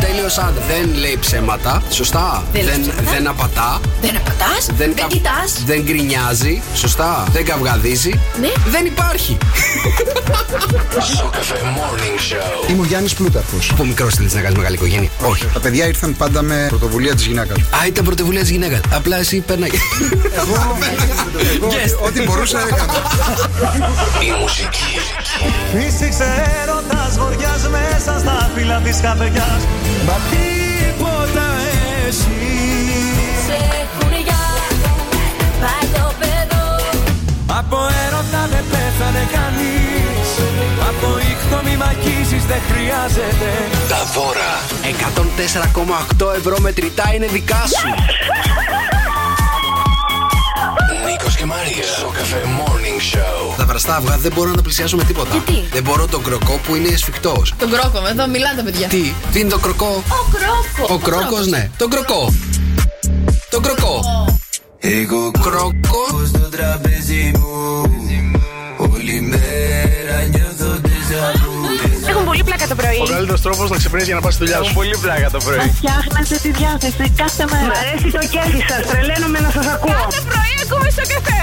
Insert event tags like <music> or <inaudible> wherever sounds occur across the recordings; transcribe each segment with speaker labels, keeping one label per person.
Speaker 1: τέλειο άντρα. Δεν λέει ψέματα. Σωστά.
Speaker 2: Δεν λέει
Speaker 1: δεν,
Speaker 2: ψέματα.
Speaker 1: δεν απατά.
Speaker 2: Δεν απατάς, δεν,
Speaker 1: Δεν,
Speaker 2: δεν
Speaker 1: κα-
Speaker 2: κοιτάς.
Speaker 1: δεν γκρινιάζει. Σωστά. Δεν καυγαδίζει.
Speaker 2: Ναι.
Speaker 1: Δεν υπάρχει.
Speaker 3: Σοκαφέ Morning Show.
Speaker 4: Είμαι ο Γιάννης Πλούταρχος.
Speaker 1: Από μικρό θέλεις να κάνεις μεγάλη οικογένεια. Όχι.
Speaker 4: Τα παιδιά ήρθαν πάντα με πρωτοβουλία της γυναίκας.
Speaker 1: Α, ήταν πρωτοβουλία της γυναίκας. Απλά εσύ περνάει. Yes.
Speaker 4: Ό,τι μπορούσα έκανα.
Speaker 3: Η μουσική
Speaker 5: Φύσηξε έρωτας βοριάς μέσα στα φύλλα της καρδιάς Μα τίποτα εσύ
Speaker 6: Σε κουριά, πάει το παιδό.
Speaker 5: Από έρωτα δεν πέθανε κανείς Από ήχτο μη μακίζεις δεν χρειάζεται
Speaker 3: Τα δώρα
Speaker 1: 104,8 ευρώ μετρητά είναι δικά σου.
Speaker 3: Νίκος και Μαρία Σοκαφέ Morning Show
Speaker 1: Τα βραστά αυγά δεν μπορώ να πλησιάσω με τίποτα.
Speaker 2: Γιατί?
Speaker 1: Δεν μπορώ τον κροκό που είναι σφιχτός.
Speaker 7: Τον κρόκο, εδώ μιλάνε παιδιά.
Speaker 1: Τι, τι είναι το κροκό.
Speaker 2: Ο κρόκο.
Speaker 1: Ο κρόκος, ναι. Τον κροκό. Τον κροκό.
Speaker 8: Εγώ
Speaker 1: Κροκό.
Speaker 8: κόβω στο τραπέζι μου Όλη μέρα νιώθω τεζαβού
Speaker 9: Έχουν πολύ πλάκα το πρωί.
Speaker 10: καλύτερος τρόπος να ξυπνήσεις για να πας στη δουλειά σου.
Speaker 5: Πολύ πλάκα το πρωί
Speaker 9: Φτιάχνετε τη διάθεση κάθε μέρα. Μ' αρέσει το κέφι σας. Τρελαίνομαι να σας ακούω.
Speaker 7: Κάθε πρωί ακούμε στο καφέ.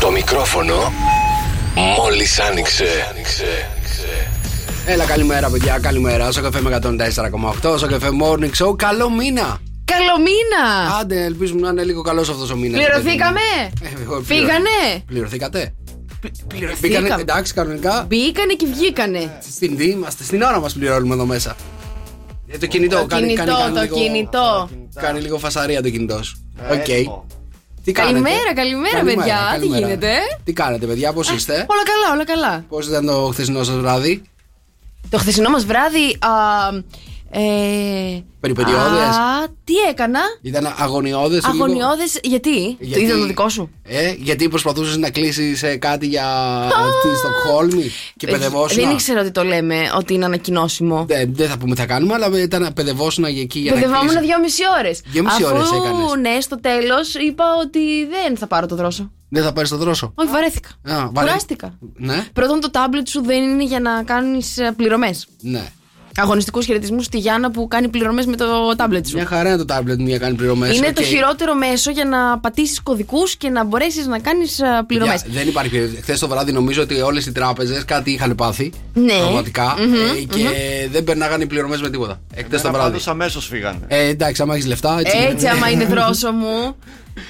Speaker 3: Το μικρόφωνο μόλις άνοιξε
Speaker 1: Έλα, καλημέρα, παιδιά. Καλημέρα. Στο καφέ με 104,8. Στο καφέ morning show. Καλό μήνα.
Speaker 7: Καλό μήνα.
Speaker 1: Άντε, ελπίζουμε να είναι λίγο καλός αυτός ο μήνας.
Speaker 7: Πληρωθήκαμε. Φύγανε.
Speaker 1: Ε, Πληρωθήκατε. Μπήκανε, εντάξει, κανονικά.
Speaker 7: Μπήκανε και βγήκανε.
Speaker 1: Στην τι είμαστε, στην ώρα μας πληρώνουμε εδώ μέσα. Ε, το κινητό,
Speaker 7: Το
Speaker 1: κάνει,
Speaker 7: κινητό,
Speaker 1: κάνει, κάνει λίγο,
Speaker 7: το κινητό.
Speaker 1: Κάνει λίγο φασαρία το κινητός σου. Οκ. Τι
Speaker 7: Καλημέρα,
Speaker 1: κάνετε?
Speaker 7: καλημέρα, παιδιά. Τι γίνεται?
Speaker 1: Τι κάνετε, παιδιά, πώς είστε.
Speaker 7: Όλα καλά, όλα καλά.
Speaker 1: Πώς ήταν το χθεσινό σας βράδυ,
Speaker 7: Το χθεσινό μας βράδυ. Α, ε,
Speaker 1: Περιπετειώδες.
Speaker 7: Α, τι έκανα.
Speaker 1: Ήταν αγωνιώδες.
Speaker 7: Αγωνιώδες, γιατί.
Speaker 1: Γιατί-
Speaker 7: Ήταν το δικό σου.
Speaker 1: Ε, γιατί προσπαθούσες να κλείσεις κάτι για ε, τη Στοκχόλμη και
Speaker 7: Ε,
Speaker 1: παιδευόσουν.
Speaker 7: Δεν ήξερα ότι το λέμε, ότι είναι ανακοινώσιμο.
Speaker 1: Δεν, δεν θα πούμε τι θα κάνουμε, αλλά ήταν παιδευόσουν εκεί για να
Speaker 7: Παιδευόμουν
Speaker 1: κλείσει.
Speaker 7: δυόμιση ώρες.
Speaker 1: Δυόμιση ώρες έκανες.
Speaker 7: ναι, στο τέλος είπα ότι δεν θα πάρω το δρόσο.
Speaker 1: Δεν θα πάρεις το δρόσο.
Speaker 7: Όχι, βαρέθηκα.
Speaker 1: Α, βαρέ-
Speaker 7: Κουράστηκα.
Speaker 1: Ναι,
Speaker 7: Πρώτον, το τάμπλετ σου δεν είναι για να ε, κάνει πληρωμές.
Speaker 1: ναι.
Speaker 7: Αγωνιστικούς χαιρετισμούς στη Γιάννα που κάνει πληρωμές με το τάμπλετ σου.
Speaker 1: Μια χαρά είναι το τάμπλετ μια κάνει πληρωμές.
Speaker 7: Είναι το χειρότερο μέσο για να πατήσεις κωδικούς και να μπορέσεις να κάνεις πληρωμές.
Speaker 1: Για- δεν υπάρχει περίπτωση. Χθες το βράδυ νομίζω ότι όλες οι τράπεζες κάτι είχαν πάθει.
Speaker 7: Ναι.
Speaker 1: πραγματικα ε, και δεν περνάγανε οι πληρωμές με τίποτα. Εκτέ το βράδυ.
Speaker 10: Πάντως αμέσως φύγανε.
Speaker 1: Ε, εντάξει, άμα έχεις λεφτά. Έτσι,
Speaker 7: Έτσι, άμα είναι δρόσο
Speaker 1: <laughs>
Speaker 7: μου.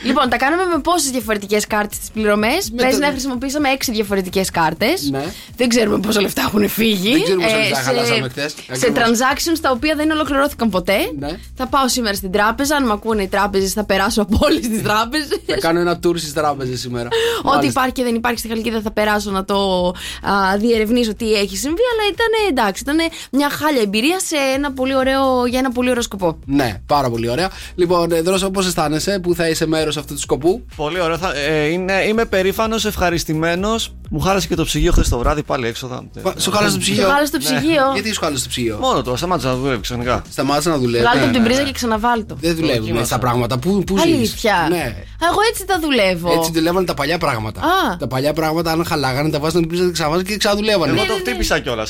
Speaker 7: λοιπόν, τα κάναμε με πόσες διαφορετικές κάρτες τις πληρωμές.
Speaker 1: Με
Speaker 7: Πες
Speaker 1: το-
Speaker 7: να χρησιμοποιήσαμε έξι διαφορετικές κάρτες.
Speaker 1: Ναι.
Speaker 7: Δεν ξέρουμε πόσα λεφτά έχουν φύγει. Ε,
Speaker 1: Δεν ξέρουμε πόσα λεφτά
Speaker 7: σε-
Speaker 1: χαλάσαμε χτες.
Speaker 7: Σε
Speaker 1: Ακριβώς.
Speaker 7: transactions τα οποία δεν ολοκληρώθηκαν ποτέ.
Speaker 1: Ναι.
Speaker 7: Θα πάω σήμερα στην τράπεζα. Αν με ακούνε οι τράπεζες, θα περάσω από όλες τις τράπεζες.
Speaker 1: Θα κάνω ένα tour στις τράπεζες σήμερα.
Speaker 7: Ό,τι
Speaker 1: Μάλιστα.
Speaker 7: υπάρχει και δεν υπάρχει στη Χαλκίδα θα περάσω να το α, διερευνήσω τι έχει συμβεί. Αλλά ήταν εντάξει, ήταν μια χάλια εμπειρία σε ένα πολύ ωραίο, για ένα πολύ ωραίο σκοπό.
Speaker 1: Ναι, πάρα πολύ ωραία. Λοιπόν, ε, Δρόσο, πώς αισθάνεσαι που θα είσαι μέρος αυτού του σκοπού.
Speaker 10: Πολύ ωραίο. Θα, ε, είναι, είμαι περήφανος, ευχαριστημένος. Μου χάλασε και το ψυγείο χθες το βράδυ πάλι έξοδα.
Speaker 1: Πα- Σου χάλασε το ψυγείο. Ναι.
Speaker 7: Το χάλασε το ψυγείο.
Speaker 1: Γιατί σου χάλασε το ψυγείο.
Speaker 10: Μόνο το, σταμάτησε να δουλεύει ξαφνικά.
Speaker 1: Σταμάτησε να δουλεύει.
Speaker 7: Βγάλτε
Speaker 1: Ναι,
Speaker 7: από την
Speaker 1: ναι.
Speaker 7: πρίζα και ξαναβάλτο.
Speaker 1: Δεν δουλεύουμε στα πράγματα. Πού, πού ζεις?
Speaker 7: Αλήθεια.
Speaker 1: Ναι.
Speaker 7: Α, Εγώ έτσι τα δουλεύω.
Speaker 1: Έτσι δουλεύανε τα παλιά πράγματα.
Speaker 7: Α.
Speaker 1: Τα παλιά πράγματα, αν χαλάγανε, τα βάζανε πίσω, τα ξαναβάζανε και ξαναδουλεύανε.
Speaker 7: Ναι.
Speaker 10: Εγώ το χτύπησα κιόλας.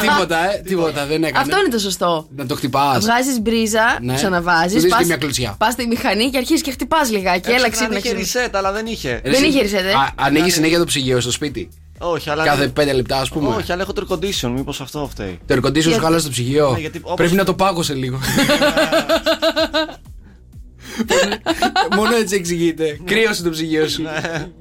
Speaker 1: τίποτα, ε, τίποτα δεν έκανε.
Speaker 7: Αυτό είναι το σωστό.
Speaker 1: Να το χτυπάς.
Speaker 7: Βγάζεις μπρίζα,
Speaker 1: Ναι. Του
Speaker 7: ξαναβάζει.
Speaker 1: δίνεις και μια κλωτσιά. Ε,
Speaker 7: Πας στη μηχανή και αρχίζεις και χτυπάς λιγάκι. Έλα, ξύπνα,
Speaker 10: είχε
Speaker 7: ξύπνα.
Speaker 10: reset, αλλά δεν είχε.
Speaker 7: Δεν είχε reset, ε.
Speaker 1: Ανοίγει συνέχεια το ψυγείο στο σπίτι.
Speaker 10: Όχι, αλλά.
Speaker 1: Κάθε ναι. 5 λεπτά, ας πούμε.
Speaker 10: Όχι, αλλά έχω το air condition, μήπως αυτό φταίει.
Speaker 1: Το air condition σου χάλασε το ψυγείο.
Speaker 10: Ναι, γιατί όπως-
Speaker 1: Πρέπει να το πάγωσε λίγο. Μόνο έτσι
Speaker 7: Ναι.
Speaker 1: εξηγείται. Κρύωσε το ψυγείο σου.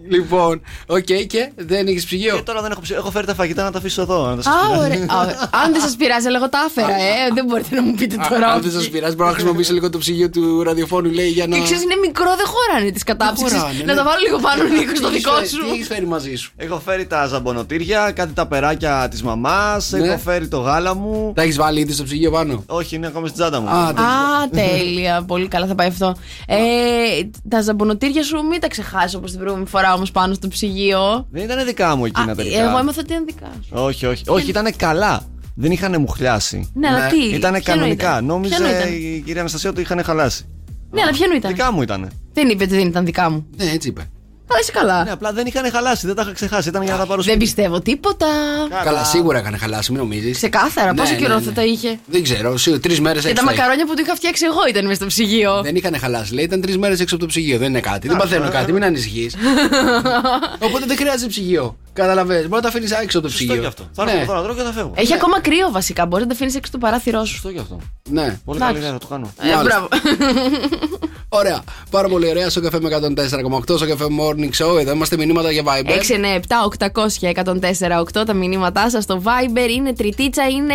Speaker 1: λοιπόν, οκ, και δεν έχεις
Speaker 10: Και
Speaker 1: ψυγείο.
Speaker 10: Ε, τώρα δεν έχω ψυγείο. Έχω φέρει τα φαγητά να τα αφήσω εδώ. Να τα σας
Speaker 7: Α,
Speaker 10: πειράζει.
Speaker 7: ωραία. Α, Αν δεν σας πειράζει, αλλά εγώ τα άφερα, ε. Δεν μπορείτε να μου πείτε τώρα.
Speaker 1: Α, Αν δεν σας πειράζει, μπορεί να χρησιμοποιήσει λίγο το ψυγείο του ραδιοφώνου, λέει για να. Ε,
Speaker 7: Και ξέρεις, είναι μικρό, δεν χωράνε τις κατάψεις.
Speaker 1: χωράνε,
Speaker 7: Να
Speaker 1: ναι.
Speaker 7: τα βάλω λίγο πάνω, Νίκο, στο
Speaker 1: Τι
Speaker 7: δικό
Speaker 1: έχεις φέρει- Τι
Speaker 7: σου.
Speaker 1: έχεις φέρει μαζί σου.
Speaker 10: Έχω φέρει τα ζαμπονοτήρια, κάτι τα περάκια της μαμάς.
Speaker 1: Ναι.
Speaker 10: Έχω φέρει το γάλα μου.
Speaker 1: Τα έχεις βάλει ήδη στο ψυγείο πάνω.
Speaker 10: Όχι, είναι ακόμα στην τσάντα μου.
Speaker 1: Α, τι-
Speaker 7: Α, τέλεια. Πολύ καλά θα πάει αυτό. Ε, τα ζαμπονοτήρια σου μην τα ξεχάσεις όπως την προηγούμενη φορά όμως πάνω στο ψυγείο.
Speaker 10: Δεν ήταν δικά μου
Speaker 7: Α,
Speaker 1: ε,
Speaker 10: εκείνα τελικά.
Speaker 7: εγώ έμαθα ότι είναι δικά σου.
Speaker 10: Όχι, όχι. Όχι, ήταν καλά. Δεν είχαν μουχλιάσει.
Speaker 7: Ναι, αλλά τι.
Speaker 10: Ήτανε
Speaker 7: ποιο νου
Speaker 10: κανονικά.
Speaker 7: ήταν? Ποιο νου
Speaker 10: Νόμιζε
Speaker 7: ήταν?
Speaker 10: η κυρία Αναστασία ότι είχαν χαλάσει.
Speaker 7: Ναι, αλλά ποιο νου ήταν.
Speaker 10: Δικά μου ήταν.
Speaker 7: Δεν είπε ότι δεν ήταν δικά μου.
Speaker 1: Ναι, έτσι είπε.
Speaker 7: Α, είσαι καλά.
Speaker 10: Ναι, απλά δεν είχαν χαλάσει, δεν τα είχα ξεχάσει. Ήταν για να τα πάρω
Speaker 7: Δεν
Speaker 10: σπίτι.
Speaker 7: πιστεύω τίποτα.
Speaker 1: Καλά, σίγουρα είχαν χαλάσει, μην νομίζεις.
Speaker 7: Ξεκάθαρα, πόσο
Speaker 1: Ναι,
Speaker 7: καιρό θα τα είχε?
Speaker 1: Δεν ξέρω, τρεις μέρες έξω.
Speaker 7: Και τα
Speaker 1: θα είχε.
Speaker 7: μακαρόνια που του είχα φτιάξει εγώ ήταν μέσα στο ψυγείο.
Speaker 1: Δεν είχαν χαλάσει, λέει. Ήταν τρεις μέρες έξω από το ψυγείο. Δεν είναι κάτι. Δεν παθαίνω κάτι, μην
Speaker 7: <laughs>
Speaker 1: ανησυχείς. Οπότε δεν χρειάζεται ψυγείο. Καταλαβαίνεις, Μπορεί να τα αφήνεις έξω από το
Speaker 10: Σωστό
Speaker 1: ψυγείο.
Speaker 10: και αυτό. Θα
Speaker 1: Ναι,
Speaker 10: έρθω εδώ να τρώω και θα φεύγω.
Speaker 7: Έχει ακόμα κρύο βασικά. Μπορείς να τα αφήνεις έξω το παράθυρό σου.
Speaker 10: Σωστό και αυτό.
Speaker 1: ναι.
Speaker 10: Πολύ
Speaker 7: Εντάξει.
Speaker 10: καλή ιδέα να το κάνω.
Speaker 7: Ε, μπράβο.
Speaker 1: Ωραία. Πάρα πολύ ωραία. Στο καφέ με 104,8 στο καφέ Morning Show. Εδώ είμαστε μηνύματα για Viber.
Speaker 7: 697-800-1048 τα μηνύματά σας στο Viber. Είναι τριτίτσα, είναι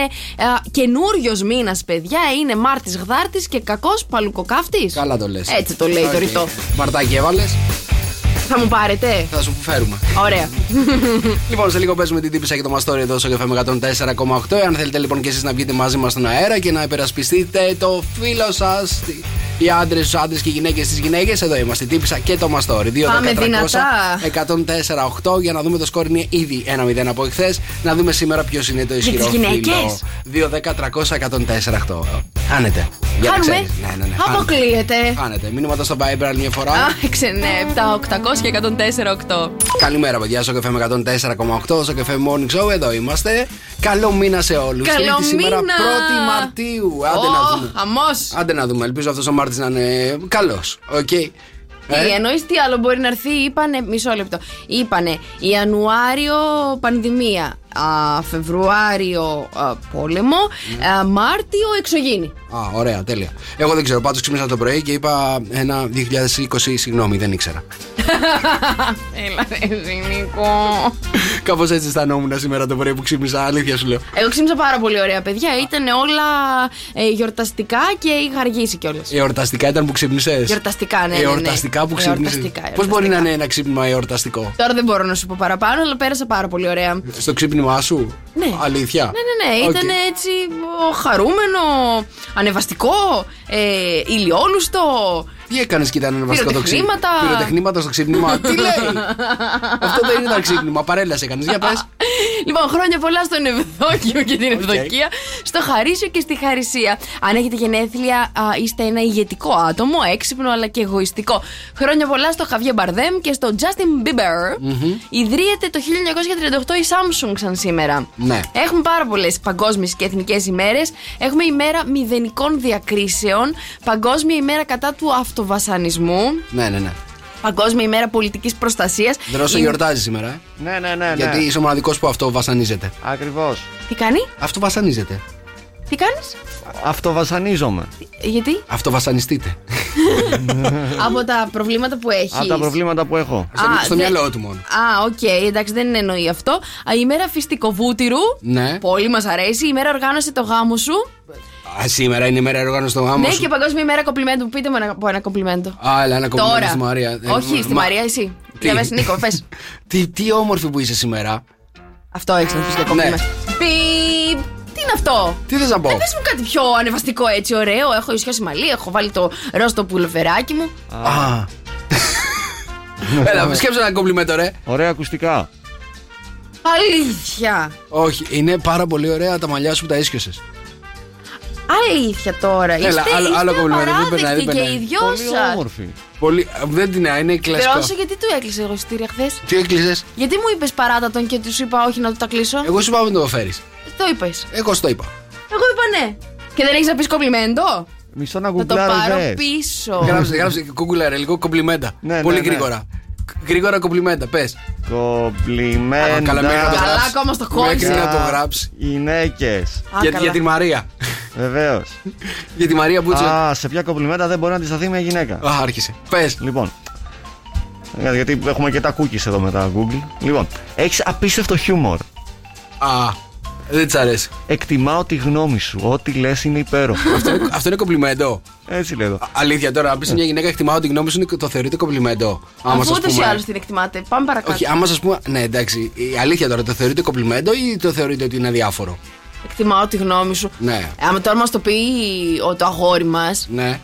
Speaker 7: καινούριος μήνας, παιδιά. Είναι Μάρτης Γδάρτης και κακός παλουκοκάφτη.
Speaker 1: Καλά το λες.
Speaker 7: Έτσι το λέει το ρητό.
Speaker 1: Μαρτάκι έβαλες.
Speaker 7: Θα μου πάρετε.
Speaker 1: Θα σου φέρουμε.
Speaker 7: Ωραία.
Speaker 1: Λοιπόν, σε λίγο παίζουμε την τύπησα και το μαστόρι εδώ στο καφέ με 104,8. Εάν θέλετε λοιπόν και εσείς να βγείτε μαζί μας στον αέρα και να υπερασπιστείτε το φίλο σας. Οι άντρες, του άντρες και οι γυναίκες, τι γυναίκες. Εδώ είμαστε. Τύπησα και το μαστόρι. 2,
Speaker 7: Πάμε
Speaker 1: 10, 300,
Speaker 7: δυνατά.
Speaker 1: 104,8 για να δούμε το σκόρ είναι ήδη 1-0 από εχθές. Να δούμε σήμερα ποιος είναι το ισχυρό
Speaker 7: τις γυναίκες?
Speaker 1: φίλο. 2, 10, 300, 104,8. Χάνετε. Για να
Speaker 7: Κάνουμε.
Speaker 1: ξέρεις. Ναι, ναι, ναι. Χάνετε.
Speaker 7: Αποκλείεται.
Speaker 1: Χάνετε. Μήνυματα στο Viber άλλη μια φορά.
Speaker 7: 697-800 και 104,8.
Speaker 1: Καλημέρα, παιδιά, στο καφέ με 104,8, στο καφέ Morning Show. Εδώ είμαστε. Καλό μήνα σε όλους.
Speaker 7: Καλό
Speaker 1: σήμερα 1η
Speaker 7: μήνα.
Speaker 1: Μαρτίου. Άντε να
Speaker 7: Ω,
Speaker 1: δούμε.
Speaker 7: χαμός.
Speaker 1: Άντε να δούμε. Ελπίζω αυτός ο Μάρτης να είναι καλός. Οκ. Ε,
Speaker 7: Ε, εννοείς τι άλλο μπορεί να έρθει, είπανε. Μισό λεπτό. Είπανε Ιανουάριο πανδημία. Α, Φεβρουάριο α, πόλεμο. α, Μάρτιο εξωγήινη.
Speaker 1: Α, ωραία, τέλεια. Εγώ δεν ξέρω, πάντως ξύπνησα το πρωί και είπα ένα 2020, συγγνώμη, δεν
Speaker 7: <laughs>
Speaker 1: ήξερα.
Speaker 7: Έλα, ρε, Νίκο.
Speaker 1: Κάπως έτσι αισθανόμουν σήμερα το πρωί που ξύπνησα, αλήθεια σου λέω.
Speaker 7: Εγώ ξύμισα πάρα πολύ ωραία, παιδιά. Ήταν όλα ε, γιορταστικά και είχα αργήσει κιόλας.
Speaker 1: Ε, Εορταστικά ήταν που ξύπνησες.
Speaker 7: Γιορταστικά, ναι, ναι, ναι.
Speaker 1: Εορταστικά που ξύπνησες.
Speaker 7: Εορταστικά,
Speaker 1: Πώς μπορεί να
Speaker 7: εορταστικά.
Speaker 1: είναι ένα ξύπνημα εορταστικό.
Speaker 7: Τώρα δεν μπορώ να σου πω παραπάνω, αλλά πέρασα πάρα πολύ ωραία.
Speaker 1: Στο ξύπνημά σου.
Speaker 7: Ναι.
Speaker 1: Αλήθεια.
Speaker 7: Ναι, ναι, ναι.
Speaker 1: Οκ.
Speaker 7: Ήταν έτσι ο, χαρούμενο, ανεβαστικό, ε, ηλιόλουστο.
Speaker 1: Τι έκανες και ήταν ένα βασικό το ξύπνημα.
Speaker 7: Πυροτεχνήματα.
Speaker 1: Πυροτεχνήματα στο
Speaker 7: <laughs>
Speaker 1: ξύπνημα. Τι λέει. Αυτό δεν ήταν ξύπνημα. Παρέλασε έκανες. Για πες.
Speaker 7: Λοιπόν, χρόνια πολλά στον Ευδόκιο και την Ευδοκία, στο Χαρίσιο και στη Χαρισία. Αν έχετε γενέθλια, α, είστε ένα ηγετικό άτομο, έξυπνο αλλά και εγωιστικό. Χρόνια πολλά στο Χαβιέ Μπαρδέμ και στο Justin Bieber. Ιδρύεται το 1938 η Samsung σαν σήμερα.
Speaker 1: Ναι.
Speaker 7: Έχουμε πάρα πολλές παγκόσμιες και εθνικές ημέρες. Έχουμε ημέρα μηδενικών διακρίσεων, Παγκόσμια ημέρα κατά του αυτοβασανισμού,
Speaker 1: Ναι, ναι, ναι.
Speaker 7: Παγκόσμια ημέρα πολιτικής προστασίας.
Speaker 1: Δρόσο γιορτάζει σήμερα. ε.
Speaker 10: Ναι, ναι, ναι.
Speaker 1: Γιατί
Speaker 10: ναι.
Speaker 1: είσαι ο μοναδικός που αυτό βασανίζεται.
Speaker 10: Ακριβώς.
Speaker 7: Τι κάνει,
Speaker 1: Αυτό βασανίζεται.
Speaker 7: τι κάνεις,
Speaker 10: Αυτοβασανίζομαι.
Speaker 7: γιατί.
Speaker 1: Αυτό βασανιστείτε.
Speaker 7: από τα προβλήματα που έχει.
Speaker 10: Από τα προβλήματα που έχω.
Speaker 1: Στο,
Speaker 7: Α,
Speaker 1: στο
Speaker 7: δε-
Speaker 1: μυαλό του μόνο.
Speaker 7: Α, οκ, εντάξει, δεν εννοεί αυτό. Α, η μέρα φυστικοβούτυρου.
Speaker 1: Ναι.
Speaker 7: Πολύ μας αρέσει. Η μέρα οργάνωσε το γάμο σου.
Speaker 1: Α, σήμερα είναι η μέρα οργάνωση των γάμων.
Speaker 7: ναι,
Speaker 1: σου.
Speaker 7: και παγκόσμια ημέρα κομπλιμέντου. Πείτε μου ένα, πω ένα κομπλιμέντο.
Speaker 1: Α, έλα, ένα κομμάτι
Speaker 7: Τώρα.
Speaker 1: στη Μαρία. Ε,
Speaker 7: Όχι, στη
Speaker 1: μα-
Speaker 7: Μαρία, εσύ.
Speaker 1: Τι?
Speaker 7: Για μέσα, Νίκο, πες.
Speaker 1: <laughs> Τι, τι όμορφη που είσαι σήμερα.
Speaker 7: αυτό έχει να πεις για κομπλιμέντο. Πιπ. Ναι. Τι είναι αυτό.
Speaker 1: Τι θες να πω.
Speaker 7: Ε, πες μου κάτι πιο ανεβαστικό έτσι, ωραίο. Έχω ισιώσει μαλλί, έχω βάλει το ρόστο πουλοβεράκι μου.
Speaker 1: Α. Έλα, σκέψε ένα ε. κομπλιμέντο, ρε.
Speaker 10: Ωραία ακουστικά.
Speaker 7: Αλήθεια.
Speaker 1: Όχι, είναι πάρα πολύ ωραία τα μαλλιά σου που τα ίσιωσες.
Speaker 7: Αλήθεια τώρα.
Speaker 1: Έλα,
Speaker 7: είστε
Speaker 1: άλλο-
Speaker 7: είστε
Speaker 1: άλλο κομπλιμέντο, δεν
Speaker 7: απαράδεκτοι
Speaker 1: περνάει, δεν
Speaker 7: και
Speaker 1: περνάει.
Speaker 7: οι δυο
Speaker 10: Πολύ
Speaker 7: σας.
Speaker 10: όμορφη.
Speaker 1: Πολύ. α, Δεν την α, είναι κλασικό.
Speaker 7: Ρώσε γιατί του έκλεισε εγώ εισιτήρια χθες.
Speaker 1: Τι έκλεισες.
Speaker 7: Γιατί μου είπες παράτα τον και τους είπα όχι να του τα κλείσω.
Speaker 1: Εγώ σου είπα μην το φέρεις.
Speaker 7: Το είπες.
Speaker 1: Εγώ σου το είπα.
Speaker 7: Εγώ είπα ναι. Και δεν έχεις να πεις κομπλιμέντο.
Speaker 10: Μισό να
Speaker 7: Θα το πάρω
Speaker 10: γκουγκλάρω.
Speaker 7: πίσω.
Speaker 1: Γράψε, γράψε κούκουλα ρε, λίγο κομπλιμέντα.
Speaker 10: Ναι, ναι,
Speaker 1: Πολύ
Speaker 10: ναι.
Speaker 1: γρήγορα. Γρήγορα κομπλιμέντα, πες.
Speaker 10: Κομπλιμέντα.
Speaker 1: Καλά, μέχρι να το
Speaker 7: Καλά,
Speaker 1: γράψεις.
Speaker 7: ακόμα στο
Speaker 1: Μέχρι
Speaker 7: κόλλησε.
Speaker 1: να το γράψει.
Speaker 10: Γυναίκες.
Speaker 7: Α,
Speaker 1: Για,
Speaker 7: καλά.
Speaker 1: για τη Μαρία.
Speaker 10: Βεβαίως.
Speaker 1: για τη Μαρία Μπούτσο. Α,
Speaker 10: Α, σε ποια κομπλιμέντα δεν μπορεί να αντισταθεί μια γυναίκα.
Speaker 1: άρχισε. Πες.
Speaker 10: Λοιπόν. ε, Γιατί έχουμε και τα cookies εδώ με τα Google. Λοιπόν, έχεις απίστευτο χιούμορ.
Speaker 1: Α, δεν της αρέσει.
Speaker 10: Εκτιμάω τη γνώμη σου. Ό,τι λες είναι υπέροχο.
Speaker 1: Αυτό είναι- Αυτό είναι κομπλιμέντο.
Speaker 10: Έτσι λέω εδώ.
Speaker 1: Α, Αλήθεια τώρα, αν πεις σε μια γυναίκα εκτιμάω την γνώμη σου, είναι- το θεωρείτε κομπλιμέντο. Άμα
Speaker 7: Αφού
Speaker 1: σας
Speaker 7: ούτως ή
Speaker 1: πούμε-
Speaker 7: άλλως την εκτιμάτε. Πάμε παρακάτω.
Speaker 1: Όχι, άμα σας πούμε. Ναι, εντάξει. η Αλήθεια τώρα, το θεωρείτε κομπλιμέντο ή το θεωρείτε ότι είναι αδιάφορο.
Speaker 7: Εκτιμάω τη γνώμη σου.
Speaker 1: Ναι.
Speaker 7: Ε, Άμα τώρα μας το πει ο- το αγόρι μας.
Speaker 1: Ναι.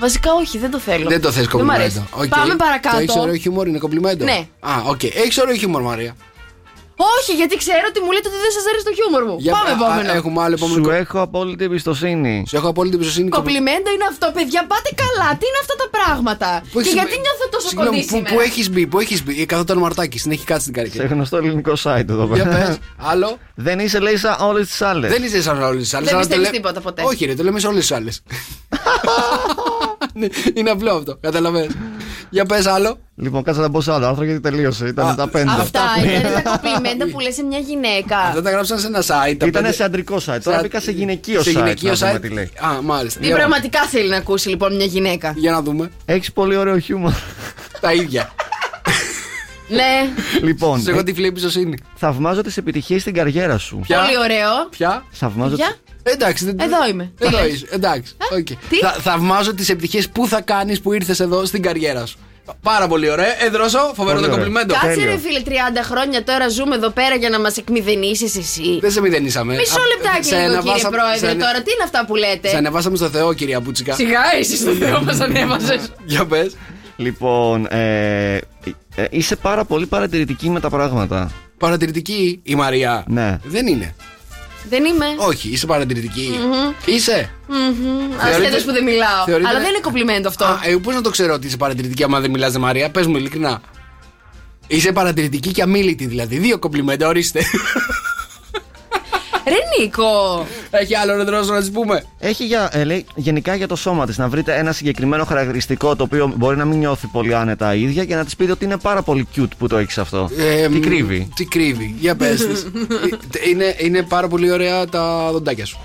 Speaker 7: Βασικά όχι, δεν το θέλω.
Speaker 1: Δεν το θες
Speaker 7: Δεν μ' αρέσει.
Speaker 1: κομπλιμέντο. Οκ.
Speaker 7: Πάμε
Speaker 1: Το έχεις
Speaker 7: παρακάτω.
Speaker 1: ωραίο χιούμορ, είναι κομπλιμέντο.
Speaker 7: Ναι.
Speaker 1: Α, οκ. Έχεις ωραίο χιούμορ, Μαρία.
Speaker 7: Όχι, γιατί ξέρω ότι μου λέτε ότι δεν σας αρέσει το χιούμορ μου.
Speaker 1: Για-
Speaker 7: Πάμε
Speaker 1: α- α-
Speaker 7: επόμενο.
Speaker 1: Έχουμε άλλο επόμενο.
Speaker 10: Σου
Speaker 1: κο-
Speaker 10: έχω απόλυτη εμπιστοσύνη.
Speaker 1: Σου έχω απόλυτη εμπιστοσύνη.
Speaker 7: Κοπλιμέντο είναι αυτό, παιδιά. Πάτε καλά. Τι είναι αυτά τα πράγματα.
Speaker 1: Πού
Speaker 7: και
Speaker 1: έχεις-
Speaker 7: γιατί νιώθω τόσο
Speaker 1: Συγγνώμη,
Speaker 7: κοντή
Speaker 1: πού-
Speaker 7: σήμερα.
Speaker 1: Πού έχεις μπει, πού έχεις μπει. Ε, Καθόταν μαρτάκι, στην έχει κάτσει την
Speaker 10: Σε
Speaker 1: καρδιά.
Speaker 10: γνωστό ελληνικό site εδώ
Speaker 1: Για
Speaker 10: πέρα.
Speaker 1: πες, άλλο.
Speaker 10: Δεν είσαι, λέει, σαν όλες τις άλλες.
Speaker 1: Δεν είσαι σαν όλες τις άλλες.
Speaker 7: Δεν πιστεύεις τίποτα ποτέ.
Speaker 1: Όχι, ρε, το λέμε σε όλες τις άλλες.
Speaker 10: <laughs>
Speaker 1: Είναι απλό αυτό, καταλαβαίνω. Για πες άλλο.
Speaker 10: Λοιπόν, κάτσε να μπω σε άλλο άρθρο γιατί τελείωσε. Ήταν τα πέντε.
Speaker 7: Αυτά ήταν τα κοπλιμέντα που λες σε μια γυναίκα.
Speaker 1: Δεν τα γράψαν σε ένα site. τα
Speaker 10: Ήταν
Speaker 1: πέντε-
Speaker 10: σε αντρικό site. Τώρα
Speaker 1: σε-
Speaker 10: μπήκα σε γυναικείο
Speaker 1: σε
Speaker 10: site.
Speaker 1: γυναικείο
Speaker 10: να δούμε
Speaker 1: site.
Speaker 10: τι λέει.
Speaker 1: Α, μάλιστα.
Speaker 7: Τι
Speaker 1: Για-
Speaker 7: πραγματικά θέλει να ακούσει λοιπόν μια γυναίκα.
Speaker 1: Για να δούμε.
Speaker 10: Έχεις πολύ ωραίο χιούμορ.
Speaker 1: Τα ίδια.
Speaker 7: Ναι,
Speaker 10: λοιπόν,
Speaker 1: Σε έχω
Speaker 10: ε,
Speaker 1: τυφλή εμπιστοσύνη.
Speaker 10: θαυμάζω τις επιτυχίες στην καριέρα σου.
Speaker 7: πολύ ωραίο.
Speaker 1: Ποια?
Speaker 10: Θαυμάζω.
Speaker 7: Για.
Speaker 1: Εντάξει. δεν-
Speaker 7: Εδώ είμαι. Τι
Speaker 1: Εδώ
Speaker 7: λες?
Speaker 1: είσαι. Εντάξει. οκ.
Speaker 7: τι?
Speaker 1: Θα, θαυμάζω τις επιτυχίες που θα κάνεις που ήρθες εδώ στην καριέρα σου. Πάρα πολύ ωραία. Εδρόσο, φοβερό
Speaker 10: Πολύ
Speaker 1: το
Speaker 10: ωραία.
Speaker 1: κομπλιμέντο. Ε,
Speaker 7: Κάτσε
Speaker 10: Τέλειο.
Speaker 7: ρε φίλε, 30 χρόνια τώρα ζούμε εδώ πέρα για να μας εκμηδενήσει εσύ.
Speaker 1: Δεν σε μηδενίσαμε.
Speaker 7: Μισό
Speaker 1: Α, σε
Speaker 7: λεπτάκι λίγο κύριε
Speaker 1: ανεβάσα- σε
Speaker 7: Πρόεδρε
Speaker 1: ανε-
Speaker 7: τώρα, ε. τι είναι αυτά που
Speaker 1: Σε
Speaker 7: λέτε.
Speaker 1: ανεβάσαμε στο Θεό, κυρία Πούτσικα.
Speaker 7: Σιγά εσύ στο Θεό μας ανέβαζες.
Speaker 1: Για πες.
Speaker 10: Λοιπόν, ε, ε, ε, είσαι πάρα πολύ παρατηρητική με τα πράγματα.
Speaker 1: Παρατηρητική η Μαρία.
Speaker 10: Ναι.
Speaker 1: Δεν είναι.
Speaker 7: Δεν είμαι.
Speaker 1: Όχι, είσαι παρατηρητική. Είσαι.
Speaker 7: Ασχέτως που δεν μιλάω.
Speaker 1: θεωρείτε-
Speaker 7: Αλλά δεν είναι κομπλιμέντο
Speaker 1: Α,
Speaker 7: αυτό.
Speaker 1: ε, πώς να το ξέρω ότι είσαι παρατηρητική άμα δεν μιλάς Μαρία, πες μου ειλικρινά. Είσαι παρατηρητική και αμήλυτη δηλαδή. Δύο κομπλιμέντα, ορίστε. ε-
Speaker 7: Ρε Νίκο,
Speaker 1: Έχει άλλο ρε δρόσο να της πούμε.
Speaker 10: Έχει για, ε, λέει, γενικά για το σώμα της να βρείτε ένα συγκεκριμένο χαρακτηριστικό το οποίο μπορεί να μην νιώθει πολύ άνετα η ίδια και να της πείτε ότι είναι πάρα πολύ cute που το έχεις αυτό.
Speaker 1: Ε,
Speaker 10: Τι
Speaker 1: μ,
Speaker 10: κρύβει.
Speaker 1: Τι κρύβει. Για πες <laughs> της. είναι, είναι πάρα πολύ ωραία τα δοντάκια σου.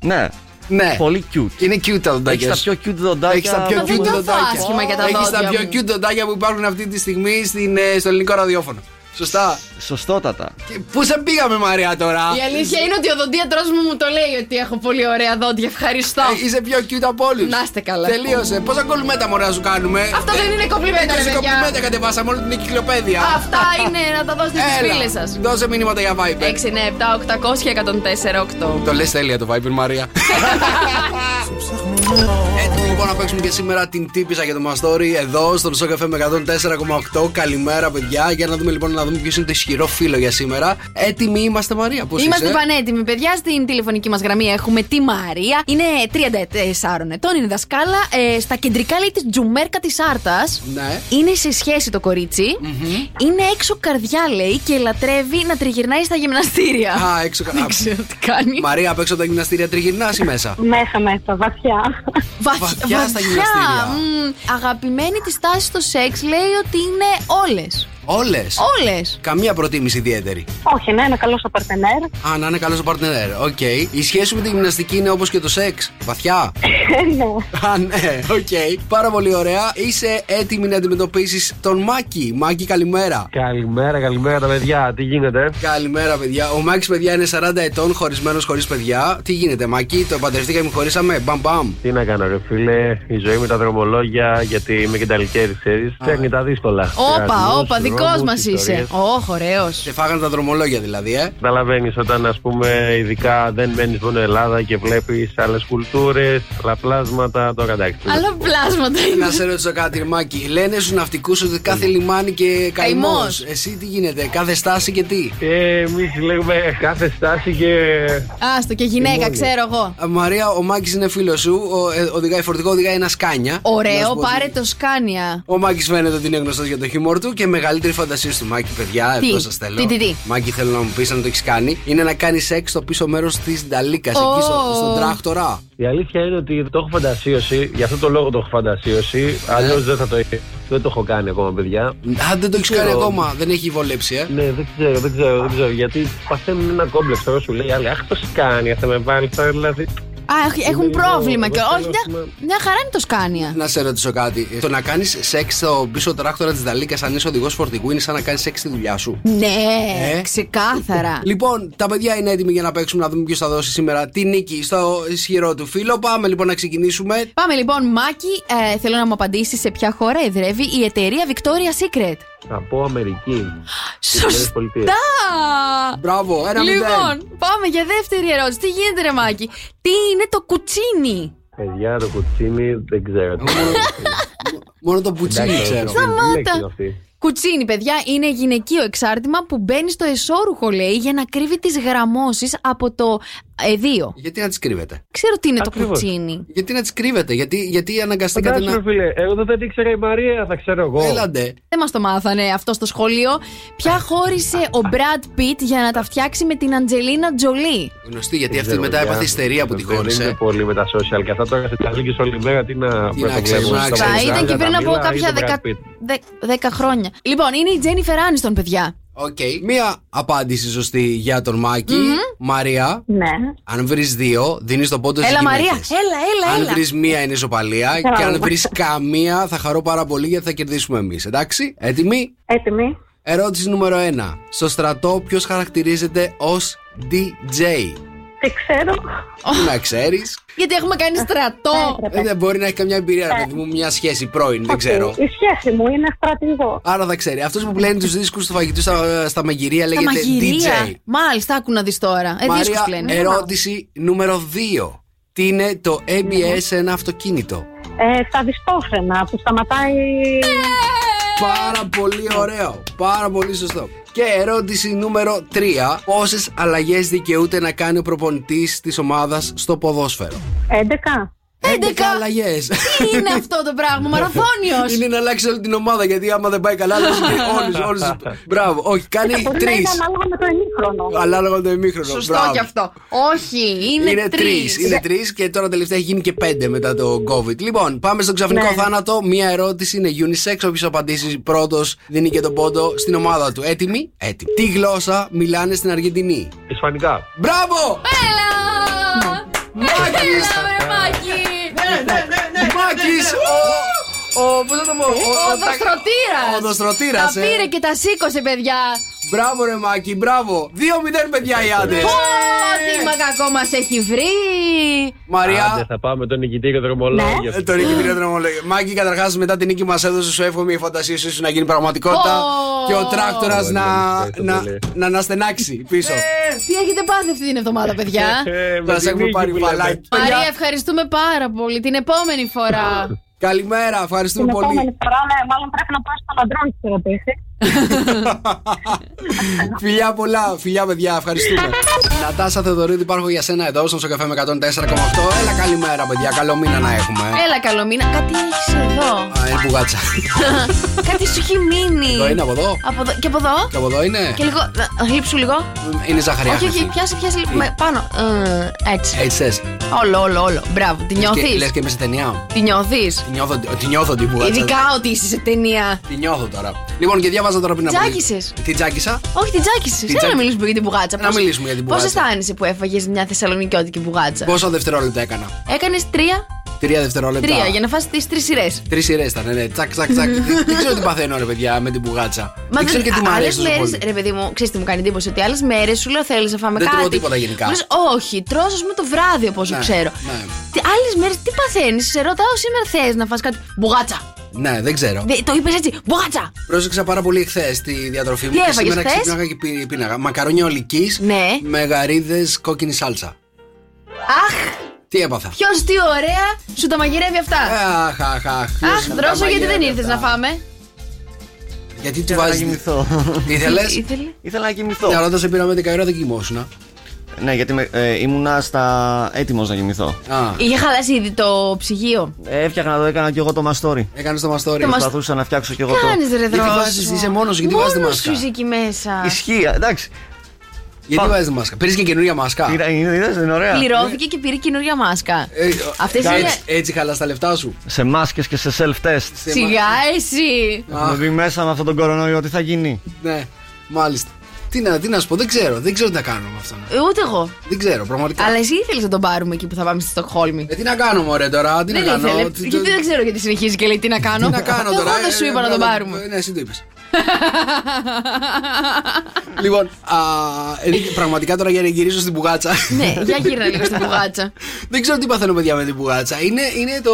Speaker 10: Ναι,
Speaker 1: Ναι.
Speaker 10: πολύ cute.
Speaker 1: Είναι cute τα
Speaker 10: Έχει
Speaker 1: δοντάκια
Speaker 10: τα
Speaker 1: σου.
Speaker 10: πιο cute δοντάκια.
Speaker 1: Έχεις τα πιο
Speaker 10: που-
Speaker 1: cute
Speaker 7: δεν νιώθω
Speaker 1: δοντάκια.
Speaker 7: άσχημα για τα
Speaker 1: Έχεις τα
Speaker 7: δόντια
Speaker 1: πιο
Speaker 7: μου.
Speaker 1: cute δοντάκια που υπάρχουν αυτή τη στιγμή στην, ε, στο ελληνικό ραδιόφωνο. Σωστά.
Speaker 10: Σωστότατα.
Speaker 1: Και Πού σε πήγαμε, Μαρία, τώρα.
Speaker 7: η αλήθεια είναι ότι ο δοντίατρος μου μου το λέει ότι έχω πολύ ωραία δόντια. Ευχαριστώ.
Speaker 1: Ε, Είσαι πιο cute από όλους.
Speaker 7: Να είστε καλά.
Speaker 1: Τελείωσε. Πόσα κολλημέτα μωρέ να σου κάνουμε.
Speaker 7: Αυτό δεν είναι κομπλιμέντο, ρε
Speaker 1: Τρει κολλημέτα
Speaker 7: παιδιά.
Speaker 1: κατεβάσαμε όλη την εγκυκλοπαίδεια.
Speaker 7: Αυτά είναι να τα δώσετε στις
Speaker 1: Έλα.
Speaker 7: φίλες σας.
Speaker 1: Δώσε μηνύματα για Viper.
Speaker 7: ναι, 6, 9, 7, 800 104, 8.
Speaker 1: Το λες τέλεια το Viper, Μαρία. <laughs> Έτσι λοιπόν να παίξουμε και σήμερα την τύπησα για το Μαστόρι εδώ στον Show FM 104,8. Καλημέρα, παιδιά. Για να δούμε λοιπόν να δούμε ποιος είναι το ισχυρό φίλο για σήμερα. Έτοιμοι είμαστε, Μαρία. Πώς
Speaker 7: Είμαστε πανέτοιμοι, παιδιά. Στην τηλεφωνική μας γραμμή έχουμε τη Μαρία. Είναι 34 ετών, είναι δασκάλα. Ε, στα κεντρικά λέει της Τζουμέρκα της Άρτας.
Speaker 1: Ναι.
Speaker 7: Είναι σε σχέση το κοριτσι Είναι έξω καρδιά, λέει, και λατρεύει να τριγυρνάει στα γυμναστήρια.
Speaker 1: Α, έξω
Speaker 7: Δεν
Speaker 1: καλά.
Speaker 7: ξέρω τι κάνει.
Speaker 1: Μαρία, απ' έξω από τα γυμναστήρια τριγυρνάς ή μέσα.
Speaker 9: Μέσα, μέσα, βαθιά.
Speaker 7: Βαθ-
Speaker 1: βαθιά στα γυμναστήρια.
Speaker 7: μμ. Αγαπημένη της τάσης στο σεξ λέει ότι είναι όλες.
Speaker 1: Όλες.
Speaker 7: Όλες.
Speaker 1: Καμία προτίμηση ιδιαίτερη.
Speaker 9: Όχι, ναι, ένα καλό στο παρτενέρ.
Speaker 1: Α, να είναι καλό ο partner. Οκ. Η σχέση σου με τη γυμναστική είναι όπως και το σεξ. Βαθιά.
Speaker 9: ναι.
Speaker 1: Α, ναι, οκ. Πάρα πολύ ωραία. Είσαι έτοιμη να αντιμετωπίσεις τον Μάκη. Μάκη, καλημέρα.
Speaker 2: Καλημέρα, καλημέρα παιδιά, τι γίνεται.
Speaker 1: Καλημέρα, παιδιά. Ο Μάκης, παιδιά, είναι 40 ετών, χωρισμένος χωρίς παιδιά. Τι γίνεται, Μάκη, το παντρευτήκαμε, χωρίσαμε. Μπαμ, μπαμ.
Speaker 2: Τι να κάνω ρε φίλε, η ζωή με τα δρομολόγια, γιατί είμαι και ταλικέρι, ξέρεις, παίρνει τα δύσκολα.
Speaker 7: Όπα,
Speaker 2: Ερασμούς,
Speaker 7: όπα, δικός
Speaker 2: δρόμους,
Speaker 7: μας
Speaker 2: ιστορίες.
Speaker 7: είσαι. Ω, ωραίο.
Speaker 1: Σε φάγανε τα δρομολόγια, δηλαδή, ε.
Speaker 2: Καταλαβαίνεις όταν ας πούμε ειδικά δεν μένεις μόνο Ελλάδα και βλέπεις άλλες κουλτούρες, άλλα πλάσματα, το κατάξει.
Speaker 7: Αλλά πλάσματα είναι.
Speaker 1: να σε ρωτήσω κάτι, ρε, Μάκη. Λένε στους ναυτικούς ότι κάθε λιμάνι και καημός.
Speaker 7: Καημός.
Speaker 1: Εσύ τι γίνεται, κάθε στάση και τι.
Speaker 2: Ε, εμείς λέγουμε κάθε στάση και
Speaker 7: <laughs> Άστο και γυναίκα, ξέρω εγώ.
Speaker 1: Α, Μαρία, ο Μάκης είναι φίλος σου. Ο, ε, οδηγάει φορτηγό, οδηγάει ένα σκάνια. Να σου
Speaker 7: Ωραίο,
Speaker 1: πω ότι-
Speaker 7: πάρε το σκάνια.
Speaker 1: Ο Μάκης φαίνεται ότι είναι γνωστός για το χιούμορ του και μεγαλύτερη φαντασία του. Μάκη, παιδιά,
Speaker 7: Τι?
Speaker 1: εδώ σας θέλω.
Speaker 7: Τι, τι, τι?
Speaker 1: Μάκη, θέλω να μου πεις αν το έχεις κάνει. Είναι να κάνεις σεξ στο πίσω μέρος της Νταλίκας,
Speaker 7: Ω.
Speaker 1: εκεί στο, στον τράκτορα.
Speaker 2: Η αλήθεια είναι ότι το έχω φαντασίωσει, γι' αυτό το λόγο το έχω φαντασίωσει, αλλιώς δεν θα το δεν το έχω κάνει ακόμα, παιδιά.
Speaker 1: Αν δεν το έχεις κάνει
Speaker 2: Ω.
Speaker 1: ακόμα, δεν έχει βολέψει, ε.
Speaker 2: Ναι, δεν ξέρω, δεν ξέρω, δεν ξέρω. Γιατί παθαίνουν ένα κόμπλεξ τώρα σου λέει άλλη. Αχ, το σκάνια θα με βάλει τώρα, δηλαδή.
Speaker 7: Α, έχ- έχουν
Speaker 2: λίγο-
Speaker 7: πρόβλημα και
Speaker 2: εγώ
Speaker 7: όχι.
Speaker 2: θέλω
Speaker 7: Μια,
Speaker 2: να-
Speaker 7: μια χαρά είναι το σκάνια.
Speaker 1: Να σε ρωτήσω κάτι. Το να κάνεις σεξ στο πίσω τράκτορα της Νταλίκα, αν είσαι οδηγός φορτηγού, είναι σαν να κάνεις σεξ στη δουλειά σου. Ε.
Speaker 7: Ναι, ξεκάθαρα.
Speaker 1: Λοιπόν, τα παιδιά είναι έτοιμοι για να παίξουμε να δούμε ποιος θα δώσει σήμερα τη νίκη στο ισχυρό του φίλο. Πάμε λοιπόν να ξεκινήσουμε.
Speaker 7: Πάμε λοιπόν, Μάκη, ε, θέλω να μου απαντήσεις σε ποια χώρα εδρεύει η εταιρεία Victoria's Secret.
Speaker 2: Από Αμερική. Ηνωμένες Πολιτείες.
Speaker 7: Σωστά!
Speaker 1: Μπράβο, ένα μηδέν.
Speaker 7: Λοιπόν, πάμε για δεύτερη ερώτηση. Τι γίνεται, ρε Μάκη, τι είναι το κουτσίνι.
Speaker 2: Παιδιά, το κουτσίνι δεν ξέρω.
Speaker 1: Μόνο το πουτσίνι
Speaker 2: Εντάξει,
Speaker 1: ξέρω.
Speaker 2: τι λέξη
Speaker 7: Σταμάτα.
Speaker 2: είναι αυτή.
Speaker 7: Κουτσίνι, παιδιά, είναι γυναικείο εξάρτημα που μπαίνει στο εσώρουχο, λέει, για να κρύβει τις γραμμώσεις από το εδίο.
Speaker 1: Γιατί να τις κρύβετε.
Speaker 7: Ξέρω τι είναι το
Speaker 2: Ακριβώς.
Speaker 7: κουτσίνι.
Speaker 1: Γιατί να τις κρύβετε, γιατί, γιατί αναγκαστήκατε
Speaker 2: Εντάξει,
Speaker 1: να.
Speaker 2: ρε φίλε, εγώ δεν την ήξερα η Μαρία, θα ξέρω εγώ.
Speaker 1: Έλαντε.
Speaker 7: Δεν μας το μάθανε αυτό στο σχολείο. Ποια χώρισε ο Μπραντ Πιτ για να τα φτιάξει με την Αντζελίνα Τζολί.
Speaker 1: Γνωστή, γιατί
Speaker 2: Δεν
Speaker 1: αυτή
Speaker 2: ξέρω,
Speaker 1: μετά
Speaker 2: παιδιά.
Speaker 1: έπαθε ιστερία που τη
Speaker 2: Δεν είμαι
Speaker 1: χώρισε.
Speaker 2: πολύ με τα social και αυτά τώρα σε τσαλίγγες όλη μέρα τι να
Speaker 1: Τι να ξέρεις, να
Speaker 2: στα
Speaker 1: ξέρεις.
Speaker 7: Θα
Speaker 1: Ζάλια,
Speaker 7: ήταν και πριν
Speaker 2: Καμίλα
Speaker 7: από
Speaker 2: ή
Speaker 7: κάποια
Speaker 2: τον Brad
Speaker 7: δεκα...
Speaker 2: Pitt.
Speaker 7: δε- δέκα χρόνια. Λοιπόν, είναι η Τζένιφερ Άνιστον, παιδιά.
Speaker 1: Οκ. Μία απάντηση σωστή για τον Μάκη. Μαρία,
Speaker 9: Ναι.
Speaker 1: αν βρεις δύο, δίνεις τον πόντο στις
Speaker 7: Έλα,
Speaker 1: γυναίκες.
Speaker 7: Μαρία, έλα, έλα,
Speaker 1: Αν
Speaker 7: έλα.
Speaker 1: βρεις μία είναι ισοπαλία και αν βρεις καμία θα χαρώ πάρα πολύ γιατί θα κερδίσουμε εμείς. Εντάξει, έτοιμοι.
Speaker 9: Έτοιμοι.
Speaker 1: Ερώτηση νούμερο 1. Στο στρατό ποιος χαρακτηρίζεται ως DJ.
Speaker 9: Τι ξέρω.
Speaker 1: Τι να ξέρεις.
Speaker 7: Γιατί έχουμε κάνει
Speaker 9: Ναι,
Speaker 7: στρατό.
Speaker 1: Δεν μπορεί να έχει καμιά εμπειρία,
Speaker 7: Ε.
Speaker 1: ρε παιδί μου, μια σχέση πρώην, δεν ξέρω.
Speaker 9: Η σχέση μου είναι στρατηγό.
Speaker 1: Άρα θα ξέρει. Αυτός που πλένει τους δίσκους του φαγητού στα, στα μαγειρία
Speaker 7: Τα
Speaker 1: λέγεται DJ.
Speaker 7: μαγειρία. Μάλιστα, άκου να δεις τώρα. Ε, δίσκους
Speaker 1: Μαρία,
Speaker 7: λένε.
Speaker 1: ερώτηση νούμερο 2. Τι είναι το ABS σε ένα αυτοκίνητο.
Speaker 9: Ε, στα διστόφρενα που σταματάει.
Speaker 1: Ε. Πάρα πολύ ωραίο. Πάρα πολύ σωστό. Και ερώτηση νούμερο 3. Πόσες αλλαγές δικαιούται να κάνει ο προπονητής της ομάδας στο ποδόσφαιρο.
Speaker 9: 11.
Speaker 7: 11.
Speaker 1: αλλαγές.
Speaker 7: Τι είναι αυτό το πράγμα, μαραθώνιος
Speaker 1: Είναι να αλλάξει όλη την ομάδα γιατί άμα δεν πάει καλά, αλλάζει όλους. Όλους,
Speaker 9: <laughs>
Speaker 1: μπράβο. Όχι, κάνει
Speaker 9: Μπορεί Ε, να
Speaker 1: τρει.
Speaker 9: είναι ανάλογα με το ημίχρονο.
Speaker 1: Ανάλογα με το ημίχρονο.
Speaker 7: Σωστό
Speaker 1: μπράβο.
Speaker 7: κι αυτό. Όχι, είναι,
Speaker 1: Είναι τρεις.
Speaker 7: τρεις.
Speaker 1: Είναι τρεις και τώρα τελευταία έχει γίνει και πέντε μετά το COVID. Λοιπόν, πάμε στον ξαφνικό
Speaker 7: Ναι.
Speaker 1: θάνατο. Μία ερώτηση είναι unisex. Όποιος απαντήσει πρώτος δίνει και τον πόντο στην ομάδα του. Έτοιμοι. Έτοιμοι. Τι γλώσσα μιλάνε στην Αργεντινή.
Speaker 2: Ισπανικά.
Speaker 1: Μπράβο!
Speaker 7: Έλα! Έλα, ρε Μάκη! Ναι,
Speaker 1: Μάκης, ο- Ο. Πώς θα το πω.
Speaker 7: Ο δοστρωτήρας.
Speaker 1: Ο δοστρωτήρας,
Speaker 7: Τα
Speaker 1: ε.
Speaker 7: πήρε και τα σήκωσε, παιδιά.
Speaker 1: Μπράβο, ρε Μάκη, μπράβο. 2-0, παιδιά, οι άντρε.
Speaker 7: Πω, τι μαγακό μας έχει βρει.
Speaker 2: Άντε,
Speaker 1: Μαριά,
Speaker 2: θα πάμε τον νικητή και
Speaker 7: Ναι.
Speaker 2: δρομολόγια.
Speaker 1: Ε, Το νίκη πήρε δρομολόγιο. Μάκη, καταρχάς μετά την νίκη μας έδωσε, σου εύχομαι η φαντασία σου να γίνει πραγματικότητα
Speaker 7: Ω.
Speaker 1: και ο τράκτορας
Speaker 2: Ω,
Speaker 1: να,
Speaker 2: ευχαριστώ
Speaker 1: να,
Speaker 2: πολύ.
Speaker 1: να αναστενάξει
Speaker 7: Ε,
Speaker 1: πίσω.
Speaker 7: Τι έχετε πάθει αυτή την εβδομάδα, παιδιά.
Speaker 2: Ε, με
Speaker 1: Θα σε
Speaker 2: την
Speaker 1: έχουμε
Speaker 2: νίκη
Speaker 1: πάρει
Speaker 2: που λέμε.
Speaker 1: βαλάκι.
Speaker 7: Μαρία,
Speaker 1: Παιδιά,
Speaker 7: ευχαριστούμε πάρα πολύ. Την επόμενη φορά.
Speaker 1: Καλημέρα,
Speaker 9: Την
Speaker 1: ευχαριστούμε
Speaker 9: επόμενη
Speaker 1: πολύ.
Speaker 9: φορά, ναι, μάλλον πρέπει να πάω στον αντρών τη ερωτήσει.
Speaker 1: <laughs> Φιλιά πολλά, φιλιά παιδιά, ευχαριστούμε. Νατάσα Θεοδωρίδη, υπάρχω για σένα εδώ στον καφέ με 104,8. Έλα, καλημέρα, παιδιά. Καλό μήνα να έχουμε. ε.
Speaker 7: Έλα, καλό μήνα. Κάτι έχεις εδώ.
Speaker 1: Α, είναι πουγάτσα.
Speaker 7: Κάτι σου έχει μείνει.
Speaker 1: Εδώ είναι από εδώ.
Speaker 7: Από εδώ- Και από εδώ.
Speaker 1: Και από εδώ είναι.
Speaker 7: Και λίγο. να- Λείψου λίγο.
Speaker 1: Είναι ζαχαριά.
Speaker 7: Όχι, όχι, πιάσε, πιάσε. λίγο. Με- Πάνω. Ε, Έτσι.
Speaker 1: Έτσι θες.
Speaker 7: Όλο, όλο, όλο. Μπράβο. Τη
Speaker 1: Και- Λες
Speaker 7: νιώθει.
Speaker 1: και είμαι σε ταινία.
Speaker 7: Τη νιώθεις.
Speaker 1: Τη νιώθω, τη νιώθω την πουγάτσα.
Speaker 7: Ειδικά ότι είσαι σε ταινία.
Speaker 1: Τη νιώθω τώρα. Λοιπόν, και διάβαζα τώρα πριν από λίγο.
Speaker 7: Τζάκησες.
Speaker 1: Τι τζάκισα.
Speaker 7: Όχι, την τζάκισες.
Speaker 1: Την
Speaker 7: Δεν να
Speaker 1: τζάκη-
Speaker 7: μιλήσουμε για την πουγάτσα.
Speaker 1: Να μιλήσουμε για την
Speaker 7: Πώς
Speaker 1: πουγάτσα.
Speaker 7: αισθάνεσαι που έφαγες μια θεσσαλονικιώτικη πουγάτσα.
Speaker 1: Πόσα δευτερόλεπτα έκανα.
Speaker 7: Έκανες τρία,
Speaker 1: Τρία δευτερόλεπτα.
Speaker 7: τρία για να φας τις τρεις σειρές.
Speaker 1: Τρεις σειρές ήταν, ναι. Τσακ, τσακ,
Speaker 7: <laughs>
Speaker 1: τσακ. δεν, δεν ξέρω τι παθαίνω, ρε παιδιά, με την πουγάτσα. δεν ξέρω και τι μου αρέσει τόσο
Speaker 7: μέρες,
Speaker 1: πολύ.
Speaker 7: ρε παιδί μου, ξέρεις τι μου κάνει εντύπωση. Ότι άλλες μέρες σου λέω θέλεις να φάμε
Speaker 1: Δεν
Speaker 7: κάτι.
Speaker 1: τρώω τίποτα γενικά.
Speaker 7: Μου λες, όχι, τρώω ας πούμε το βράδυ από όσο
Speaker 1: Ναι,
Speaker 7: ξέρω.
Speaker 1: ναι.
Speaker 7: Άλλες μέρες τι παθαίνεις, σε ρωτάω σήμερα θε να φας κάτι. Μπουγάτσα.
Speaker 1: Ναι, δεν ξέρω.
Speaker 7: Δε- Το είπες έτσι, μπουγάτσα.
Speaker 1: Πρόσεξα πάρα πολύ χθες τη διατροφή μου
Speaker 7: Τι
Speaker 1: και
Speaker 7: έφαγες
Speaker 1: σήμερα
Speaker 7: χθες?
Speaker 1: ξύπναγα και πι- πίναγα. Μακαρόνια ολικής
Speaker 7: Ναι.
Speaker 1: με γαρίδες κόκκινη σάλτσα.
Speaker 7: Αχ,
Speaker 1: Τι έπαθα.
Speaker 7: ποιος τι ωραία σου τα μαγειρεύει αυτά.
Speaker 1: Αχ, αχ, αχ. ποιος
Speaker 7: Αχ,
Speaker 1: θα τα
Speaker 7: δρόσο γιατί δεν
Speaker 1: μαγειρεύει
Speaker 7: ήρθες
Speaker 1: αυτά.
Speaker 7: να φάμε.
Speaker 1: Γιατί του
Speaker 10: Ήθελα να
Speaker 1: βάζεις. <laughs>
Speaker 10: κοιμηθώ.
Speaker 1: Ήθελες.
Speaker 7: Ήθελε.
Speaker 10: Ήθελα να κοιμηθώ.
Speaker 1: Ε, Ναι, αλλά όταν σε πήραμε 10 ώρα δεν κοιμόσουν. α.
Speaker 10: Ναι, γιατί με- ε, ήμουνα στα... έτοιμος να κοιμηθώ.
Speaker 1: Α,
Speaker 7: Είχε χαλάσει ήδη το ψυγείο.
Speaker 10: Ε, Έφτιαχνα το, έκανα κι εγώ το μαστόρι.
Speaker 1: έκανες το μαστόρι.
Speaker 7: Το μας-
Speaker 10: Προσπαθούσα να φτιάξω κι εγώ το.
Speaker 7: Κάνεις ρε δρόσο.
Speaker 1: βάζεις, είσαι μόνος σου, γιατί βάζεις τη
Speaker 7: Μόνος
Speaker 1: μάσκα.
Speaker 7: σου είσαι εκεί μέσα.
Speaker 10: Ισχύει, εντάξει.
Speaker 1: Γιατί
Speaker 10: Πάμε.
Speaker 1: βάζεις μάσκα. Πήρες και καινούρια μάσκα.
Speaker 10: Πήρα- είναι- είδες, είναι ωραία.
Speaker 7: Πληρώθηκε και πήρε καινούργια μάσκα.
Speaker 1: Ε,
Speaker 7: Αυτές
Speaker 1: εντάξει,
Speaker 7: είναι-
Speaker 1: Έτσι χαλάς τα λεφτά σου.
Speaker 10: Σε μάσκες και σε self-test.
Speaker 1: Σε
Speaker 7: Σιγά εσύ.
Speaker 1: Αχ.
Speaker 10: Έχουμε μπει μέσα με αυτόν τον κορονοϊό, τι θα γίνει.
Speaker 1: μα- Ναι, μάλιστα. Τι να, τι να σου πω, δεν ξέρω. Δεν ξέρω τι να κάνω με αυτό.
Speaker 7: Ε, Ούτε εγώ.
Speaker 1: Δεν ξέρω, πραγματικά.
Speaker 7: Αλλά εσύ ήθελες να τον πάρουμε εκεί που θα πάμε στη Στοκχόλμη.
Speaker 1: Ε, τι να κάνω, μωρέ τώρα, τι
Speaker 7: Δεν
Speaker 1: να κάνω.
Speaker 7: ήθελε.
Speaker 1: τι-
Speaker 7: Γιατί δεν ξέρω γιατί συνεχίζει και λέει τι να κάνω.
Speaker 1: τι να κάνω
Speaker 7: Εγώ
Speaker 1: τώρα.
Speaker 7: δεν
Speaker 1: ε,
Speaker 7: σου είπα
Speaker 1: ε,
Speaker 7: να τον
Speaker 1: ε,
Speaker 7: πάρουμε.
Speaker 1: <laughs> ε, Ναι, εσύ το είπες. λοιπόν, α, ε, πραγματικά τώρα για να γυρίσω στην πουγάτσα.
Speaker 7: Ναι, για γύρνα λίγο στην πουγάτσα.
Speaker 1: Δεν ξέρω τι παθαίνω, παιδιά, με την πουγάτσα. Είναι, είναι το,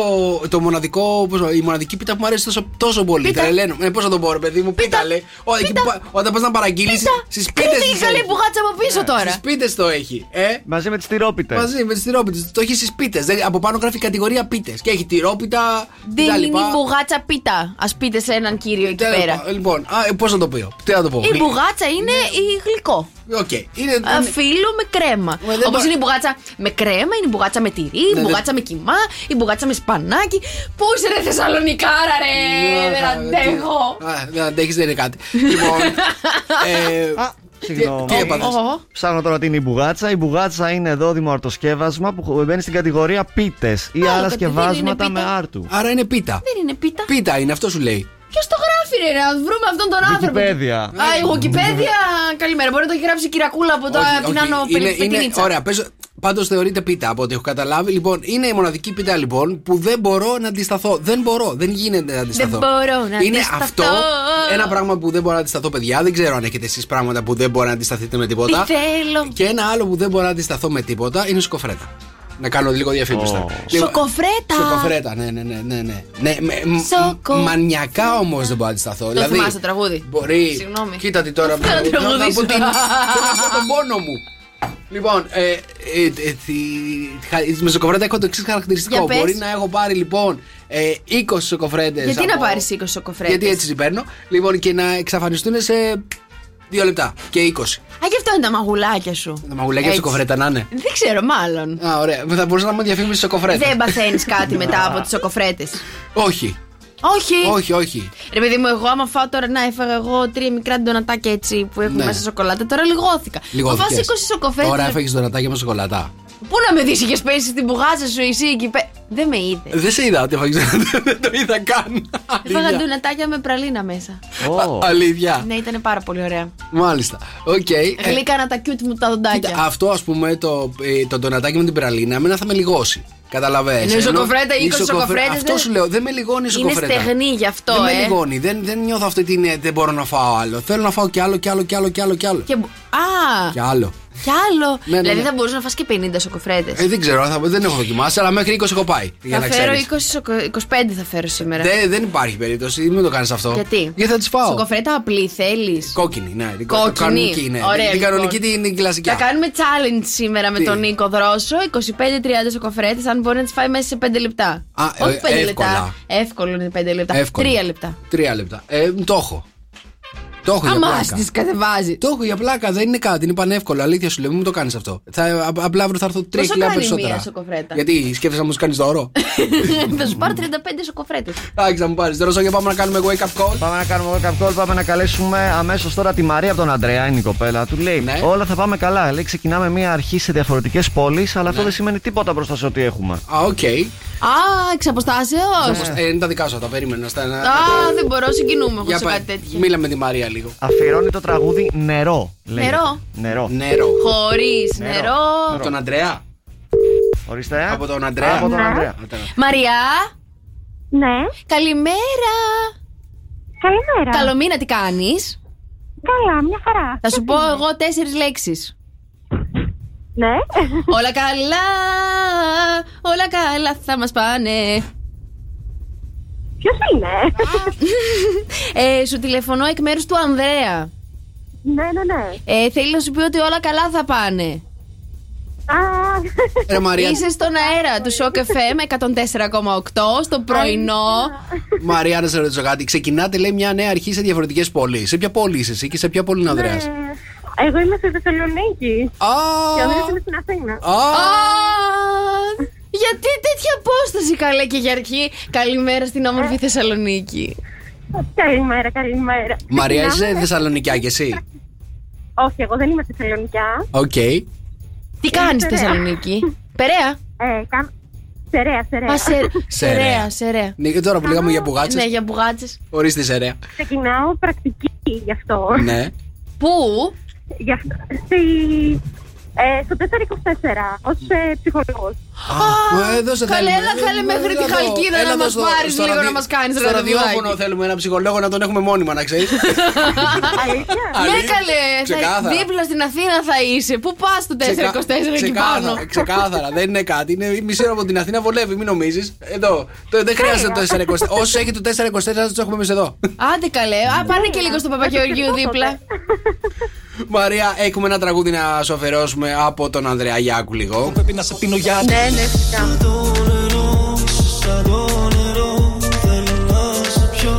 Speaker 1: το μοναδικό, πώς να- η μοναδική πίτα που μου αρέσει τόσο, τόσο πολύ.
Speaker 7: Πίτα.
Speaker 1: Τρελαίνω. Ε, Πώς θα το πω, ρε παιδί μου, πίτα,
Speaker 7: Πίτα.
Speaker 1: λέει. Ό, εκεί
Speaker 7: Πίτα.
Speaker 1: που πα- όταν πας να παραγγείλεις. Στις πίτες.
Speaker 7: Κρίτη και καλή πουγάτσα από πίσω τώρα.
Speaker 1: Στι πίτες το έχει. Ε,
Speaker 10: Μαζί με τις τυρόπιτες.
Speaker 1: μαζί με τις τυρόπιτες. Το έχει στις πίτες. Από πάνω γράφει κατηγορία πίτες. Και έχει τυρόπιτα.
Speaker 7: Δίνει πουγάτσα πίτα. Ας πείτε σε έναν κύριο εκεί
Speaker 1: Τέλος
Speaker 7: πέρα.
Speaker 1: πάντων, Λοιπόν, Πώς να το πω. Τι να το πω.
Speaker 7: Η μπουγάτσα είναι
Speaker 1: Ναι.
Speaker 7: η γλυκό.
Speaker 1: Οκ. Είναι-
Speaker 7: Α, Φύλλο με κρέμα.
Speaker 1: Ναι. Μα δεν
Speaker 7: Όπως
Speaker 1: μπο-
Speaker 7: είναι η μπουγάτσα με κρέμα, είναι η μπουγάτσα με τυρί, η
Speaker 1: Ναι,
Speaker 7: μπουγάτσα με κοιμά, η μπουγάτσα με σπανάκι. Πού είσαι, ρε Θεσσαλονικάρα, ρε! Δεν αντέχω.
Speaker 1: Α, Δεν αντέχεις, δεν είναι
Speaker 7: <laughs>
Speaker 1: κάτι. Λοιπόν. ε,
Speaker 10: Α, συγγνώμη.
Speaker 1: τι έπαθες?
Speaker 7: Ω,
Speaker 10: Ψάχνω τώρα τι είναι η μπουγάτσα. Η μπουγάτσα είναι δόδυμο αρτοσκεύασμα που μπαίνει στην κατηγορία πίτες ή
Speaker 7: Άλλο
Speaker 10: άλλα
Speaker 7: κάτι, δεν είναι
Speaker 10: σκευάσματα
Speaker 7: πίτα.
Speaker 10: με άρτου.
Speaker 1: Άρα είναι πίτα.
Speaker 7: Δεν είναι πίτα.
Speaker 1: Πίτα είναι, αυτό σου λέει.
Speaker 7: Ποιος το γράφει, ρε, να βρούμε αυτόν τον άνθρωπο.
Speaker 10: Wikipedia.
Speaker 7: Α, η Wikipedia, καλημέρα. Μπορεί να το έχει γράψει η κυρακούλα από το-
Speaker 1: Όχι,
Speaker 7: από την
Speaker 1: όχι,
Speaker 7: Άνω
Speaker 1: είναι- είναι-
Speaker 7: Πετινίτσα.
Speaker 1: Ωραία, πες, πάντως θεωρείται πίτα από ό,τι έχω καταλάβει. Λοιπόν, είναι η μοναδική πίτα λοιπόν που δεν μπορώ να αντισταθώ. Δεν μπορώ, δεν γίνεται να αντισταθώ.
Speaker 7: μπορώ να
Speaker 1: είναι
Speaker 7: αντισταθώ.
Speaker 1: αυτό ένα πράγμα που δεν μπορώ να αντισταθώ, παιδιά. Δεν ξέρω αν έχετε εσείς πράγματα που δεν μπορώ να αντισταθείτε με τίποτα.
Speaker 7: Τι θέλω.
Speaker 1: Και ένα άλλο που δεν μπορώ να αντισταθώ με τίποτα είναι η σκοφρέτα. Να κάνω λίγο διαφήμιση. Λοιπόν, τώρα.
Speaker 10: Ω.
Speaker 1: Λίγο-
Speaker 7: Σοκοφρέτα.
Speaker 1: Σοκοφρέτα, ναι, ναι, ναι. ναι, ναι. ναι με- μ-
Speaker 7: Σοκοφρέτα.
Speaker 1: Μανιακά όμως δεν μπορώ να αντισταθώ. Δηλαδή,
Speaker 7: Το θυμάσαι το τραγούδι.
Speaker 1: Μπορεί.
Speaker 7: Συγγνώμη.
Speaker 1: Κοίτα τι τώρα.
Speaker 7: Θέλω να
Speaker 1: Να- να
Speaker 7: τραγουδήσω.
Speaker 1: πω την- Θέλω
Speaker 7: <laughs>
Speaker 1: να πω τον πόνο μου. Λοιπόν, ε, ε, ε, τη, χα- ε, με σοκοφρέτα έχω το εξής χαρακτηριστικό.
Speaker 7: Για πες.
Speaker 1: Μπορεί να έχω πάρει λοιπόν ε, 20 σοκοφρέτες.
Speaker 7: Γιατί να πάρει 20 σοκοφρέτε.
Speaker 1: Γιατί έτσι παίρνω. Λοιπόν, και να εξαφανιστούν σε 2 λεπτά και 20.
Speaker 7: Α, γι' αυτό είναι τα μαγουλάκια σου.
Speaker 1: Τα μαγουλάκια
Speaker 7: Έτσι.
Speaker 1: σοκοφρέτα να είναι.
Speaker 7: Δεν ξέρω, μάλλον.
Speaker 1: Α, ωραία. Θα μπορούσα να μου διαφήμιση σοκοφρέτα.
Speaker 7: Δεν
Speaker 1: <laughs>
Speaker 7: παθαίνεις κάτι μετά από τις σοκοφρέτες.
Speaker 1: Όχι.
Speaker 7: Όχι.
Speaker 1: Όχι, όχι.
Speaker 7: Ρε παιδί μου, εγώ άμα φάω τώρα να έφαγα εγώ τρία μικρά ντονατάκια έτσι που έχουν
Speaker 1: Ναι.
Speaker 7: μέσα σοκολάτα, τώρα λιγώθηκα.
Speaker 1: Λίγο
Speaker 7: Μου φας 20
Speaker 1: δικές.
Speaker 7: σοκοφρέτες.
Speaker 1: Τώρα έφαγες το ρατάκι με σοκολάτα.
Speaker 7: Πού να με δεις, είχες πέσει στην πουγάζα σου εσύ εκεί πέ... Δεν με είδες.
Speaker 1: Δεν σε είδα ότι έφαγες. Δεν το είδα καν.
Speaker 7: Έφαγα
Speaker 1: Αλήθεια.
Speaker 7: ντονατάκια με πραλίνα μέσα.
Speaker 10: Ω.
Speaker 1: Α, Αλήθεια.
Speaker 7: Ναι, ήταν πάρα πολύ ωραία.
Speaker 1: Μάλιστα. Οκ. Ε,
Speaker 7: Γλύκανα τα cute μου τα
Speaker 1: κοίτα,
Speaker 7: δοντάκια.
Speaker 1: Αυτό ας πούμε το, ε, το ντονατάκι με την πραλίνα, εμένα θα με λιγώσει. Καταλαβαίνετε.
Speaker 7: Ενώ η Ναι, σοκοφρέτα, 20 σοκοφρέτες,
Speaker 1: Αυτό
Speaker 7: δεν-
Speaker 1: σου λέω, δεν με λιγώνει η
Speaker 7: Είναι
Speaker 1: σοκοφρέτα.
Speaker 7: στεγνή γι' αυτό,
Speaker 1: δεν με
Speaker 7: ε.
Speaker 1: λιγώνει. Δεν, δεν νιώθω αυτή την. ε, Δεν μπορώ να φάω άλλο. Θέλω να φάω κι άλλο, κι άλλο, κι άλλο, κι άλλο. Κι άλλο.
Speaker 7: Και... μπο- Α,
Speaker 1: Κι άλλο.
Speaker 7: κι άλλο.
Speaker 1: Ναι, ναι,
Speaker 7: Δηλαδή
Speaker 1: ναι.
Speaker 7: θα μπορούσε να φας και 50 σοκοφρέτες.
Speaker 1: Ε, δεν ξέρω, θα, δεν έχω δοκιμάσει, αλλά μέχρι 20 έχω πάει. για
Speaker 7: Θα
Speaker 1: να
Speaker 7: φέρω
Speaker 1: ξέρεις.
Speaker 7: 20 σοκο... 25 θα φέρω σήμερα.
Speaker 1: Δεν, δεν υπάρχει περίπτωση, μην το κάνεις αυτό.
Speaker 7: Γιατί?
Speaker 1: Γιατί θα τις φάω.
Speaker 7: Σοκοφρέτα απλή θέλεις.
Speaker 1: Κόκκινη, ναι. την
Speaker 7: Κόκκινη.
Speaker 1: κο- Κανονική, ναι.
Speaker 7: Ωραία,
Speaker 1: την
Speaker 7: λοιπόν.
Speaker 1: κανονική την, την κλασική.
Speaker 7: Θα κάνουμε challenge σήμερα με
Speaker 1: Τι?
Speaker 7: τον Νίκο Δρόσο. 25-30 σοκοφρέτες, αν μπορεί να τις φάει μέσα σε 5 λεπτά.
Speaker 1: Α, ε,
Speaker 7: Όχι 5
Speaker 1: εύκολα.
Speaker 7: λεπτά. Εύκολο είναι 5 λεπτά.
Speaker 1: Εύκολο.
Speaker 7: 3 λεπτά.
Speaker 1: Τρία λεπτά. Ε, το έχω. Το έχω για
Speaker 7: Αμάς
Speaker 1: πλάκα.
Speaker 7: τις
Speaker 1: <laughs>
Speaker 7: κατεβάζει.
Speaker 1: Το έχω για πλάκα, δεν είναι κάτι, είναι πανεύκολο. Αλήθεια σου λέω, μην μου το κάνεις αυτό. Θα, α- απλά αύριο θα έρθω τρία
Speaker 7: Πόσο
Speaker 1: κιλά
Speaker 7: κάνει μία
Speaker 1: περισσότερα.
Speaker 7: σοκοφρέτα?
Speaker 1: Γιατί σκέφτεσαι να μου κάνεις
Speaker 7: <laughs>
Speaker 1: δώρο.
Speaker 7: θα σου πάρω 35 σοκοφρέτες.
Speaker 1: Εντάξει, θα μου πάρεις δώρο, και πάμε να κάνουμε wake up call.
Speaker 10: Πάμε να κάνουμε wake up call, πάμε να καλέσουμε αμέσως τώρα τη Μαρία από τον Αντρέα, είναι η κοπέλα. Του λέει:
Speaker 1: Ναι.
Speaker 10: Όλα θα πάμε καλά. Λέει: Ξεκινάμε μία αρχή σε διαφορετικές πόλεις, αλλά
Speaker 1: Ναι.
Speaker 10: αυτό δεν σημαίνει τίποτα μπροστά σε ό,τι έχουμε.
Speaker 1: Α, οκ.
Speaker 7: Ε. Α, εξ αποστάσεως.
Speaker 1: Ε, είναι τα δικά σου, τα περίμενα. Στα, να-
Speaker 7: Α, δεν μπορώ, συγκινούμε εγώ
Speaker 1: Για
Speaker 7: σε
Speaker 1: πά-
Speaker 7: κάτι τέτοιο.
Speaker 1: Μίλα με τη Μαρία λίγο.
Speaker 10: Αφιερώνει το τραγούδι Νερό. Λέει.
Speaker 7: Νερό.
Speaker 10: Νερό.
Speaker 1: Νερό.
Speaker 7: Χωρίς νερό.
Speaker 10: Νερό.
Speaker 1: Τον Αντρέα.
Speaker 10: Ορίστε. ε.
Speaker 1: Από τον Αντρέα.
Speaker 10: Από τον Αντρέα.
Speaker 7: Μαριά,
Speaker 9: Ναι,
Speaker 7: καλημέρα.
Speaker 9: καλημέρα.
Speaker 7: Καλό μήνα, τι κάνεις.
Speaker 9: Καλά, μια χαρά.
Speaker 7: Θα σου πω εγώ τέσσερις λέξεις.
Speaker 9: Ναι.
Speaker 7: Όλα καλά, όλα καλά θα μας πάνε.
Speaker 9: Ποιος είναι.
Speaker 7: Ε, σου τηλεφωνώ εκ μέρους του Ανδρέα.
Speaker 9: ναι, ναι, ναι.
Speaker 7: Ε, θέλει να σου πει ότι όλα καλά θα πάνε.
Speaker 9: Α,
Speaker 1: Ρε Μαρία,
Speaker 7: Είσαι στον αέρα του Shock FM 104,8 στο πρωινό.
Speaker 1: Μαρία, να σε ρωτήσω κάτι. Ξεκινάτε, λέει, μια νέα αρχή σε διαφορετικές πόλεις. Σε ποια πόλη είσαι εσύ και σε ποια πόλη
Speaker 7: Ναι.
Speaker 1: είναι ο Ανδρέα.
Speaker 9: ε, εγώ είμαι στη Θεσσαλονίκη.
Speaker 1: Α!
Speaker 9: Και ο Ανδρέας είναι στην Αθήνα.
Speaker 7: Α,
Speaker 1: Α!
Speaker 7: γιατί τέτοια απόσταση καλέ και για αρχή. Καλημέρα στην όμορφη Θεσσαλονίκη.
Speaker 9: Καλημέρα, καλημέρα.
Speaker 1: Μαρία, είσαι
Speaker 9: Ξεκινάμε.
Speaker 1: Θεσσαλονικιά κι εσύ.
Speaker 9: Όχι, εγώ δεν είμαι στη Θεσσαλονικιά.
Speaker 1: Οκ.
Speaker 7: Τι κάνεις στη
Speaker 9: Περαία.
Speaker 7: Θεσσαλονίκη. Περαία.
Speaker 9: Ε, κα... Σερέα, σερέα.
Speaker 7: Α, σε- Σεραία, σεραία.
Speaker 1: Ναι, και τώρα που λέγαμε για
Speaker 7: Ναι,
Speaker 1: μπουγάτσε.
Speaker 7: για μπουγάτσες.
Speaker 1: Ορίστε, σερέα.
Speaker 9: Ξεκινάω πρακτική γι' αυτό.
Speaker 1: Ναι.
Speaker 7: Πού?
Speaker 9: Γι' αυτό. Στη... Ε, στο 424, ως ε, ψυχολόγος.
Speaker 1: Α, ε, δώσε,
Speaker 7: καλέ,
Speaker 1: θέλουμε.
Speaker 7: έλα, καλέ,
Speaker 1: Ε,
Speaker 7: μέχρι
Speaker 1: έλα
Speaker 7: τη
Speaker 1: εδώ.
Speaker 7: Χαλκίδα
Speaker 1: Έλα
Speaker 7: να
Speaker 1: εδώ
Speaker 7: μας
Speaker 1: στο-
Speaker 7: πάρεις
Speaker 1: στο
Speaker 7: λίγο, να
Speaker 1: ραδι-
Speaker 7: μας κάνεις
Speaker 1: Στο
Speaker 7: ραντεβουδάκι.
Speaker 1: ραδιόφωνο θέλουμε ένα ψυχολόγο να τον έχουμε μόνιμα, να
Speaker 7: <laughs>
Speaker 1: ξέρεις.
Speaker 9: Αλήθεια.
Speaker 7: Ναι, καλέ. Θα,
Speaker 1: Ξεκάθαρα.
Speaker 7: δίπλα στην Αθήνα θα είσαι. Πού πας το 424 εκεί πάνω.
Speaker 1: Ξεκάθαρα, δεν είναι κάτι. Είναι η μισή ώρα από την Αθήνα, βολεύει, μην νομίζεις. Εδώ. Το- Δεν χρειάζεται το 424. Όσου έχει το 424, θα τους έχουμε εμείς εδώ.
Speaker 7: Άντε καλέ. Α, πάνε και λίγο στο
Speaker 9: Ε,
Speaker 7: Παπαγεωργίου δίπλα.
Speaker 1: Μαρία, έχουμε ένα τραγούδι να σου αφαιρώσουμε από τον Ανδρέα Γιάκου λίγο.
Speaker 5: Πρέπει να σε πίνω για
Speaker 9: Ναι, ναι, φυσικά.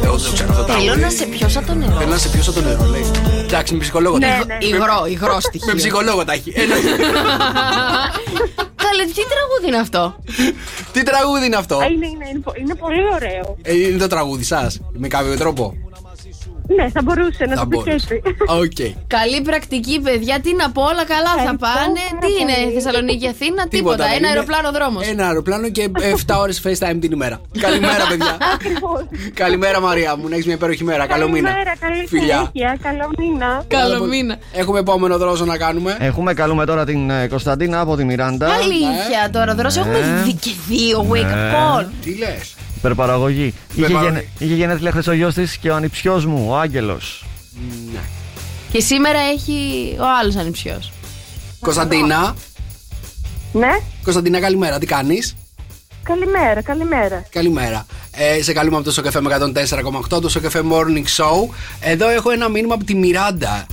Speaker 3: Εγώ δεν το ξέρω.
Speaker 1: αυτό το
Speaker 7: Θέλω
Speaker 1: τραγούδι.
Speaker 7: να σε πιω σαν το νερό.
Speaker 1: Θέλω να σε πιω σαν το νερό, λέει. Εντάξει, με ψυχολόγο τα
Speaker 7: Ναι,
Speaker 1: έχει.
Speaker 7: ναι. Υγρό, υγρό στοιχείο.
Speaker 1: Με ψυχολόγο τα έχει. Ε, ναι. Ένα-
Speaker 7: <laughs> Καλέ, τι τραγούδι είναι αυτό.
Speaker 1: Τι τραγούδι είναι αυτό.
Speaker 9: Ε, Είναι, είναι, είναι, πο- είναι πολύ ωραίο.
Speaker 1: Ε, Είναι το τραγούδι σας, με κάποιο τρόπο.
Speaker 9: Ναι, θα μπορούσε να
Speaker 1: Θα
Speaker 9: το πει και
Speaker 1: μπορούσε.
Speaker 9: έτσι.
Speaker 1: Οκ.
Speaker 7: Καλή πρακτική, παιδιά. Τι να πω, όλα καλά θα
Speaker 9: Ευχαριστώ
Speaker 7: πάνε.
Speaker 9: πάρα
Speaker 7: Τι είναι,
Speaker 9: πολύ.
Speaker 7: Θεσσαλονίκη, Αθήνα, τίποτα.
Speaker 1: δεν
Speaker 7: Ένα
Speaker 1: ναι, είναι. ε,
Speaker 7: αεροπλάνο δρόμος.
Speaker 1: Ένα αεροπλάνο
Speaker 7: <laughs>
Speaker 1: και 7 ώρες FaceTime την ημέρα. Καλημέρα, παιδιά.
Speaker 9: Ακριβώς.
Speaker 1: Καλημέρα, Μαρία μου. Να έχεις μια υπέροχη μέρα. Καλό μήνα.
Speaker 9: Καλημέρα, καλή
Speaker 1: Φιλιά.
Speaker 9: συνέχεια. Καλό μήνα.
Speaker 1: ε,
Speaker 7: Καλό μήνα.
Speaker 1: Έχουμε επόμενο δρόσο να κάνουμε.
Speaker 10: Έχουμε καλούμε τώρα την ε, Κωνσταντίνα από τη Μιράντα.
Speaker 1: ε.
Speaker 7: Αλήθεια τώρα, δρόσο. Έχουμε δει και δύο wake up
Speaker 10: Ναι.
Speaker 7: call.
Speaker 1: Τι λες.
Speaker 10: Υπερπαραγωγή. Είχε,
Speaker 1: Υπερπαραγωγή.
Speaker 10: γενε, είχε γενέθλια χθε ο γιο της και ο ανιψιός μου, ο Άγγελος.
Speaker 7: Και σήμερα έχει ο άλλος ανιψιός.
Speaker 1: Κωνσταντίνα.
Speaker 9: Ναι,
Speaker 1: Κωνσταντίνα, καλημέρα. Τι κάνεις.
Speaker 9: καλημέρα, καλημέρα.
Speaker 1: Καλημέρα. Ε, σε καλούμε από το Σοκαφέ με 104,8, το Σοκαφέ Morning Show. Εδώ έχω ένα μήνυμα από τη Μιράντα.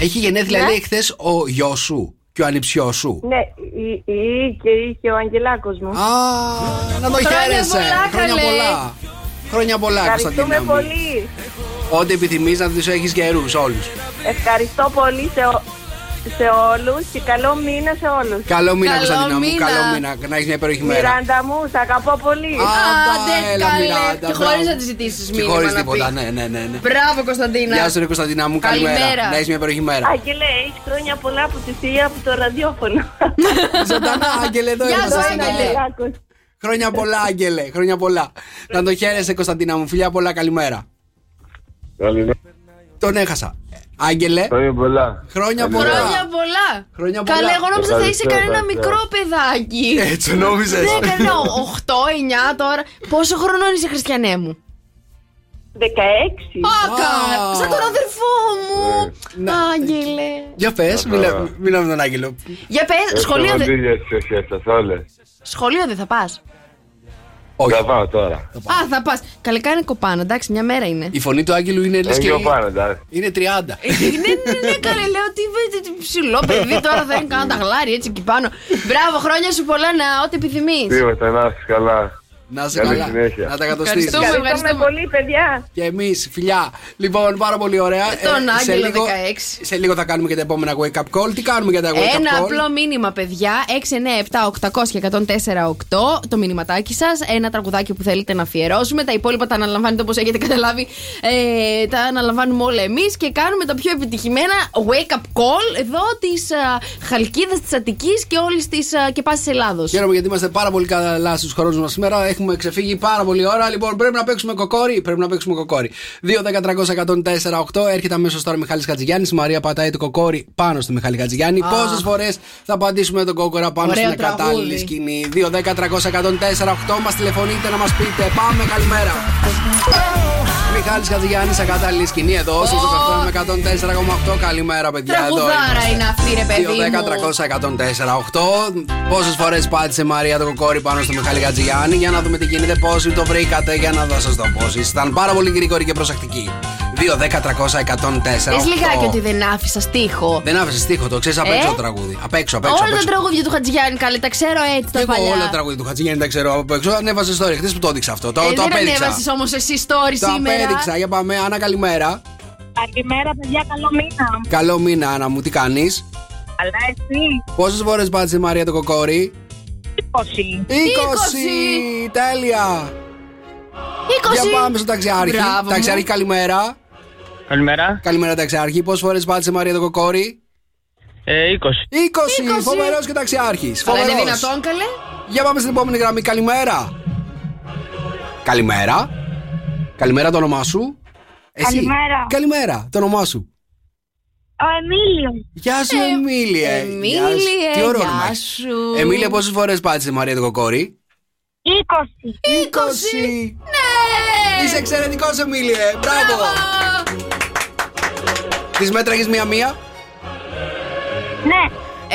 Speaker 1: Έχει γενέθλια,
Speaker 9: Ναι.
Speaker 1: λέει, χθες ο γιος σου και ο ανιψιό σου.
Speaker 9: Ναι, εί- είχε, είχε ο Αγγελάκος μου.
Speaker 1: Α, να το
Speaker 7: Χρόνια
Speaker 1: χαίρεσαι.
Speaker 7: πολλά,
Speaker 1: Χρόνια
Speaker 7: καλέ.
Speaker 1: πολλά. Χρόνια πολλά, Κωνσταντίνα.
Speaker 9: Ευχαριστούμε
Speaker 1: μου.
Speaker 9: πολύ.
Speaker 1: Ό,τι επιθυμείς να τους έχεις καιρούς όλους.
Speaker 9: Ευχαριστώ πολύ σε, ο- σε όλους και καλό μήνα σε όλους.
Speaker 1: Καλό μήνα,
Speaker 7: Καλό
Speaker 1: Κωνσταντίνα μου.
Speaker 7: μήνα.
Speaker 1: Καλό μήνα. Να έχεις μια υπέροχη μέρα.
Speaker 9: Μιράντα μου, σ' αγαπώ πολύ.
Speaker 1: Άντε, έλα, Μιράντα,
Speaker 7: Και
Speaker 1: μπράβο.
Speaker 7: χωρίς να τη ζητήσεις
Speaker 1: Και
Speaker 7: μήνυμα.
Speaker 1: χωρίς
Speaker 7: να
Speaker 1: τίποτα,
Speaker 7: πει.
Speaker 1: ναι, ναι, ναι. ναι.
Speaker 7: Μπράβο, Κωνσταντίνα.
Speaker 1: Γεια σου, ρε Κωνσταντίνα μου.
Speaker 7: Καλημέρα.
Speaker 1: Καλημέρα. Να έχεις μια υπέροχη μέρα.
Speaker 9: Άγγελε, έχεις χρόνια πολλά από τη θεία από το ραδιόφωνο.
Speaker 1: Ζωντανά, Άγγελε, εδώ
Speaker 7: Γεια
Speaker 1: είμαστε
Speaker 7: σου,
Speaker 1: ζωντανά.
Speaker 7: Άγγελε.
Speaker 9: Αγγελάκος.
Speaker 1: Χρόνια πολλά, Άγγελε. Χρόνια πολλά. Να το χαίρεσαι, Κωνσταντίνα μου. Φιλιά πολλά, καλημέρα.
Speaker 2: Καλημέρα.
Speaker 1: Τον έχασα. Άγγελε,
Speaker 2: Χρόνια πολλά.
Speaker 1: χρόνια
Speaker 7: Χρόνια
Speaker 1: πολλά.
Speaker 7: πολλά.
Speaker 1: Χρόνια πολλά. Ε,
Speaker 7: Καλέ, εγώ νόμιζα θα είσαι
Speaker 2: Ευχαριστώ,
Speaker 7: κανένα
Speaker 2: ευχαριστώ.
Speaker 7: μικρό παιδάκι. Ναι,
Speaker 1: Έτσι νόμιζε.
Speaker 7: Δεν έκανα 8-9 τώρα. Πόσο χρονών είσαι, Χριστιανέ μου.
Speaker 9: 16.
Speaker 7: Άκα! Σαν τον αδερφό μου!
Speaker 1: Ναι.
Speaker 7: Άγγελε.
Speaker 1: Για πες, μιλάμε με τον Άγγελο.
Speaker 7: Για
Speaker 2: Ε,
Speaker 7: πες, σχολείο, δε-
Speaker 2: Ευχαριστώ όλε.
Speaker 7: σχολείο δεν θα πας.
Speaker 2: Θα πάω τώρα.
Speaker 7: Α, θα πας. Καλή κάνει κοπάνα, εντάξει, μια μέρα είναι.
Speaker 1: Η φωνή του Άγγελου είναι λες
Speaker 2: Δεν
Speaker 1: και.
Speaker 2: πιο πάνω, εντάξει.
Speaker 1: Είναι 30.
Speaker 7: ναι, ναι, ναι, καλέ, λέω τι, τι- τι ψηλό παιδί τώρα θα είναι κανένα τα γλάρι έτσι εκεί πάνω. Μπράβο, χρόνια σου πολλά να ό,τι επιθυμείς.
Speaker 2: Τίποτα, να είσαι καλά.
Speaker 1: Να είσαι
Speaker 2: Καλή
Speaker 1: καλά.
Speaker 2: συνέχεια.
Speaker 1: Να τα κατοστήσει.
Speaker 7: Ευχαριστούμε,
Speaker 9: Ευχαριστούμε
Speaker 7: ευχαριστούμε.
Speaker 9: πολύ, παιδιά.
Speaker 1: Και εμείς, φιλιά. Λοιπόν, πάρα πολύ ωραία. Ε,
Speaker 7: Τον
Speaker 1: σε
Speaker 7: Άγγελο
Speaker 1: λίγο,
Speaker 7: 16.
Speaker 1: Σε λίγο θα κάνουμε και τα επόμενα wake up call. Τι κάνουμε για τα wake up
Speaker 7: Ένα
Speaker 1: call.
Speaker 7: απλό μήνυμα, παιδιά. 697-800-1048. Το μηνυματάκι σας. Ένα τραγουδάκι που θέλετε να αφιερώσουμε. Τα υπόλοιπα τα αναλαμβάνετε όπως έχετε καταλάβει. Ε, τα αναλαμβάνουμε όλα εμείς και κάνουμε τα πιο επιτυχημένα wake up call εδώ ε, τη Χαλκίδας, της Αττικής και όλης της και πάσης Ελλάδος.
Speaker 1: Χαίρομαι γιατί είμαστε πάρα πολύ καλά στους χρόνους μας σήμερα. Έχουμε ξεφύγει πάρα πολύ ώρα. Λοιπόν, πρέπει να παίξουμε κοκόρι. Πρέπει να παίξουμε κοκόρι. 2-10-300-104-8. Έρχεται αμέσως τώρα ο Μιχάλη Κατζηγιάννη. Η Μαρία πατάει το κοκόρι πάνω στο Μιχάλη Κατζηγιάννη. Πόσες φορές θα πατήσουμε τον κόκορα πάνω
Speaker 7: Ωραίο
Speaker 1: στην κατάλληλη
Speaker 7: τραγούδι.
Speaker 1: σκηνή. 2-10-300-104-8. Μας τηλεφωνείτε να μας πείτε. Πάμε, καλημέρα. Μιχάλης Κατζηγιάννη, ακατάλληλη σκηνή εδώ. Στο καφέ με 104,8. Καλημέρα, παιδιά. Εδώ
Speaker 7: Τραγουδάρα
Speaker 1: είμαστε.
Speaker 7: είναι αυτή, ρε παιδί. μου.
Speaker 1: 2-10-300-104-8. Πόσες φορές πάτησε Μαρία το κοκόρι πάνω στο Μιχάλη Γκατζηγιάννη για να δούμε τι γίνεται, πόσοι το βρήκατε για να δω σας το πώ. Ήταν πάρα πολύ γρήγοροι και προσεκτικοί. 2-10-300-104-8.
Speaker 7: Πες λιγάκι ότι δεν άφησα στίχο.
Speaker 1: Δεν άφησες τείχο, το ξέρεις απ' έξω
Speaker 7: Ε?
Speaker 1: το τραγούδι. Απ' έξω, απ' έξω. απ'
Speaker 7: Όλα τα
Speaker 1: έξω.
Speaker 7: τραγούδια του Χατζιάννη, καλέ, τα ξέρω έτσι τα
Speaker 1: Και εγώ
Speaker 7: παλιά.
Speaker 1: όλα τα τραγούδια του Χατζηγιάννη τα ξέρω απ' έξω. Ανέβασες story χθες που το έδειξα αυτό. Το,
Speaker 7: Ε,
Speaker 1: το
Speaker 7: δεν
Speaker 1: απέδειξα.
Speaker 7: ανέβασες όμως εσύ story
Speaker 1: Το
Speaker 7: σήμερα.
Speaker 1: απέδειξα. Για πάμε, Άννα, καλημέρα.
Speaker 9: Καλημέρα, παιδιά, καλό μήνα.
Speaker 1: Καλό μήνα, Άννα μου, τι κάνεις.
Speaker 9: Αλλά εσύ,
Speaker 1: Πόσες φορές πάτησε Μαρία το κοκόρι.
Speaker 9: 20.
Speaker 1: 20! Τέλεια!
Speaker 7: 20.
Speaker 1: Για πάμε στο ταξιάρχη.
Speaker 7: Μπράβο μου.
Speaker 1: ταξιάρχη, καλημέρα.
Speaker 11: Καλημέρα.
Speaker 1: Καλημέρα, ταξιάρχη. Πόσες φορές πάτησε Μαρία το κοκόρι.
Speaker 11: Ε, 20.
Speaker 1: 20!
Speaker 7: 20.
Speaker 1: Φοβερός και ταξιάρχη.
Speaker 7: Αλλά είναι
Speaker 1: Φοβερός.
Speaker 7: δυνατόν, καλέ.
Speaker 1: Για πάμε στην επόμενη γραμμή. Καλημέρα. Καλημέρα. Καλημέρα το όνομά σου. Εσύ.
Speaker 9: Καλημέρα.
Speaker 1: Καλημέρα το όνομά σου.
Speaker 9: Ο Εμίλιο.
Speaker 1: Γεια σου,
Speaker 7: Ε,
Speaker 1: Εμίλια.
Speaker 7: Εμίλια,
Speaker 1: Γεια σου. Τι ωραίο
Speaker 7: γεια
Speaker 1: όνομα έχεις.
Speaker 7: σου.
Speaker 1: Εμίλια, πόσες φορές πάτησε Μαρία το κοκόρι. 20!
Speaker 9: 20.
Speaker 1: Ναι! Είσαι εξαιρετικός, Εμίλια. Μπράβο! Τη μέτραγες μία-μία.
Speaker 9: Ναι,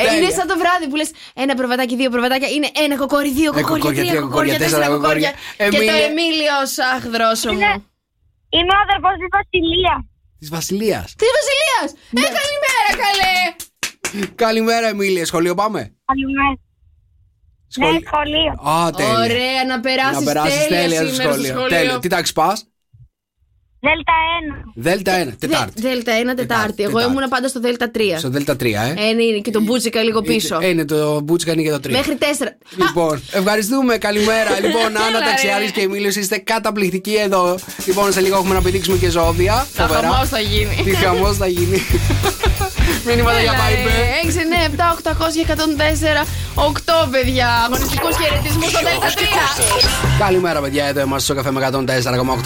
Speaker 7: Ε, είναι
Speaker 1: Τέλεια.
Speaker 7: σαν το βράδυ που λες ένα προβατάκι, δύο προβατάκια. Είναι ένα κοκόρι, δύο
Speaker 1: Ένα
Speaker 7: κοκόρια, τρία κοκόρια, τέσσερα κοκόρια. Και το
Speaker 1: Εμίλια.
Speaker 7: Εμίλιο, αχ, δρόσο μου.
Speaker 9: είμαι ο αδερφός
Speaker 1: Της
Speaker 9: της Βασιλείας.
Speaker 1: Βασιλεία.
Speaker 7: Της Βασιλείας! Ε, καλημέρα, καλέ!
Speaker 1: Καλημέρα, Εμίλια. Σχολείο πάμε.
Speaker 9: Καλημέρα. Ναι, σχολείο.
Speaker 1: Α, τέλεια.
Speaker 7: Ωραία, να περάσεις
Speaker 1: Να περάσεις τέλεια στο σχολείο. Τέλεια. Τι τάξη πας.
Speaker 9: Δέλτα 1.
Speaker 1: Δέλτα 1, Τετάρτη.
Speaker 7: Δέλτα 1 Τετάρτη. Εγώ
Speaker 1: Τετάρτη.
Speaker 7: ήμουν πάντα στο Δέλτα 3.
Speaker 1: Στο Δέλτα 3, ε.
Speaker 7: Ε, ναι, είναι και τον Μπούτσικα λίγο πίσω.
Speaker 1: Ε, είναι το μπούτσικα είναι και το 3.
Speaker 7: Μέχρι 4.
Speaker 1: Λοιπόν, ευχαριστούμε.
Speaker 7: <laughs>
Speaker 1: Καλημέρα. λοιπόν, Άννα
Speaker 7: Έλα, ρε.
Speaker 1: Ταξιάρης και Εμίλιος, είστε καταπληκτικοί εδώ. Λοιπόν, σε λίγο έχουμε να πηδήξουμε και ζώδια.
Speaker 7: Τα χαμός θα γίνει.
Speaker 1: Τι χαμός θα
Speaker 7: <laughs>
Speaker 1: γίνει. Μήνυματα
Speaker 7: ε,
Speaker 1: για Viber.
Speaker 7: 6, 9, 7, 800, 104, 8 παιδιά. Αγωνιστικού χαιρετισμού στο Δέλτα
Speaker 1: ε,
Speaker 7: 3.
Speaker 1: Καλημέρα, παιδιά. Εδώ είμαστε στο καφέ με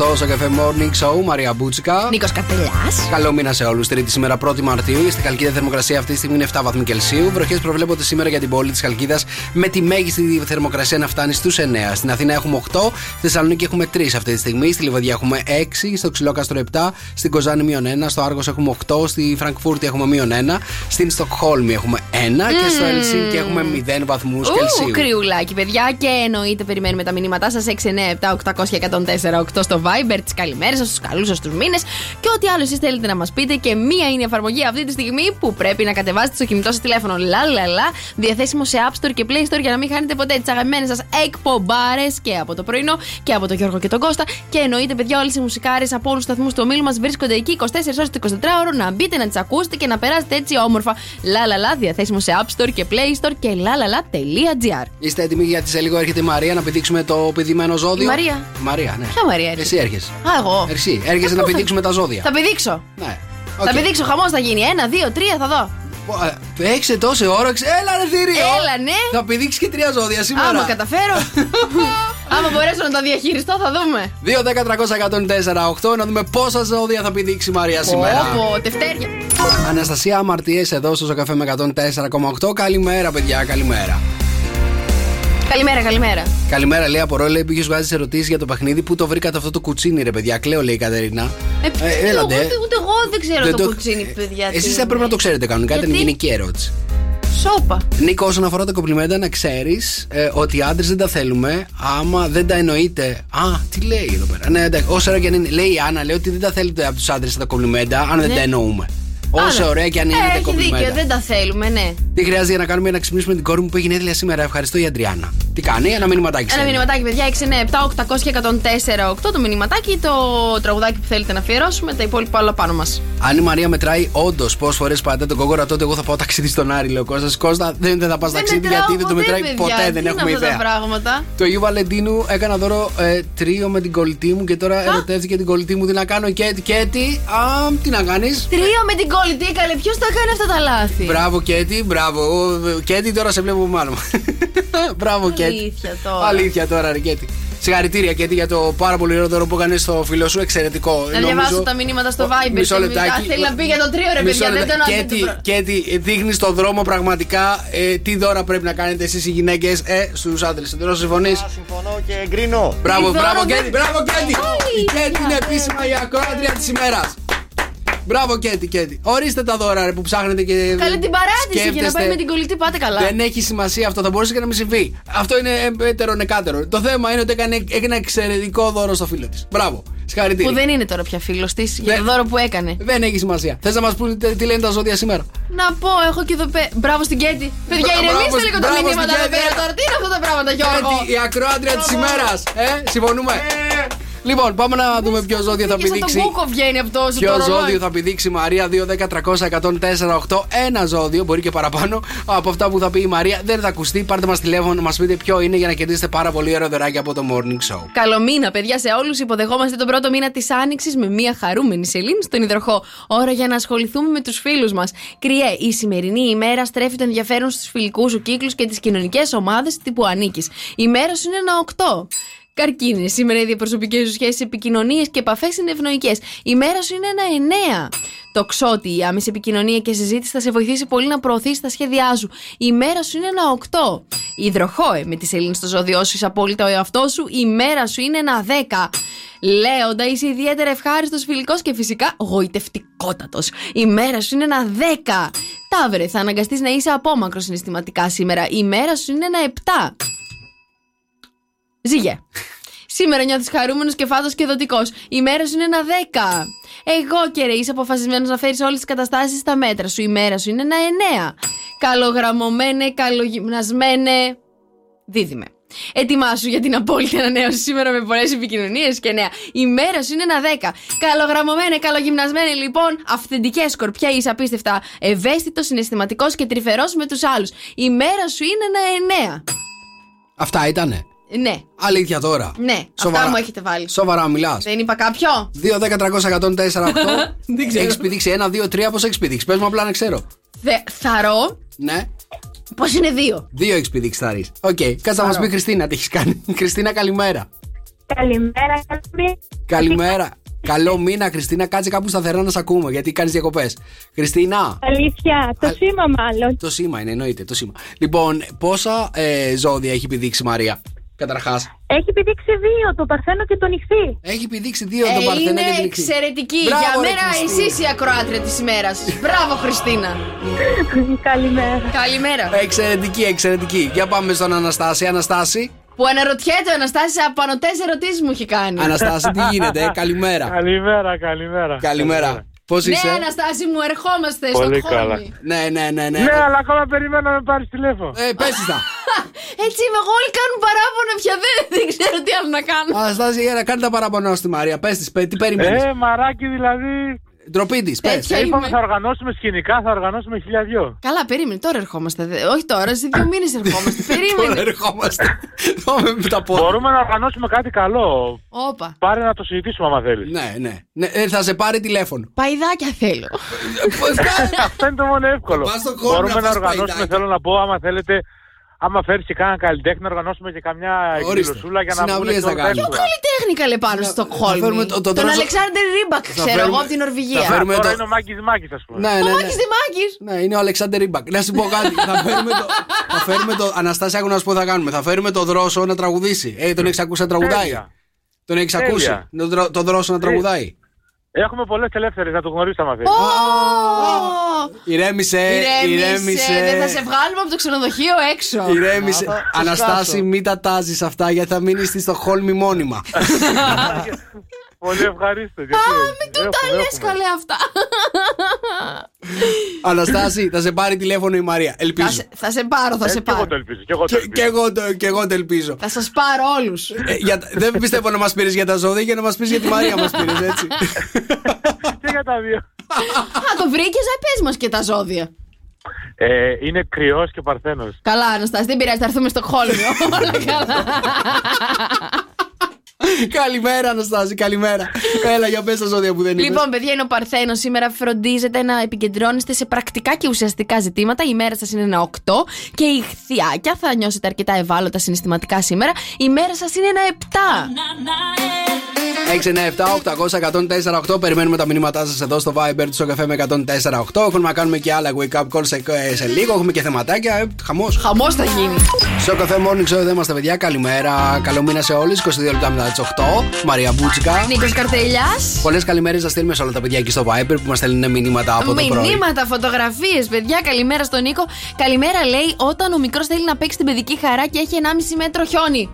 Speaker 1: 104,8 στο καφέ Morning Show. Μαρία Μπούτσικα.
Speaker 7: Νίκος Καπελιά.
Speaker 1: Καλό μήνα σε όλους. Τρίτη σήμερα, 1η Μαρτίου. Η στη Χαλκίδα θερμοκρασία αυτή τη στιγμή είναι 7 βαθμοί Κελσίου. Βροχές προβλέπονται σήμερα για την πόλη της Χαλκίδας με τη μέγιστη θερμοκρασία να φτάνει στους 9. Στην Αθήνα έχουμε 8, στη Θεσσαλονίκη έχουμε 3 αυτή τη στιγμή, στη Λιβαδιά έχουμε 6, στο Ξυλόκαστρο 7, στην Κοζάνη μείον 1, στο Άργος έχουμε 8, στη Φραγκφούρτη έχουμε μείον 1, στην Στοκχόλμη έχουμε 1 και στο
Speaker 7: Μμμ.
Speaker 1: Ελσίνκι έχουμε 0 βαθμούς
Speaker 7: Ου,
Speaker 1: Κελσίου.
Speaker 7: κρυουλάκι, παιδιά. Και εννοείται περιμένουμε τα μηνύματά σας 6, 9, 7, 800, 104, 8 στο Viber, τις καλημέρες σας, τους καλούς σας, τους μήνες και ό,τι άλλο εσείς θέλετε να μας πείτε. Και μία είναι η εφαρμογή αυτή τη στιγμή που πρέπει να κατεβάσετε στο κινητό σας τηλέφωνο. Λα, λα, λα. Διαθέσιμο σε App Store και Play Store για να μην χάνετε ποτέ τις αγαπημένες σας εκπομπάρες και από το πρωινό και από τον Γιώργο και τον Κώστα. Και εννοείται, παιδιά, όλες οι μουσικάρες από όλους τους σταθμούς του ομίλου μας βρίσκονται εκεί 24 ώρες το 24 ώρο να μπείτε να τις ακούσετε και να περάσετε έτσι όμορφα. Λα, λα, λα. Διαθέσιμο σε App Store και Play Store και λαλαλα.gr.
Speaker 1: Είστε έτοιμοι γιατί σε λίγο έρχεται η Μαρία να πηδήξουμε το πηδημένο ζώδιο.
Speaker 7: Η Μαρία.
Speaker 1: Μαρία, ναι.
Speaker 7: Ποια Μαρία έρχεται?
Speaker 1: Εσύ έρχεσαι.
Speaker 7: Α, εγώ.
Speaker 1: Εσύ έρχεσαι
Speaker 7: Ε,
Speaker 1: να
Speaker 7: πού θα-
Speaker 1: πηδήξουμε τα ζώδια.
Speaker 7: Θα πηδήξω.
Speaker 1: Ναι.
Speaker 7: Θα πηδήξω, χαμός θα γίνει. Ένα, δύο, τρία, θα δω.
Speaker 1: Έχεις τόση όρεξη. Έλα, ρε θηρίο.
Speaker 7: Έλα, ναι.
Speaker 1: Θα πηδήξεις και τρία ζώδια σήμερα.
Speaker 7: Άμα
Speaker 1: <laughs>
Speaker 7: καταφέρω. Άμα μπορέσω να τα διαχειριστώ, θα δούμε.
Speaker 1: 2-10-300-104-8 να δούμε πόσα ζώδια θα πηδήξει η Μαρία σήμερα.
Speaker 7: Όπω, τευτέρια.
Speaker 1: Αναστασία Αμαρτιέ εδώ στο καφέ με 104,8. Καλημέρα, παιδιά, καλημέρα.
Speaker 7: Καλημέρα, καλημέρα.
Speaker 1: Καλημέρα, λέει Απορώ, λέει πήγες βγάζεις ερωτήσεις για το παιχνίδι. Πού το βρήκατε αυτό το κουτσίνι, ρε παιδιά. Κλαίω, λέει η Κατερίνα.
Speaker 7: Ε,
Speaker 1: Ε,
Speaker 7: ποιο
Speaker 1: έλατε.
Speaker 7: λόγο, Ούτε, ούτε εγώ δεν ξέρω
Speaker 1: Δεν
Speaker 7: το
Speaker 1: το-
Speaker 7: κουτσίνι, παιδιά. τι
Speaker 1: Εσεί
Speaker 7: είναι.
Speaker 1: θα πρέπει να το ξέρετε κανονικά, ήταν
Speaker 7: Γιατί?
Speaker 1: γενική ερώτηση.
Speaker 7: Σόπα.
Speaker 1: Νίκο, όσον αφορά τα κομπλιμέντα, να ξέρεις ότι οι άντρες δεν τα θέλουμε άμα δεν τα εννοείτε. Α, τι λέει εδώ πέρα. Ναι, εντάξει, όσο ωραίο και αν είναι. Λέει η Άννα, λέει ότι δεν τα θέλετε από τους άντρες τα κομπλιμέντα, αν δεν
Speaker 7: Ναι.
Speaker 1: τα εννοούμε. Όσο
Speaker 7: Άρα.
Speaker 1: ωραία και αν είναι
Speaker 7: Ε,
Speaker 1: τα
Speaker 7: Έχει δίκιο,
Speaker 1: κομπλιμέντα.
Speaker 7: δεν τα θέλουμε, ναι.
Speaker 1: Τι χρειάζεται για να κάνουμε για να ξυπνήσουμε την κόρη μου που έχει γενέθλια σήμερα. Ευχαριστώ η Αντριάννα. Τι κάνει, ένα μήνυματάκι.
Speaker 7: Ένα
Speaker 1: στέλνει.
Speaker 7: μηνυματάκι, παιδιά, 6, 9, 7, 800, 104, 8 το μηνυματάκι, το τραγουδάκι που θέλετε να αφιερώσουμε, τα υπόλοιπα όλα πάνω μας.
Speaker 1: Αν η Μαρία μετράει όντως πόσες φορές πατάτε τον κόκορα, τότε εγώ θα πάω ταξίδι στον Άρη, λέω Κώστας. Κώστα δεν, δεν θα πας ταξίδι γιατί δεν το μετράει ποτέ, δεν έχουμε ιδέα.
Speaker 7: πράγματα.
Speaker 1: Το Αγίου Βαλεντίνου έκανα δώρο ε, τρίο με την κολλητή μου και τώρα ερωτεύτηκε την κολλητή μου. Τι να κάνω, Κέτι, Κέτι, α, τι να κάνεις.
Speaker 7: Τρία με την κολλητή, καλέ, ποιος τα κάνει αυτά τα λάθη.
Speaker 1: Μπράβο, Κέτι, μπράβο. Ε, Κέτι, τώρα σε βλέπω
Speaker 7: <laughs>
Speaker 1: μάλλον. μπράβο, Κέτι.
Speaker 7: Αλήθεια τώρα.
Speaker 1: Αλήθεια τώρα, ρε Κέτι. Συγχαρητήρια, Κέτι, για το πάρα πολύ ωραίο δώρο που έκανες στο φίλο σου. Εξαιρετικό.
Speaker 7: Να διαβάσω τα μηνύματα στο Viber.
Speaker 1: Μισό
Speaker 7: και μετά
Speaker 1: λεπτάκι.
Speaker 7: Θέλει να πει για το τρίο, ρε
Speaker 1: Μισό
Speaker 7: παιδιά. Δεν
Speaker 1: λεπτά-
Speaker 7: τον
Speaker 1: Κέτι, Κέτι, δείχνεις στον δρόμο πραγματικά ε, τι δώρα πρέπει να κάνετε εσείς οι γυναίκες ε, στους άντρες. Δεν συμφωνεί.
Speaker 10: Συμφωνώ και εγκρίνω.
Speaker 1: Μπράβο,
Speaker 10: Τι
Speaker 1: μπράβο,
Speaker 10: δώρο
Speaker 1: Κέντι,
Speaker 10: δεν-
Speaker 1: μπράβο, Κέντι. Η
Speaker 10: Αλήθεια,
Speaker 1: Κέντι είναι
Speaker 10: ε.
Speaker 1: επίσημα η ακροάτρια της ημέρας. Μπράβο, Κέντι, Κέντι. Ορίστε τα δώρα ρε, που ψάχνετε και.
Speaker 7: Καλή την παράτηση για να πάει
Speaker 1: σκέφτεστε.
Speaker 7: με την κολλητή, πάτε καλά.
Speaker 1: Δεν έχει σημασία αυτό, θα μπορούσε και να μην συμβεί. Αυτό είναι έτερο νεκάτερο. Το θέμα είναι ότι έκανε ένα εξαιρετικό δώρο στο φίλο της. Μπράβο. Συγχαρητήρια.
Speaker 7: Που δεν είναι τώρα πια φίλος της για
Speaker 1: Ναι.
Speaker 7: το δώρο που έκανε.
Speaker 1: Δεν έχει σημασία. Θες να μας πούνε τι λένε τα ζώδια σήμερα.
Speaker 7: Να πω, έχω και εδώ πέρα. Μπράβο στην Κέτι. Παιδιά,
Speaker 1: Μπράβο,
Speaker 7: ηρεμήστε λίγο τα
Speaker 1: μπράβο στην
Speaker 7: μηνύματα εδώ
Speaker 1: Κέτι,
Speaker 7: πέρα
Speaker 1: ε.
Speaker 7: τώρα. Τι είναι αυτά τα πράγματα, Γιώργο.
Speaker 1: Κέντι, η ακροάτρια τη ημέρας. Ε, συμφωνούμε. Λοιπόν, πάμε να δούμε ποιο ζώδιο θα
Speaker 7: Και στον
Speaker 1: πηδήξει.
Speaker 7: κούκο βγαίνει από το σου το
Speaker 1: Ποιο
Speaker 7: ρολόι.
Speaker 1: ζώδιο θα πηδήξει η Μαρία 2-10-300-104-8. Ένα ζώδιο, μπορεί και παραπάνω από αυτά που θα πει η Μαρία. Δεν θα ακουστεί. Πάρτε μας τηλέφωνο, μας πείτε ποιο είναι για να κερδίσετε πάρα πολύ ωραίο δωράκι από το morning show.
Speaker 7: Καλό μήνα, παιδιά, σε όλους. Υποδεχόμαστε τον πρώτο μήνα της Άνοιξης με μια χαρούμενη σελήνη στον υδροχό. Ώρα για να ασχοληθούμε με τους φίλους μας. Κριέ, η σημερινή ημέρα στρέφει το ενδιαφέρον στους φιλικούς σου κύκλους και τις κοινωνικές ομάδες που ανήκει. Η μέρα σου είναι ένα 8. Καρκίνες, σήμερα οι διαπροσωπικές σου σχέσεις, επικοινωνίες και επαφές είναι ευνοϊκές. Η μέρα σου είναι ένα 9. Το ξότι, η άμεση επικοινωνία και συζήτηση θα σε βοηθήσει πολύ να προωθήσεις τα σχέδιά σου. Η μέρα σου είναι ένα 8. Υδροχόε, με τη σελήνη στο ζώδιό σου είσαι απόλυτα ο εαυτό σου. Η μέρα σου είναι ένα 10. Λέοντα, είσαι ιδιαίτερα ευχάριστος, φιλικός και φυσικά γοητευτικότατος. Η μέρα σου είναι ένα 10. Ταύρε, θα αναγκαστείς να είσαι απόμακρος συναισθηματικά σήμερα. Η μέρα σου είναι ένα 7. Ζήγε. Σήμερα νιώθεις χαρούμενος και φάτο και δοτικός. Η μέρα σου είναι ένα 10. Εγώ και ρε, είσαι αποφασισμένος να φέρεις όλες τις καταστάσεις στα μέτρα σου. Η μέρα σου είναι ένα 9. Καλογραμμωμένε, καλογυμνασμένε. Δίδυμε. Ετοιμάσου για την απόλυτη ανανέωση σήμερα με πολλές επικοινωνίες και νέα. Η μέρα σου είναι ένα 10. Καλογραμμωμένη, καλογυμνασμένη λοιπόν. Αυθεντικές σκορπιά είσαι απίστευτα. Ευαίσθητος, συναισθηματικός και τρυφερός με τους άλλους. Η μέρα σου είναι ένα 9.
Speaker 1: Αυτά ήτανε.
Speaker 7: Ναι,
Speaker 1: Αλήθεια τώρα.
Speaker 7: ναι.
Speaker 1: Σοβαρά.
Speaker 7: Αυτά μου έχετε βάλει.
Speaker 1: Σοβαρά μιλάς.
Speaker 7: Δεν είπα κάποιο.
Speaker 1: 2-10-300-104-8.
Speaker 7: <laughs> Δεν ξέρω.
Speaker 1: Έχεις πηδήξει 1-2-3, πώς έχεις πηδήξει. Πες μου απλά να ξέρω.
Speaker 7: Δε, θαρώ
Speaker 1: Ναι.
Speaker 7: πω είναι δύο.
Speaker 1: Δύο έχεις πηδήξει θα ρεις. Οκ. Κάτσε να μα πει Χριστίνα τι έχεις κάνει. <laughs> Χριστίνα, καλημέρα.
Speaker 9: Καλημέρα, καλημέρα.
Speaker 1: Καλημέρα. Καλό μήνα, Χριστίνα. Κάτσε κάπου σταθερά να σε ακούμε γιατί κάνεις διακοπές. Χριστίνα.
Speaker 9: Αλήθεια, το σήμα μάλλον.
Speaker 1: Το σήμα είναι, εννοείται. Το σήμα. Λοιπόν, πόσα ε, ζώδια έχει πηδήξει η Μαρία, καταρχάς.
Speaker 9: Έχει πηδήξει δύο, το παρθένο και το νυχθή.
Speaker 1: Έχει πηδήξει δύο, τον Παρθενό
Speaker 7: Ε, είναι
Speaker 1: και την Νυχθή.
Speaker 7: εξαιρετική.
Speaker 1: Μπράβο,
Speaker 7: Για
Speaker 1: ρε,
Speaker 7: μέρα
Speaker 1: Χριστίνα.
Speaker 7: εσείς η ακροάτρια της ημέρας. Μπράβο Χριστίνα.
Speaker 9: Καλημέρα.
Speaker 7: Καλημέρα.
Speaker 1: Εξαιρετική, εξαιρετική. Για πάμε στον Αναστάση. Αναστάση,
Speaker 7: Που αναρωτιέται ο Αναστάσης από πανωτές ερωτήσεις μου έχει κάνει.
Speaker 1: Αναστάση τι γίνεται,
Speaker 7: <laughs>
Speaker 1: ε? καλημέρα.
Speaker 11: Καλημέρα, καλημέρα.
Speaker 1: Καλημέρα. Πώς
Speaker 7: Ναι
Speaker 1: είσαι,
Speaker 7: Αναστάση μου ερχόμαστε στο χώρο.
Speaker 1: Ναι, ναι, ναι, ναι.
Speaker 11: Ναι, αλλά ακόμα περιμένω να με πάρεις τηλέφωνο.
Speaker 1: Ε, πες της τα.
Speaker 7: Έτσι είμαι εγώ όλοι κάνουν παράπονα πια δεν, δεν ξέρω τι άλλο να κάνω.
Speaker 1: Αναστάση, για να κάνεις τα παραπονά στη Μαρία. Πες της, πε- τι περιμένεις.
Speaker 11: Ε, μαράκι δηλαδή.
Speaker 1: Ντροπή της, πες.
Speaker 7: Τέτοια
Speaker 2: Λοιπόν,
Speaker 11: Είπαμε
Speaker 7: είμαι.
Speaker 11: θα οργανώσουμε σκηνικά, θα οργανώσουμε χιλιαδιό.
Speaker 7: Καλά, περίμενε, τώρα ερχόμαστε. Δε- Όχι τώρα, σε δύο μήνες ερχόμαστε.
Speaker 1: <laughs> Τώρα
Speaker 7: περίμενε.
Speaker 1: ερχόμαστε. Πάμε με τα πόδια.
Speaker 11: Μπορούμε να οργανώσουμε κάτι καλό.
Speaker 7: Όπα.
Speaker 11: Πάρε να το συζητήσουμε άμα θέλεις.
Speaker 1: Ναι, ναι. ναι. ε, θα σε πάρει τηλέφωνο.
Speaker 7: Παϊδάκια θέλω.
Speaker 1: Πώς κάνεις?
Speaker 11: Ε, Αυτό είναι το μόνο εύκολο.
Speaker 1: Ναι. Πας στον χώρο
Speaker 11: Μπορούμε
Speaker 1: να
Speaker 11: να
Speaker 1: φας
Speaker 11: οργανώσουμε,
Speaker 1: παϊδάκι.
Speaker 11: θέλω να πω, άμα θέλετε, άμα φέρεις και κανένα καλλιτέχνη, να οργανώσουμε και καμιά
Speaker 1: Ορίστε.
Speaker 11: εκδηλωσούλα για να βγουν
Speaker 1: Συναυλίες
Speaker 11: και
Speaker 1: θα
Speaker 11: όλα τα
Speaker 1: κάνουμε.
Speaker 11: έξοδα.
Speaker 7: Καλλιτέχνη καλέ πάνω στο
Speaker 1: φέρουμε
Speaker 7: Στοκχόλμη.
Speaker 1: το- το
Speaker 7: Τον
Speaker 1: τρόπο-
Speaker 7: Αλεξάνδρ Ρίμπακ, ξέρω
Speaker 1: φέρουμε-
Speaker 7: εγώ από την
Speaker 1: θα
Speaker 7: Νορβηγία.
Speaker 1: φέρουμε
Speaker 11: Τώρα
Speaker 1: Ε, το-
Speaker 11: είναι ο Μάκης Μάκης, ας πούμε.
Speaker 1: Ναι, ναι, ναι.
Speaker 7: Ο Μάκης Δημάκης.
Speaker 1: Ναι, είναι ο Αλεξάνδρ Ρίμπακ. Να σου πω κάτι. θα φέρουμε το. Θα φέρουμε το Αναστάση, άκου να σου πω τι θα κάνουμε. Θα φέρουμε το δρόσο να τραγουδήσει. Ε, τον έχεις ακούσει να τραγουδάει.
Speaker 11: Ναι. Τέλεια.
Speaker 1: Τον έχεις ακούσει.
Speaker 11: Τέλεια. Ε.
Speaker 1: Το, δρο- το δρόσο να τραγουδάει.
Speaker 11: Έχουμε πολλές ελεύθερες, να το γνωρίσαμε άμα
Speaker 1: Ε,
Speaker 11: θέλει.
Speaker 7: Ω!
Speaker 1: Ηρέμησε,
Speaker 7: Ηρέμησε.
Speaker 1: ε, ηρέμησε.
Speaker 7: Δεν θα σε βγάλουμε από το ξενοδοχείο έξω.
Speaker 1: Ηρέμησε.
Speaker 11: Να, θα- θα
Speaker 1: Αναστάση,
Speaker 11: σκάσω.
Speaker 1: μην τα τάζεις αυτά γιατί θα μείνεις στη Στοχόλμη
Speaker 7: <laughs>
Speaker 1: μόνιμα.
Speaker 11: Πολύ ευχαρίστω. γιατί
Speaker 7: Α,
Speaker 11: όχι.
Speaker 7: μην του
Speaker 11: Έχουμε,
Speaker 7: τα λες
Speaker 11: έχουμε.
Speaker 7: καλέ αυτά.
Speaker 1: Αναστάση, θα σε πάρει τηλέφωνο η Μαρία.
Speaker 7: Θα
Speaker 1: Ελπίζω.
Speaker 7: σε- Θα σε πάρω, θα
Speaker 11: Ε,
Speaker 7: σε
Speaker 11: κι εγώ
Speaker 7: πάρω.
Speaker 11: το ελπίζω. κι εγώ το
Speaker 1: Και, και
Speaker 11: ελπίζω.
Speaker 1: εγώ, το, και εγώ το ελπίζω.
Speaker 7: Θα σας πάρω όλους.
Speaker 1: Ε, για, τα- δεν πιστεύω να μας πήρες για τα ζώδια και να μας πεις για τη Μαρία μας πήρες, έτσι.
Speaker 11: <laughs> Και για τα δύο.
Speaker 7: Α, το βρήκες, α, πες μας και τα ζώδια.
Speaker 11: Ε, είναι κρυός και παρθένος.
Speaker 7: Καλά, Αναστάση, δεν πειράζει, θα έρθουμε στο
Speaker 1: <laughs>
Speaker 7: Χόλμιο. Όλα καλά.
Speaker 1: καλημέρα, Αναστάση, καλημέρα. Έλα, για πες τα ζώδια που δεν είναι.
Speaker 7: Λοιπόν, παιδιά, είναι ο Παρθένος. Σήμερα φροντίζετε να επικεντρώνεστε σε πρακτικά και ουσιαστικά ζητήματα. Η μέρα σας είναι ένα 8 και η χθιάκια θα νιώσετε αρκετά ευάλωτα συναισθηματικά σήμερα. Η μέρα σας είναι ένα 7.
Speaker 1: 697-800-1048. Περιμένουμε τα μηνύματά σας εδώ στο Viber του Σοκαφέ με 1048. Έχουμε να κάνουμε και άλλα wake up calls σε, ε, σε λίγο. Έχουμε και θεματάκια. Ε, Χαμός.
Speaker 7: Χαμός θα γίνει.
Speaker 1: Στο καφέ morning show εδώ είμαστε, παιδιά. Καλημέρα. Καλό μήνα σε όλους. 22 λεπτά μετά τι 8. Μαρία Μπούτσικα.
Speaker 7: Νίκος Καρτελιά.
Speaker 1: Πολλές καλημέρες να στείλουμε σε όλα τα παιδιά εκεί στο Viber που μας στέλνουν μηνύματα από το πρωί.
Speaker 7: Μηνύματα, φωτογραφίες, παιδιά. Καλημέρα στον Νίκο. Καλημέρα, λέει, όταν ο μικρός θέλει να παίξει την παιδική χαρά και έχει 1,5 μέτρο χιόνι.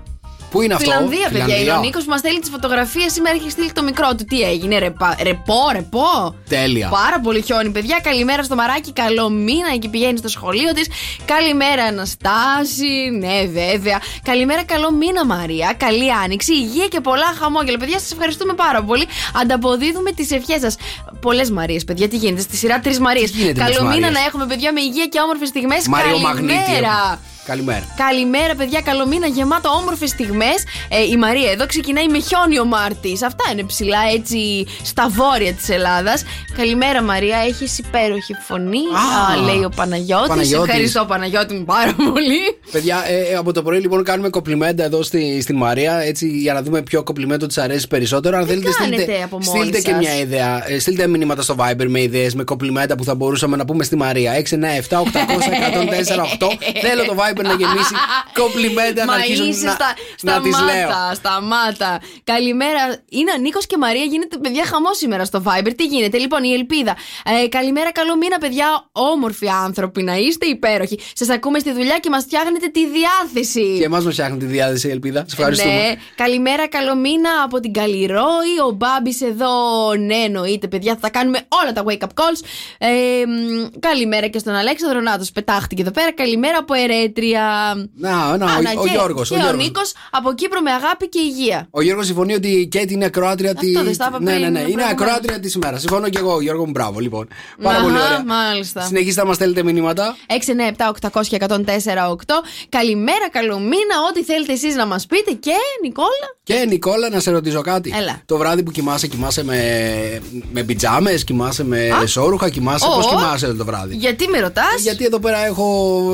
Speaker 1: Πού είναι αυτό,
Speaker 7: Φιλανδία, παιδιά. Είναι ο Νίκος που μας στέλνει τις φωτογραφίες. Σήμερα έχει στείλει το μικρό του. Τι έγινε, ρεπα- ρεπό, ρεπό.
Speaker 1: Τέλεια.
Speaker 7: Πάρα πολύ χιόνι, παιδιά. Καλημέρα στο μαράκι. Καλό μήνα εκεί πηγαίνει στο σχολείο της. Καλημέρα, Αναστάση. Ναι, βέβαια. Καλημέρα, καλό μήνα, Μαρία. Καλή άνοιξη. Υγεία και πολλά χαμόγελα. Παιδιά, σας ευχαριστούμε πάρα πολύ. Ανταποδίδουμε τις ευχές σας. Πολλές Μαρίες, παιδιά, τι γίνεται. Στη σειρά τρεις Μαρίες.
Speaker 1: Τι γίνεται με τις
Speaker 7: Καλό μήνα
Speaker 1: Μαρίες?
Speaker 7: να έχουμε, παιδιά, με υγεία και όμορφες στιγμές.
Speaker 1: Μάριο Μαγνήτη.
Speaker 7: Καλημέρα.
Speaker 1: Καλημέρα.
Speaker 7: Καλημέρα, παιδιά. Καλό μήνα. Γεμάτο όμορφες στιγμές. Ε, η Μαρία εδώ ξεκινάει με χιόνι ο Μάρτης. Αυτά είναι ψηλά έτσι στα βόρεια της Ελλάδας. Καλημέρα, Μαρία. Έχεις υπέροχη φωνή.
Speaker 1: Α,
Speaker 7: Α, λέει ο Παναγιώτης.
Speaker 1: Παναγιώτης.
Speaker 7: Ευχαριστώ, Παναγιώτη μου πάρα πολύ.
Speaker 1: Παιδιά, ε, ε, από το πρωί λοιπόν κάνουμε κοπλιμέντα εδώ στη, στην Μαρία έτσι, για να δούμε ποιο κοπλιμέντο της αρέσει περισσότερο. Αν θέλετε,
Speaker 7: κάνετε
Speaker 1: στείλτε,
Speaker 7: από μόνοι
Speaker 1: στείλτε και
Speaker 7: σας.
Speaker 1: μια ιδέα. Ε, στείλτε μηνύματα στο Viber με ιδέες, με κοπλιμέντα που θα μπορούσαμε να πούμε στη Μαρία. 697-800-1048.
Speaker 7: <laughs>
Speaker 1: Θέλω το Viber να γεμίσει κοπλιμέντα να
Speaker 7: Μα
Speaker 1: αρχίσουν
Speaker 7: είσαι
Speaker 1: να,
Speaker 7: στα,
Speaker 1: να τι λέω.
Speaker 7: σταμάτα, σταμάτα. Καλημέρα. Είναι ο Νίκος και Μαρία. Γίνεται παιδιά χαμό σήμερα στο Viber. Τι γίνεται, λοιπόν, η ελπίδα. Ε, καλημέρα, καλό μήνα, παιδιά. Όμορφοι άνθρωποι να είστε, υπέροχοι. Σας ακούμε στη δουλειά και μας φτιάχνετε τη διάθεση.
Speaker 1: Και εμάς μας φτιάχνει τη διάθεση, ελπίδα. Σας ευχαριστούμε.
Speaker 7: Ναι. Καλημέρα, καλό μήνα από την Καλλιρόη. Ο Μπάμπης εδώ. Ναι, εννοείται, παιδιά. Θα κάνουμε όλα τα wake up calls. Ε, μ, καλημέρα και στον Αλέξανδρο Νάτος. Πετάχτηκε εδώ πέρα. Καλημέρα από Ερέτρι. κυρία.
Speaker 1: Να, να, Ναι, ο-
Speaker 7: Άννα
Speaker 1: ο
Speaker 7: και-
Speaker 1: Γιώργος, ο
Speaker 7: Και ο
Speaker 1: Γιώργος.
Speaker 7: Νίκος από Κύπρο με αγάπη και υγεία.
Speaker 1: Ο Γιώργος συμφωνεί ότι η Κέτι είναι ακροάτρια τη.
Speaker 7: δεν στα είπα
Speaker 1: Ναι,
Speaker 7: πριν,
Speaker 1: ναι, ναι. Είναι
Speaker 7: προηγουμένως.
Speaker 1: ακροάτρια της ημέρας. Συμφωνώ και εγώ, Γιώργο μου, μπράβο λοιπόν. Πάρα
Speaker 7: Αχα,
Speaker 1: πολύ ωραία.
Speaker 7: Μάλιστα.
Speaker 1: Συνεχίστε να μας στέλνετε μηνύματα.
Speaker 7: 697-800-1048. Καλημέρα, καλό μήνα. Ό,τι θέλετε εσείς να μας πείτε. Και Νικόλα.
Speaker 1: Και Νικόλα, να σε ρωτήσω κάτι.
Speaker 7: Έλα.
Speaker 1: Το βράδυ που κοιμάσαι, κοιμάσαι με, με πιτζάμες, κοιμάσαι με
Speaker 7: Α.
Speaker 1: σόρουχα, κοιμάσαι.
Speaker 7: Ω,
Speaker 1: Πώς
Speaker 7: ω.
Speaker 1: κοιμάσαι το βράδυ.
Speaker 7: Γιατί με ρωτάς.
Speaker 1: Γιατί εδώ πέρα έχω,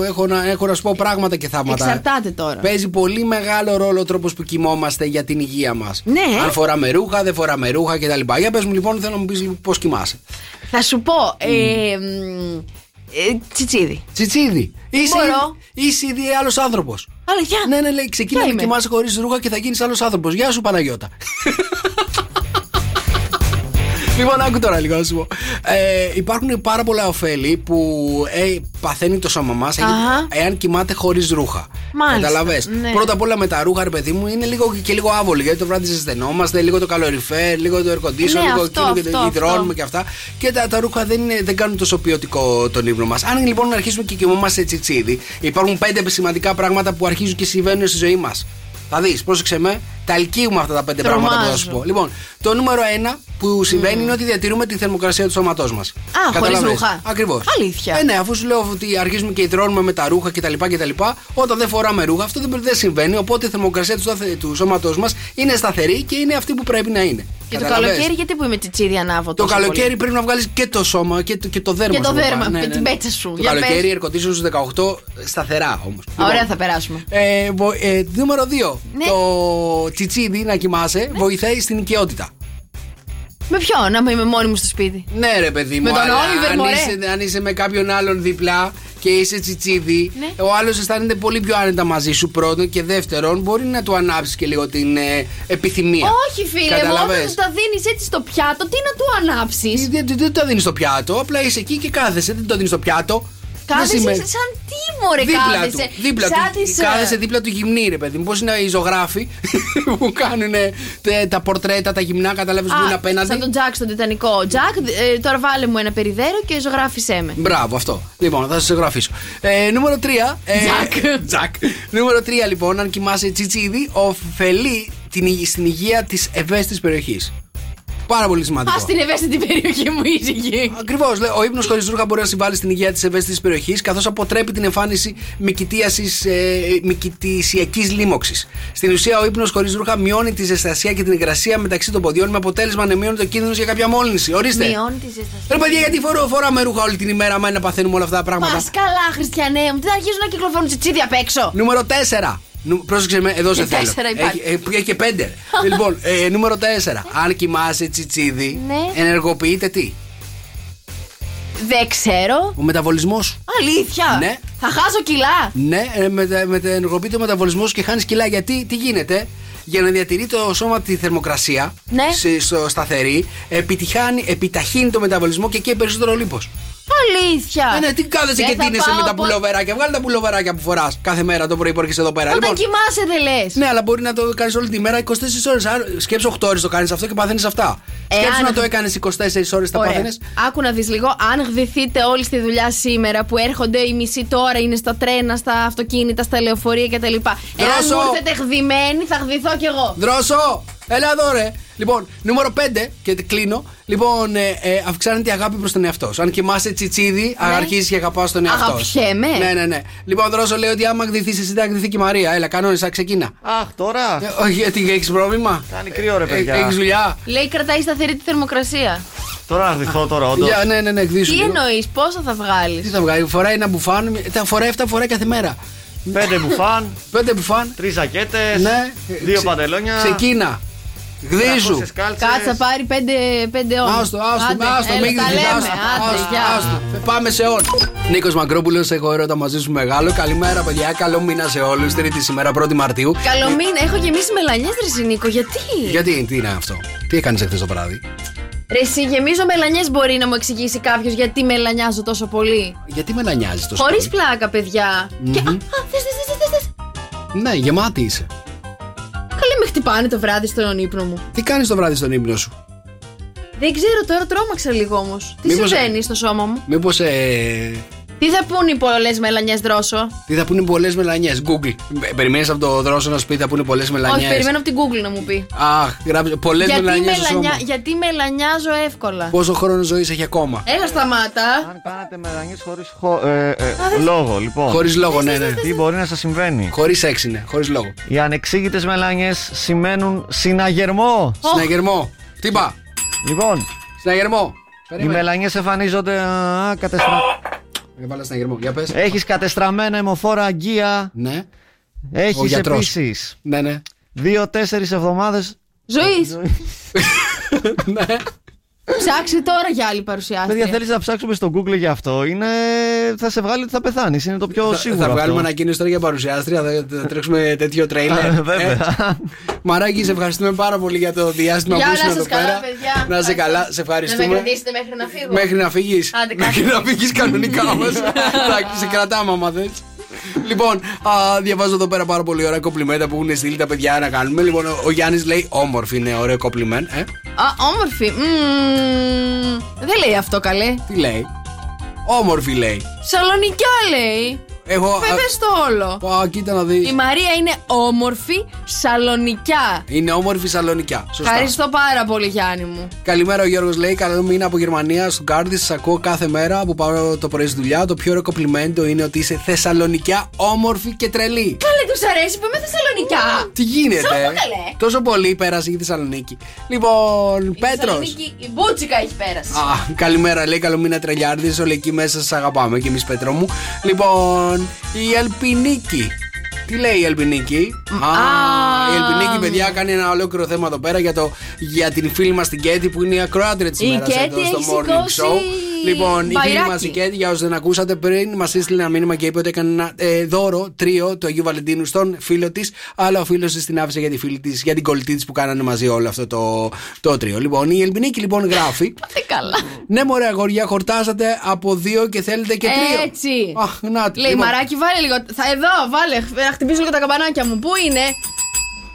Speaker 1: έχω, να, έχω να σου πω πράγματα και θαύματα.
Speaker 7: Εξαρτάται τώρα.
Speaker 1: Παίζει πολύ μεγάλο ρόλο ο τρόπος που κοιμόμαστε για την υγεία μας.
Speaker 7: Ναι.
Speaker 1: Αν φοράμε ρούχα, δεν φοράμε ρούχα κτλ. Για πες μου λοιπόν, θέλω να μου πεις πώς κοιμάσαι.
Speaker 7: Θα σου πω. Ε, μ, ε, τσιτσίδι.
Speaker 1: Τσιτσίδι. Είσαι,
Speaker 7: Μπορώ.
Speaker 1: είσαι ήδη άλλος άνθρωπος.
Speaker 7: Αλλά γεια.
Speaker 1: Ναι, ναι, λέει, ξεκίνα
Speaker 7: Ποια
Speaker 1: να
Speaker 7: είμαι?
Speaker 1: κοιμάσαι χωρίς ρούχα και θα γίνεις άλλος άνθρωπος. Γεια σου, Παναγιώτα. λοιπόν, άκου τώρα λίγο να σου πω. Ε, υπάρχουν πάρα πολλά ωφέλη που ε, παθαίνει το σώμα μας
Speaker 7: Αχα.
Speaker 1: εάν κοιμάται χωρίς ρούχα.
Speaker 7: Μάλιστα,
Speaker 1: Καταλαβες.
Speaker 7: ναι.
Speaker 1: Πρώτα απ' όλα με τα ρούχα, ρε παιδί μου, είναι λίγο και λίγο άβολοι. Γιατί το βράδυ ζεσθενόμαστε, λίγο το καλοριφέρ, λίγο το air conditioner,
Speaker 7: Ναι,
Speaker 1: λίγο
Speaker 7: αυτό,
Speaker 1: εκείνο και το
Speaker 7: αυτό,
Speaker 1: υδρώνουμε
Speaker 7: αυτό.
Speaker 1: και αυτά. Και τα, τα ρούχα δεν, είναι, δεν κάνουν τόσο ποιοτικό τον ύπνο μας. Αν λοιπόν να αρχίσουμε και κοιμόμαστε τσιτσίδι, υπάρχουν πέντε σημαντικά πράγματα που αρχίζουν και συμβαίνουν στη ζωή μας. Θα δεις, πρόσεξε με, τα ελκύουμε αυτά τα πέντε
Speaker 7: Τρομάζω. Ναι.
Speaker 1: πράγματα που θα σου πω. Λοιπόν, το νούμερο ένα που συμβαίνει είναι ότι διατηρούμε τη θερμοκρασία του σώματός μας.
Speaker 7: χωρίς ρούχα.
Speaker 1: Ακριβώς.
Speaker 7: Αλήθεια.
Speaker 1: Ε, ναι, αφού σου λέω ότι αρχίζουμε και υδρώνουμε με τα ρούχα κτλ. κτλ όταν δεν φοράμε ρούχα, αυτό δεν, δεν συμβαίνει. Οπότε η θερμοκρασία του, σταθε- του σώματός μας είναι σταθερή και είναι αυτή που πρέπει να είναι.
Speaker 7: Και το
Speaker 1: Καταλαβες?
Speaker 7: καλοκαίρι, γιατί που είμαι τσιτσίδι
Speaker 1: Το
Speaker 7: ανάβω τόσο πολύ?
Speaker 1: καλοκαίρι λοιπόν. πρέπει να βγάλεις και το σώμα και το, και το δέρμα
Speaker 7: Και το
Speaker 1: σου από
Speaker 7: δέρμα,
Speaker 1: πάνω.
Speaker 7: με την πέτσα σου.
Speaker 1: ναι, Το
Speaker 7: Για πες.
Speaker 1: καλοκαίρι λοιπόν. ερκοντήσουν στου 18 σταθερά όμως.
Speaker 7: Ωραία, θα περάσουμε.
Speaker 1: Ε, βο- ε, νούμερο 2.
Speaker 7: Ναι.
Speaker 1: Το τσιτσίδι να κοιμάσαι βοηθάει στην οικειότητα.
Speaker 7: Με ποιον, να είμαι μόνη μου στο σπίτι.
Speaker 1: Ναι, ρε παιδί μου.
Speaker 7: Με τον
Speaker 1: αλλά
Speaker 7: Όλιβερ,
Speaker 1: αν,
Speaker 7: μωρέ.
Speaker 1: είσαι, αν είσαι με κάποιον άλλον διπλά και είσαι τσιτσίδι,
Speaker 7: Ναι.
Speaker 1: ο άλλος αισθάνεται πολύ πιο άνετα μαζί σου πρώτον και δεύτερον μπορεί να του ανάψεις και λίγο την ε, επιθυμία.
Speaker 7: Όχι, φίλε μου,
Speaker 1: Καταλαβες.
Speaker 7: όταν του τα δίνεις έτσι στο πιάτο, τι να του ανάψεις.
Speaker 1: Ε, Δεν, δεν, δεν το δίνεις στο πιάτο, απλά είσαι εκεί και κάθεσαι. Δεν το δίνεις στο πιάτο. Δεν
Speaker 7: Κάθεσαι
Speaker 1: σημαίνει-
Speaker 7: σαν τι μωρέ
Speaker 1: δίπλα
Speaker 7: κάθεσαι.
Speaker 1: του. Δίπλα
Speaker 7: σαν
Speaker 1: του.
Speaker 7: τις, ε,
Speaker 1: Κάθεσαι δίπλα του γυμνή, ρε παιδί μου. Πώς είναι οι ζωγράφοι <laughs> που κάνουν ε, τα πορτρέτα, τα γυμνά, καταλάβεις που
Speaker 7: α,
Speaker 1: είναι απέναντι.
Speaker 7: Σαν τον Τζακ στον Τιτανικό. Τζακ, ε, τώρα βάλε μου ένα περιδέρο και ζωγράφισέ με.
Speaker 1: Μπράβο, αυτό. Λοιπόν, θα σας εγγραφήσω. Ε, νούμερο 3. Ε,
Speaker 7: Τζακ.
Speaker 1: Τζακ. νούμερο 3, λοιπόν, αν κοιμάσαι τσιτσίδι, ωφελεί την, υγε- στην υγεία της ευαίσθητης περιοχής. Πάρα πολύ σημαντικό.
Speaker 7: Ας την ευαίσθητη περιοχή μου, ήσυχη.
Speaker 1: Ακριβώ. Ο ύπνο χωρίς ρούχα μπορεί να συμβάλλει στην υγεία της ευαίσθητης περιοχής, καθώς αποτρέπει την εμφάνιση μικητησιακής λίμωξης. Στην ουσία, ο ύπνο χωρίς ρούχα μειώνει τη ζεστασία και την υγρασία μεταξύ των ποδιών, με αποτέλεσμα να μειώνει το κίνδυνος για κάποια μόλυνση. Ορίστε.
Speaker 7: Μειώνει τη ζεστασία.
Speaker 1: Ρε παιδιά, γιατί φορώ, φοράμε ρούχα όλη την ημέρα, μα να παθαίνουμε όλα αυτά τα πράγματα.
Speaker 7: Μα καλά, Χριστιανέ μου, δεν αρχίζουν να κυκλοφορούν τσιτσίδια απ' έξω.
Speaker 1: Νούμερο 4. Πρόσεξε με, εδώ σε
Speaker 7: Και
Speaker 1: θέλω.
Speaker 7: τέσσερα υπάρχει.
Speaker 1: Έχει- ε, Έχει και 5.
Speaker 7: <laughs>
Speaker 1: λοιπόν, ε, νούμερο 4. Αν κοιμάσαι τσιτσίδι,
Speaker 7: Ναι.
Speaker 1: ενεργοποιείται τι.
Speaker 7: Δεν ξέρω.
Speaker 1: Ο μεταβολισμός σου.
Speaker 7: Αλήθεια.
Speaker 1: Ναι.
Speaker 7: Θα χάσω κιλά.
Speaker 1: Ναι, ε, μετα- μετα- ενεργοποιείται ο μεταβολισμός και χάνεις κιλά. Γιατί τι γίνεται, για να διατηρεί το σώμα τη θερμοκρασία
Speaker 7: Ναι.
Speaker 1: σε- στο σταθερή, επιτυχάνει, επιταχύνει το μεταβολισμό και καίει περισσότερο λίπος.
Speaker 7: Αλήθεια.
Speaker 1: Ε, ναι, τι κάθεσαι
Speaker 7: Δεν
Speaker 1: και
Speaker 7: θα
Speaker 1: τίνεσαι
Speaker 7: πάω
Speaker 1: με τα
Speaker 7: πο-
Speaker 1: πουλοβεράκια. Βγάλε τα πουλοβεράκια που φοράς κάθε μέρα το πρωί που έρχεσαι εδώ πέρα.
Speaker 7: Όταν
Speaker 1: Λοιπόν,
Speaker 7: κοιμάσαι δεν λες.
Speaker 1: ναι, αλλά μπορεί να το κάνεις όλη τη μέρα 24 ώρε. Σκέψου 8 ώρες το κάνεις αυτό και παθαίνεις αυτά. Σκέψου
Speaker 7: Εάν-
Speaker 1: να το έκανες 24 ώρες τα
Speaker 7: Ε, Ωραία.
Speaker 1: παθαίνεις.
Speaker 7: Άκου να δεις λίγο. Αν γδυθείτε όλοι στη δουλειά σήμερα που έρχονται οι μισοί τώρα, είναι στα τρένα, στα αυτοκίνητα, στα λεωφορεία κτλ. Εάν
Speaker 1: Δρόσο.
Speaker 7: μου έρθετε γδυμένοι, θα γδυθώ κι εγώ.
Speaker 1: Δρόσο! Έλα εδώ, ρε! Λοιπόν, νούμερο 5 και κλείνω. Λοιπόν, ε, ε, αυξάνεται η αγάπη προς τον εαυτό σου. Αν κοιμάσαι τσιτσίδι, ναι. αρχίζεις και αγαπάς τον εαυτό σου.
Speaker 7: Αγαπιέμαι.
Speaker 1: Ναι, ναι, ναι. Λοιπόν, Δρόσο λέει ότι άμα γδυθεί εσύ, θα γδυθεί και η Μαρία. Έλα, κανόνισα, ξεκίνα.
Speaker 10: Αχ, τώρα.
Speaker 1: Ε, όχι, γιατί έχεις πρόβλημα.
Speaker 10: Κάνει κρύο, ρε παιδιά.
Speaker 1: Έχεις δουλειά.
Speaker 7: Λέει κρατάει σταθερή τη θερμοκρασία.
Speaker 10: Τώρα να γδυθώ τώρα, όντως.
Speaker 1: Για, ναι, ναι, ναι, γδύσου.
Speaker 7: Τι
Speaker 1: λίγο.
Speaker 7: εννοείς, πόσα θα
Speaker 1: Τι
Speaker 7: βγάλει.
Speaker 1: θα βγάλει, φοράει ένα μπουφάν. Τα φοράει 7 φοράει κάθε μέρα.
Speaker 10: Πέντε μπουφάν,
Speaker 1: Πέντε μπουφάν.
Speaker 10: τρεις ζακέτες,
Speaker 1: Ναι.
Speaker 10: δύο
Speaker 1: Ξε-
Speaker 10: παντελόνια.
Speaker 1: Ξεκίνα. Γδίζου.
Speaker 10: τριακόσιες κάλτσες.
Speaker 7: Κάτσε θα πάρει 5 ώρε.
Speaker 1: Άστο, άστο, άστο, μην
Speaker 7: τα λέμε.
Speaker 1: άστο,
Speaker 7: Άντε,
Speaker 1: άστο,
Speaker 7: γεια.
Speaker 1: άστο. Πάμε σε όλους. Νίκος Μακρόπουλο, έχω έρωτα μαζί σου μεγάλο. Καλημέρα, παιδιά. Καλό μήνα σε όλους. Τρίτη σήμερα, 1η Μαρτίου.
Speaker 7: Καλό μήνα, έχω γεμίσει μελανιές, Ρε Νίκο, γιατί.
Speaker 1: Γιατί, τι είναι αυτό, τι έκανες εχθές το βράδυ.
Speaker 7: Ρε, εσύ, γεμίζω μελανιές, μπορεί να μου εξηγήσει κάποιος γιατί μελανιάζω τόσο πολύ.
Speaker 1: Γιατί με λανιάζει το
Speaker 7: Χωρί πλάκα, παιδιά. Και. Α, α, θες, θες, θες, θες, θες.
Speaker 1: Ναι, γεμάτη είσαι.
Speaker 7: Καλή με χτυπάνε το βράδυ στον ύπνο μου.
Speaker 1: Τι κάνεις το βράδυ στον ύπνο σου.
Speaker 7: Δεν ξέρω τώρα, τρόμαξα λίγο όμως. Τι
Speaker 1: Μήπως-
Speaker 7: συμβαίνει στο σώμα μου.
Speaker 1: Μήπως ε,
Speaker 7: Τι θα πούν οι πολλές μελανιές δρόσο.
Speaker 1: Τι θα πούνε πολλές μελανιές. Google. Περιμένεις από το δρόσο να σου πει θα πούνε πολλές μελανιές.
Speaker 7: Όχι, περιμένω από την Google να μου πει.
Speaker 1: Αχ, γράψε. Πολλές
Speaker 7: γιατί,
Speaker 1: μελανιές.
Speaker 7: μελανιά, γιατί μελανιάζω εύκολα.
Speaker 1: Πόσο χρόνο ζωής έχει ακόμα.
Speaker 7: Έλα σταμάτα.
Speaker 10: Κάνατε μελανιές χωρίς ε, λόγο,
Speaker 7: Ε,
Speaker 10: λοιπόν.
Speaker 1: Χωρίς λόγο, ναι, ναι.
Speaker 10: Τι μπορεί να σας συμβαίνει.
Speaker 1: Χωρίς έξι είναι, χωρίς λόγο.
Speaker 10: Οι ανεξήγητες μελανιές σημαίνουν συναγερμό.
Speaker 1: Συναγερμό. Χτύπα.
Speaker 10: Λοιπόν,
Speaker 1: Συναγερμό.
Speaker 10: οι μελανιές εμφανίζονται. Α, κατεστρα...
Speaker 1: Έβαλα συναγερμό. Για πες.
Speaker 10: Έχεις κατεστραμμένα αιμοφόρα αγγεία.
Speaker 1: Ναι. Ο
Speaker 10: Έχει
Speaker 1: γιατρός.
Speaker 10: επίσης
Speaker 1: Ναι,
Speaker 10: <laughs>
Speaker 1: ναι.
Speaker 10: δύο-τέσσερι εβδομάδες.
Speaker 7: Ζωής.
Speaker 1: ναι.
Speaker 7: Ψάξε τώρα για άλλη
Speaker 10: Παιδιά,
Speaker 7: παρουσιάστρια.
Speaker 10: θέλεις να ψάξουμε στο Google για αυτό. Είναι... Θα σε βγάλει ότι θα πεθάνεις. Είναι το πιο
Speaker 1: Θα-
Speaker 10: σίγουρο.
Speaker 1: Θα βγάλουμε
Speaker 10: αυτό.
Speaker 1: ανακοίνωση τώρα για παρουσιάστρια. Θα, θα τρέξουμε τέτοιο τρέιλερ.
Speaker 10: Α, Βέβαια.
Speaker 1: Μαράκι, σε ευχαριστούμε πάρα πολύ για το διάστημα
Speaker 7: Γεια
Speaker 1: που
Speaker 7: να
Speaker 1: ήσουν
Speaker 7: σας
Speaker 1: εδώ
Speaker 7: καλά,
Speaker 1: πέρα.
Speaker 7: παιδιά.
Speaker 1: Να σε
Speaker 7: Ευχαριστώ.
Speaker 1: καλά, σε ευχαριστούμε.
Speaker 7: μέχρι να φύγω.
Speaker 1: Μέχρι να φύγεις.
Speaker 7: Άντε, κάτσε.
Speaker 1: Μέχρι να φύγεις κανονικά όμως. Εντάξει, σε κρατάμε άμα θες. Λοιπόν, α, διαβάζω εδώ πέρα πάρα πολύ ωραία κοπλιμέντα που έχουν στείλει τα παιδιά να κάνουμε. Λοιπόν, ο- ο Γιάννης λέει όμορφη είναι ωραίο κοπλιμέν. Ε,
Speaker 7: Α, όμορφη. Μμμ. δεν λέει αυτό καλέ.
Speaker 1: τι λέει. Όμορφη λέει.
Speaker 7: Σαλονικιά λέει.
Speaker 1: Εγώ.
Speaker 7: Πε πες το όλο.
Speaker 1: Α, α, κοίτα να δεις.
Speaker 7: Η Μαρία είναι όμορφη σαλονικιά.
Speaker 1: Είναι όμορφη σαλονικιά. Σωστά.
Speaker 7: Ευχαριστώ πάρα πολύ Γιάννη μου.
Speaker 1: Καλημέρα, ο Γιώργος λέει. Καλό μήνα από Γερμανία στον Κάρδη. Σας ακούω κάθε μέρα που πάω το πρωί στη δουλειά. Το πιο ωραίο κοπλιμέντο είναι ότι είσαι θεσσαλονικιά, όμορφη και τρελή.
Speaker 7: Καλέ τους αρέσει που είμαι θεσσαλονικιά.
Speaker 1: Τι γίνεται, ε?
Speaker 7: καλέ.
Speaker 1: Τόσο πολύ πέρασε η Θεσσαλονίκη. Λοιπόν, Πέτρος.
Speaker 7: Θεσσαλονίκη, Η μπούτσικα έχει πέρασει.
Speaker 1: Α, καλημέρα, λέει. Καλό μήνα, τρελιάρδη. Όλοι εκεί μέσα σας αγαπάμε και εμείς, Πέτρο μου. Λοιπόν, η Ελπινίκη. Τι λέει η Ελπινίκη. Α, η Ελπινίκη, παιδιά, κάνει ένα ολόκληρο θέμα εδώ πέρα για, το, για την φίλη μας την Κέτη που είναι η ακροάτρια της
Speaker 7: Η
Speaker 1: ημέρας
Speaker 7: Κέτη
Speaker 1: εδώ στο
Speaker 7: έχει σηκώσει
Speaker 1: Morning Show. Λοιπόν, η φίλη
Speaker 7: μπαϊράκι.
Speaker 1: μας η Κέτη, για όσους δεν ακούσατε πριν, μας έστειλε ένα μήνυμα και είπε ότι έκανε ένα ε, δώρο τρίο του Αγίου Βαλεντίνου στον φίλο της. Αλλά ο φίλος της την άφησε για, τη φίλη της, για την κολλητή της που κάνανε μαζί όλο αυτό το, το τρίο. Λοιπόν, η Ελπινίκη λοιπόν γράφει.
Speaker 7: Πάτε καλά.
Speaker 1: Ναι, μωρέ, αγόρια, χορτάσατε από δύο και θέλετε και τρία.
Speaker 7: Έτσι.
Speaker 1: Αχ, να τη. λοιπόν.
Speaker 7: Λέει μαράκι, βάλε λίγο. Θα εδώ, βάλε. Να χτυπήσω λίγο τα καμπανάκια μου. Πού είναι.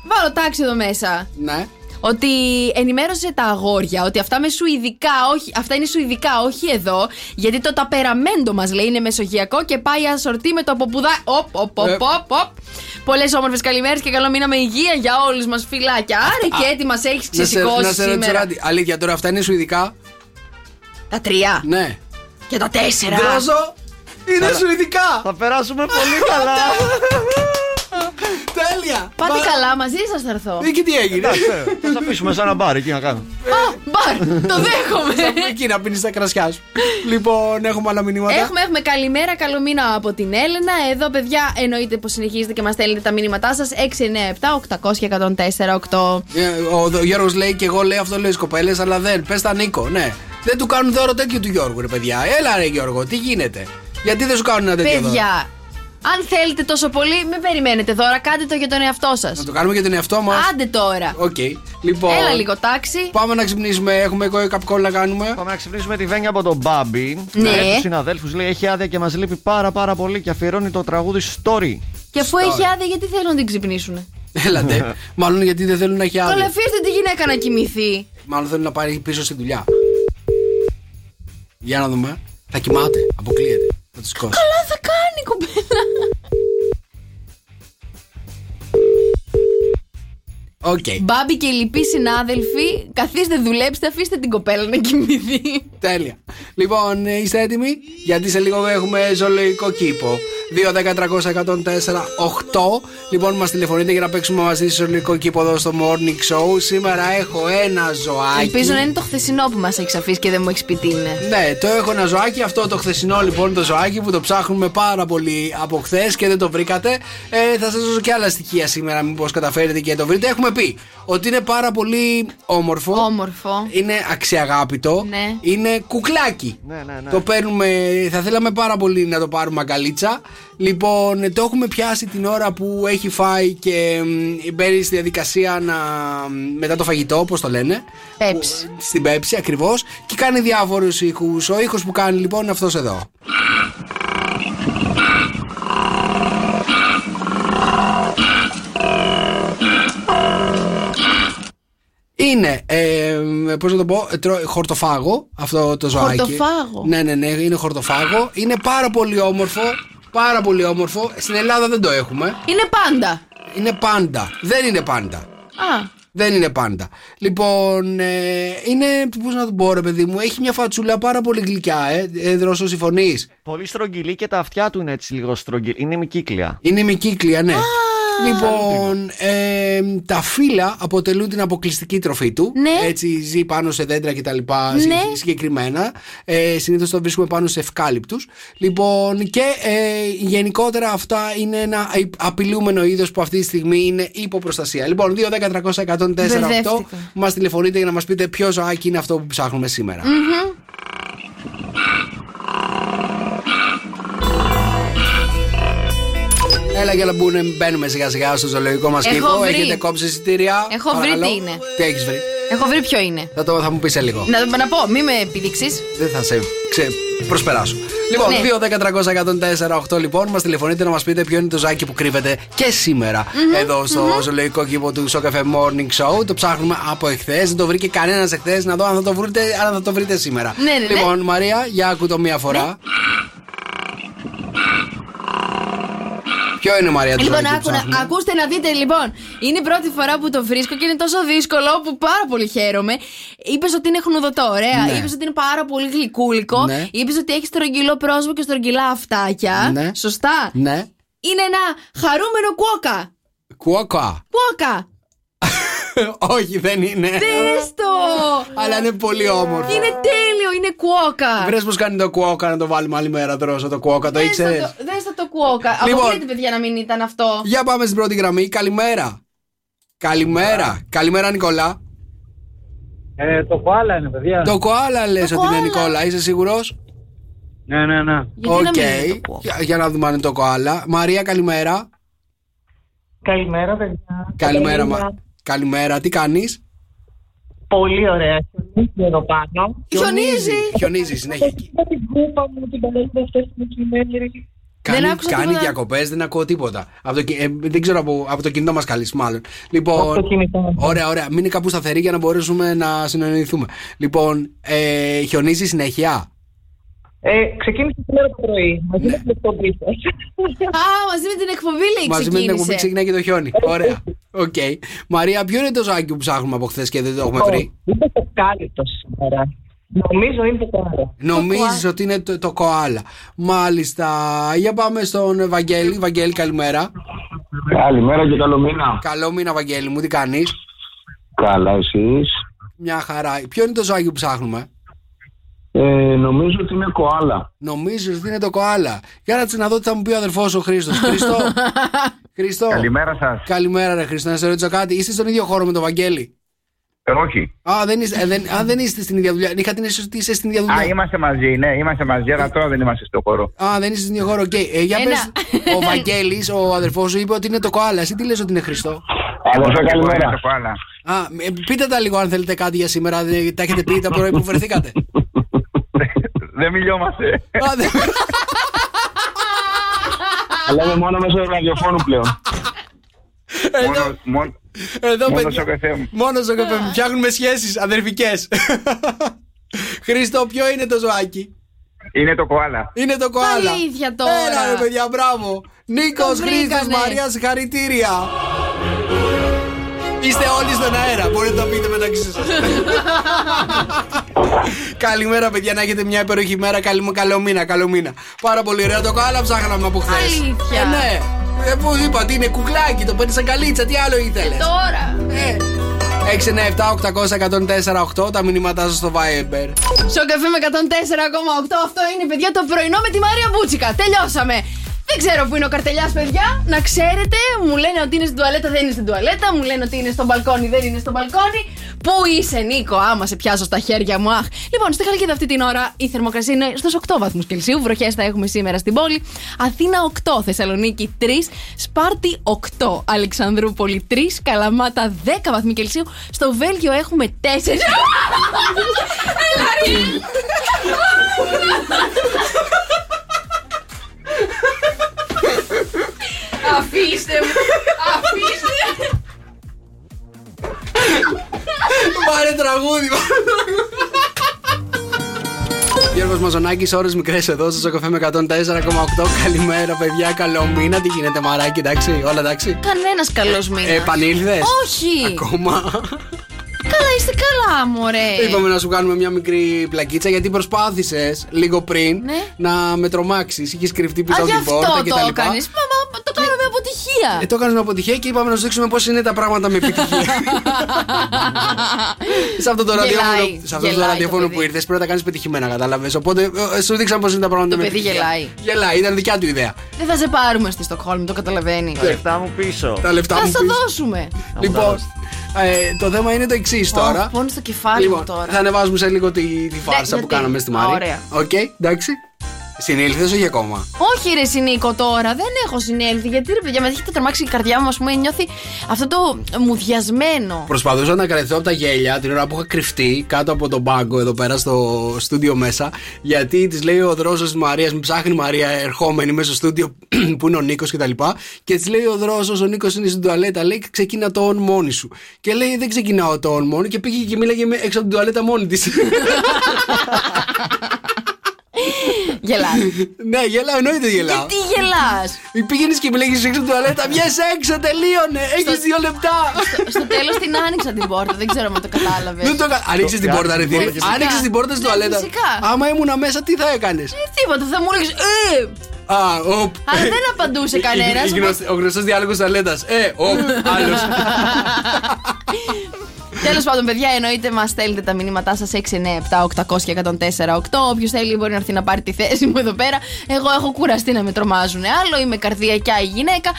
Speaker 7: Βάλω τάξη εδώ μέσα.
Speaker 1: Ναι.
Speaker 7: Ότι ενημέρωσε τα αγόρια ότι αυτά, με σουηδικά, όχι, αυτά είναι σουηδικά, όχι εδώ. Γιατί το ταπεραμέντο μας λέει είναι μεσογειακό και πάει ασορτή με το ποπουδά. Οπ, οπ,
Speaker 1: Ε.
Speaker 7: οπ, οπ, οπ. Πολλές όμορφες καλημέρες και καλό μήνα με υγεία για όλους μας φυλάκια. Άρα και έτοιμα έχεις
Speaker 1: Να σε, να
Speaker 7: ξεσηκώσει
Speaker 1: σε ρωτήσω
Speaker 7: σήμερα.
Speaker 1: κάτι. Αλήθεια, τώρα αυτά είναι σουηδικά.
Speaker 7: Τα τρία
Speaker 1: Ναι.
Speaker 7: και τα τέσσερα.
Speaker 1: Δρόσο, είναι σουηδικά.
Speaker 10: Θα περάσουμε πολύ καλά.
Speaker 1: <laughs> Τέλεια.
Speaker 7: Πάτε
Speaker 1: Μα-
Speaker 7: καλά, μαζί σας θα έρθω.
Speaker 1: Ε, Και τι έγινε.
Speaker 10: Εντάξει, Θα σε αφήσουμε σαν ένα μπαρ εκεί να κάνουμε.
Speaker 7: Α, μπαρ,
Speaker 1: Ε.
Speaker 7: το δέχομαι.
Speaker 1: Εκεί να πίνεις τα κρασιά σου. Λοιπόν, έχουμε άλλα μηνύματα.
Speaker 7: Έχουμε, έχουμε καλημέρα, καλό μήνα από την Έλενα. Εδώ, παιδιά, εννοείται που συνεχίζετε και μας στέλνετε τα μηνύματά σας. 697-800-1048.
Speaker 1: Ε, Ο Γιώργος λέει και εγώ λέω αυτό λέω στι κοπέλες, αλλά δεν. Πες τα Νίκο, ναι. Δεν του κάνουν δώρο τέτοιο του Γιώργου, ρε παιδιά. Έλα, ρε Γιώργο, τι γίνεται. Γιατί δεν σου κάνουν ένα τέτοιο δώρο.
Speaker 7: Παιδιά, αν θέλετε τόσο πολύ, μην περιμένετε δώρα. Κάντε το για τον εαυτό σας.
Speaker 1: Να το κάνουμε για τον εαυτό μας.
Speaker 7: Άντε τώρα.
Speaker 1: Οκ. Λοιπόν.
Speaker 7: Έλα λίγο τάξη.
Speaker 1: Πάμε να ξυπνήσουμε. Έχουμε wake up call να
Speaker 7: <laughs>
Speaker 1: κάνουμε.
Speaker 10: Πάμε να ξυπνήσουμε τη Βένια από τον Μπάμπι.
Speaker 7: Ναι.
Speaker 10: Του συναδέλφους λέει: Έχει άδεια και μας λείπει πάρα πάρα πολύ και αφιερώνει το τραγούδι Story.
Speaker 7: Και αφού έχει άδεια, γιατί θέλουν να την ξυπνήσουν.
Speaker 1: Έλατε. Μάλλον γιατί δεν θέλουν να έχει
Speaker 7: Τώρα
Speaker 1: άδεια.
Speaker 7: αφήστε τη γυναίκα να κοιμηθεί.
Speaker 1: Μάλλον θέλουν να πάρει πίσω στη δουλειά. Για να δούμε. Θα κοιμάται. Αποκλείεται. Θα του σηκώσει.
Speaker 7: Καλά θα κάνει, κουμπέλα.
Speaker 1: Οκ.
Speaker 7: Μπάμπι και λοιποί συνάδελφοι, καθίστε, δουλέψτε, αφήστε την κοπέλα να κοιμηθεί.
Speaker 1: Τέλεια. Λοιπόν, ε, είστε έτοιμοι, γιατί σε λίγο έχουμε ζωολογικό κήπο. 2-10-300-104-8. Λοιπόν, μας τηλεφωνείτε για να παίξουμε μαζί στο ζωολογικό κήπο εδώ στο morning show. Σήμερα έχω ένα ζωάκι.
Speaker 7: Ελπίζω να είναι το χθεσινό που μας έχεις αφήσει και δεν μου έχεις πει τι είναι.
Speaker 1: Ναι, το έχω ένα ζωάκι. Αυτό το χθεσινό λοιπόν το ζωάκι που το ψάχνουμε πάρα πολύ από χθες και δεν το βρήκατε. Ε, θα σας δώσω και άλλα στοιχεία σήμερα, μήπως καταφέρετε και το βρείτε. Έχουμε πει ότι είναι πάρα πολύ όμορφο.
Speaker 7: Όμορφο.
Speaker 1: Είναι αξιαγάπητο.
Speaker 7: Ναι.
Speaker 1: Είναι κουκλάκι.
Speaker 10: Ναι, ναι, ναι.
Speaker 1: Το παίρνουμε, θα θέλαμε πάρα πολύ να το πάρουμε αγκαλίτσα. Λοιπόν, ε, το έχουμε πιάσει την ώρα που έχει φάει και μ, μπαίνει στη διαδικασία να. μετά το φαγητό, όπω το λένε.
Speaker 7: Πέψη.
Speaker 1: Που- Στην πέψη, ακριβώς. Και κάνει διάφορους ήχους. Ο ήχος που κάνει λοιπόν είναι αυτός εδώ. Είναι ε, Πώς να το πω, ε, τρώει χορτοφάγο αυτό το ζωάκι.
Speaker 7: Χορτοφάγο.
Speaker 1: Ναι, ναι, ναι, είναι χορτοφάγο. Είναι πάρα πολύ όμορφο. Πάρα πολύ όμορφο. Στην Ελλάδα δεν το έχουμε.
Speaker 7: Είναι πάντα.
Speaker 1: Είναι πάντα. Δεν είναι πάντα.
Speaker 7: Α,
Speaker 1: Δεν είναι πάντα. Λοιπόν, ε, είναι. Πώς να το πω, ρε παιδί μου, έχει μια φατσούλα πάρα πολύ γλυκιά, ε. ε δρόσο συμφωνείς.
Speaker 10: Πολύ στρογγυλή και τα αυτιά του είναι έτσι λίγο στρογγυλή. Είναι μικύκλια.
Speaker 1: Είναι μικύκλια, ναι. Λοιπόν, ε, τα φύλλα αποτελούν την αποκλειστική τροφή του.
Speaker 7: Ναι.
Speaker 1: Έτσι ζει πάνω σε δέντρα και τα λοιπά
Speaker 7: Ναι.
Speaker 1: συ- συγκεκριμένα. Ε, Συνήθως το βρίσκουμε πάνω σε ευκάλυπτους. Λοιπόν, και ε, γενικότερα αυτά είναι ένα αϊ- απειλούμενο είδος που αυτή τη στιγμή είναι υποπροστασία. Λοιπόν, 2-10-300-104-8
Speaker 7: Μπερδεύτηκα.
Speaker 1: μας τηλεφωνείτε για να μας πείτε ποιο ζωάκι είναι αυτό που ψάχνουμε σήμερα.
Speaker 7: μμμ.
Speaker 1: Έλα για να μπουνε, μπαίνουμε σιγά σιγά στο ζωολογικό μας
Speaker 7: Έχω
Speaker 1: κήπο.
Speaker 7: βρει.
Speaker 1: Έχετε κόψει εισιτήρια.
Speaker 7: Έχω βρει
Speaker 1: Παρακαλώ.
Speaker 7: τι είναι.
Speaker 1: Τι έχεις βρει.
Speaker 7: Έχω βρει ποιο είναι.
Speaker 1: Θα, το, θα μου πεις σε λίγο.
Speaker 7: Να, να πω, μη με επιδείξεις.
Speaker 1: Δεν θα σε ξε... προσπεράσω. Λοιπόν,
Speaker 7: Ναι.
Speaker 1: 2, 10, 300, 104, 8 λοιπόν, μας τηλεφωνείτε να μας πείτε ποιο είναι το ζάκι που κρύβεται και σημερα εδώ στο ζωολογικό κήπο του Σοκαφέ Morning Show. Το ψάχνουμε από εχθές. Δεν το βρήκε κανένας εχθές. Να δω αν θα το βρείτε, αν θα το βρείτε σήμερα.
Speaker 7: Ναι, ναι, ναι.
Speaker 1: λοιπόν, Μαρία, για άκου το μία φορά. Ποιο είναι Μαρία το
Speaker 7: Λοιπόν,
Speaker 1: ζάκι που
Speaker 7: άκου να-
Speaker 1: ψάχνουμε?
Speaker 7: ακούστε να δείτε, λοιπόν. Είναι η πρώτη φορά που το βρίσκω και είναι τόσο δύσκολο που πάρα πολύ χαίρομαι. Είπες ότι είναι χνουδωτό, ωραία.
Speaker 1: Ναι.
Speaker 7: Είπες ότι είναι πάρα πολύ γλυκούλικο.
Speaker 1: Ναι.
Speaker 7: Είπες ότι έχεις στρογγυλό πρόσωπο και στρογγυλά αυτάκια.
Speaker 1: Ναι.
Speaker 7: Σωστά.
Speaker 1: Ναι.
Speaker 7: Είναι ένα χαρούμενο κουόκα.
Speaker 1: Κουόκα.
Speaker 7: Κουόκα!
Speaker 1: <laughs> Όχι, δεν είναι.
Speaker 7: Δες το!
Speaker 1: Αλλά είναι πολύ όμορφο.
Speaker 7: Είναι τέλειο, είναι κουόκα.
Speaker 1: Βρες πως κάνει το κουόκα να το βάλουμε άλλη μέρα δρόσο το κουόκα, το
Speaker 7: Δες το
Speaker 1: ήξερες.
Speaker 7: το- Δες το το κουόκα.
Speaker 1: Λοιπόν.
Speaker 7: Αποκλείεται, παιδιά, να μην ήταν αυτό.
Speaker 1: Για πάμε στην πρώτη γραμμή. Καλημέρα. Καλημέρα. Καλημέρα, Νικόλα.
Speaker 12: Ε, το κουάλα είναι, παιδιά.
Speaker 1: Το κοάλα λες ότι είναι
Speaker 12: κουάλα.
Speaker 1: Νικόλα, είσαι σίγουρος.
Speaker 12: Ναι, ναι, ναι.
Speaker 7: Γιατί να μην είναι το
Speaker 1: Για, για να δούμε αν είναι το κοάλα. Μαρία, καλημέρα.
Speaker 13: Καλημέρα, παιδιά.
Speaker 1: Καλημέρα, Μα... Καλημέρα, τι κάνεις.
Speaker 13: Πολύ ωραία. Χιονίζει εδώ πάνω.
Speaker 1: Χιονίζει, συνέχεια.
Speaker 13: Είχα την κούπα μου την παρέμβαση αυτές τις μεσημέρι.
Speaker 1: Κάνει,
Speaker 13: άκουσα
Speaker 1: κάνει
Speaker 13: τίποτα.
Speaker 1: διακοπές, δεν ακούω τίποτα. Από το, κι- ε, δεν ξέρω από, από το κινητό μας καλείς, μάλλον. Λοιπόν,
Speaker 13: Από το κινητό.
Speaker 1: Ωραία, ωραία. Μείνει κάπου σταθερή για να μπορέσουμε να συνεννοηθούμε. Λοιπόν, ε, χιονίζει συνέχεια.
Speaker 13: Ε, ξεκίνησε σήμερα το πρωί. Μαζί με την εκπομπή σας.
Speaker 7: Α, μαζί με την εκπομπή λέει
Speaker 1: Μαζί με την εκπομπή
Speaker 7: ξεκίνησε.
Speaker 1: ξεκινάει και το χιόνι. Ωραία. Οκ. Μαρία, ποιο είναι το ζάκι που ψάχνουμε από χθες και δεν το έχουμε βρει.
Speaker 13: Είναι το κάλυπτο σήμερα. Νομίζω είναι το κάλυπτο.
Speaker 1: Νομίζεις ότι είναι το, το κοάλα. Μάλιστα. Για πάμε στον Βαγγέλη. Βαγγέλη, καλημέρα.
Speaker 14: Καλημέρα και καλό μήνα.
Speaker 1: Καλό μήνα, Βαγγέλη μου. Τι κάνεις.
Speaker 14: Καλά εσείς.
Speaker 1: Μια χαρά. Ποιο είναι το ζάκι που ψάχνουμε.
Speaker 14: Ε, νομίζω ότι είναι κοάλα.
Speaker 1: Νομίζω ότι είναι το κοάλα. Για να τις- να δω τι θα μου πει ο αδερφός ο Χρήστος. Χριστό. Χριστό.
Speaker 15: Καλημέρα σας.
Speaker 1: Καλημέρα, ρε Χρήστο. Να σε ρωτήσω κάτι. Είστε στον ίδιο χώρο με τον Βαγγέλη.
Speaker 15: όχι.
Speaker 1: Α, δεν είστε, ε, δεν, α, δεν είστε στην ίδια δουλειά. Είχα την αίσθηση ότι είσαι στην ίδια δουλειά.
Speaker 15: Α, είμαστε μαζί, ναι, είμαστε μαζί, αλλά τώρα δεν είμαστε στο χώρο.
Speaker 1: Α, δεν είσαι στην ίδια χώρο. Οκ. Ε, για
Speaker 7: Ένα.
Speaker 1: πες, ο Βαγγέλης, ο αδερφός σου, είπε ότι είναι το κοάλα. Εσύ τι λες ότι είναι Χριστό.
Speaker 15: Εγώ
Speaker 14: καλημέρα.
Speaker 15: είμαι στο Κουάλα.
Speaker 1: Α, ε, πείτε τα λίγο αν θέλετε κάτι για σήμερα. Δεν- Τα έχετε πει τα πρωί που βρεθήκατε.
Speaker 15: <laughs> Δεν μιλιόμαστε.
Speaker 1: Α, δεν-
Speaker 14: Τα λέμε μόνο μέσω του ραδιοφώνου πλέον.
Speaker 15: Μόνο- μόνο-
Speaker 1: Ε, Εδώ
Speaker 15: Μόνο
Speaker 1: παιδιά.
Speaker 15: στο καφέ μου.
Speaker 1: Μόνο στο καφέ μου. Φτιάχνουμε σχέσεις αδερφικές. Χρήστο, ποιο είναι το ζωάκι.
Speaker 15: Είναι το Κουάλα.
Speaker 1: Είναι το κοάλα.
Speaker 7: Αλήθεια τώρα.
Speaker 1: Έλα ρε παιδιά, μπράβο. Νίκος
Speaker 7: Το
Speaker 1: Χρήστος
Speaker 7: βρήκανε.
Speaker 1: Μαρίας, συγχαρητήρια. Είστε όλοι στον αέρα. Μπορείτε να πείτε μεταξύ σας. Καλημέρα, παιδιά. Να έχετε μια υπέροχη μέρα. Καλή, καλό μήνα, καλό μήνα. Πάρα πολύ ωραία. Το κοάλα ψάχναμε από χθες.
Speaker 7: Αλήθεια.
Speaker 1: ναι. Ε, που είπα ότι είναι κουκλάκι, το παίρνεις σαν καλίτσα. Τι άλλο ήθελες.
Speaker 7: Ε, Τώρα.
Speaker 1: 697-800-1048 τα μηνύματά σας στο Viber.
Speaker 7: Στο καφέ με 104,8 αυτό είναι παιδιά το πρωινό με τη Μαρία Μπούτσικα. Τελειώσαμε. Δεν ξέρω που είναι ο καρτελιάς, παιδιά. Να ξέρετε, μου λένε ότι είναι στην τουαλέτα, δεν είναι στην τουαλέτα. Μου λένε ότι είναι στο μπαλκόνι, δεν είναι στο μπαλκόνι. Πού είσαι, Νίκο, άμα σε πιάσω στα χέρια μου, αχ. Λοιπόν, στη Χαλκίδα αυτή την ώρα η θερμοκρασία είναι στους 8 βαθμούς Κελσίου. Βροχές θα έχουμε σήμερα στην πόλη. Αθήνα 8, Θεσσαλονίκη 3, Σπάρτη 8, Αλεξανδρούπολη 3, Καλαμάτα 10 βαθμοί Κελσίου. Στο Βέλγιο έχουμε 4. Αφήστε μου! Αφήστε!
Speaker 1: Πάρε τραγούδι, Μαζονάκης, ώρες μικρές εδώ στο καφέ με 104,8. Καλημέρα, παιδιά. Καλό μήνα. Τι γίνεται, μαράκι, εντάξει, όλα εντάξει.
Speaker 7: Κανένας καλός μήνας.
Speaker 1: Ε, επανήλθες?
Speaker 7: Όχι.
Speaker 1: Ακόμα.
Speaker 7: Καλά, είστε καλά, μωρέ.
Speaker 1: Είπαμε να σου κάνουμε μια μικρή πλακίτσα γιατί προσπάθησες λίγο πριν
Speaker 7: Ναι.
Speaker 1: να με τρομάξεις. Είχες κρυφτεί πίσω
Speaker 7: Α,
Speaker 1: από
Speaker 7: γι'
Speaker 1: την
Speaker 7: αυτό
Speaker 1: πόρτα και
Speaker 7: το
Speaker 1: τα λοιπά.
Speaker 7: έκανες. Μα, μα, το κάνω με αποτυχία.
Speaker 1: Ε, το έκανες με αποτυχία και είπαμε να σου δείξουμε πώς είναι τα πράγματα με
Speaker 7: <laughs>
Speaker 1: επιτυχία. σε αυτό το
Speaker 7: Γελάει,
Speaker 1: ραδιόφωνο, σε αυτό το
Speaker 7: γελάει το
Speaker 1: ραδιόφωνο
Speaker 7: παιδί.
Speaker 1: που ήρθες πρέπει να τα κάνεις πετυχημένα, κατάλαβες. Οπότε ε, σου δείξαμε πώς είναι τα πράγματα
Speaker 7: Το
Speaker 1: με
Speaker 7: παιδί
Speaker 1: επιτυχία.
Speaker 7: γελάει.
Speaker 1: Γελάει, ήταν δικιά του ιδέα.
Speaker 7: Δεν θα σε πάρουμε στη Στοκχόλμη, το καταλαβαίνεις.
Speaker 10: Τα λεφτά μου πίσω.
Speaker 1: Τα λεφτά
Speaker 7: Θα
Speaker 1: μου
Speaker 7: σου
Speaker 1: πίσω.
Speaker 7: δώσουμε.
Speaker 1: Λοιπόν, ε, το θέμα είναι το εξής τώρα.
Speaker 7: Ω, Πόνι στο κεφάλι μου
Speaker 1: Λοιπόν,
Speaker 7: τώρα. Ναι,
Speaker 1: θα ανεβάζουμε σε λίγο τη, τη φάρσα που
Speaker 7: γιατί?
Speaker 1: κάναμε στη Μάρη.
Speaker 7: Α, ωραία.
Speaker 1: Οκ, εντάξει. Συνήλθε όχι ακόμα.
Speaker 7: Όχι, ρε Σινίκο, τώρα δεν έχω συνέλθει. Γιατί ρε παιδιά, με έχετε τρομάξει η καρδιά μου, ας πούμε, νιώθει αυτό το μουδιασμένο.
Speaker 1: Προσπαθούσα να κρατηθώ από τα γέλια την ώρα που είχα κρυφτεί κάτω από τον πάγκο εδώ πέρα στο στούντιο μέσα. Γιατί της λέει ο δρόσος της Μαρίας, με ψάχνει η Μαρία ερχόμενη μέσα στο στούντιο <clears throat> που είναι ο Νίκος κτλ. Και της λέει ο δρόσος, ο Νίκος είναι στην τουαλέτα, λέει ξεκίνα το on μόνη σου. Και λέει δεν ξεκινάω το on μόνη και πήγε και μίλαγε με- έξω από την τουαλέτα μόνη της.
Speaker 7: Γελάς.
Speaker 1: ναι, γελάω, εννοείται γελάω.
Speaker 7: Γιατί γελάς.
Speaker 1: Πήγαινες και επιλέγεις έξω την τουαλέτα, βγες έξω, τελείωνε. Έχεις δύο λεπτά.
Speaker 7: Στο τέλος την άνοιξα την πόρτα, δεν ξέρω αν το κατάλαβες.
Speaker 1: Δεν το κα... Ανοίξε την πόρτα, ρε
Speaker 10: φτιάξεις
Speaker 1: φίλε.
Speaker 10: την πόρτα.
Speaker 1: Άνοιξες την πόρτα στην
Speaker 7: Ναι,
Speaker 1: τουαλέτα.
Speaker 7: φυσικά.
Speaker 1: Άμα ήμουν μέσα, τι θα έκανες.
Speaker 7: Τίποτα, θα μου έλεγες. Ε!
Speaker 1: Α, οπ.
Speaker 7: Αλλά δεν απαντούσε κανένα.
Speaker 1: Η- η- η γνωσ- Ο γνωστός διάλογος τουαλέτας. Ε,
Speaker 7: <laughs>
Speaker 1: οπ, άλλος.
Speaker 7: Τέλος πάντων, παιδιά, εννοείται μας στέλνετε τα μηνύματά σας 697-800-1048. Όποιος θέλει μπορεί να έρθει να πάρει τη θέση μου εδώ πέρα. Εγώ έχω κουραστεί να με τρομάζουν άλλο. Είμαι καρδιακιά η γυναίκα.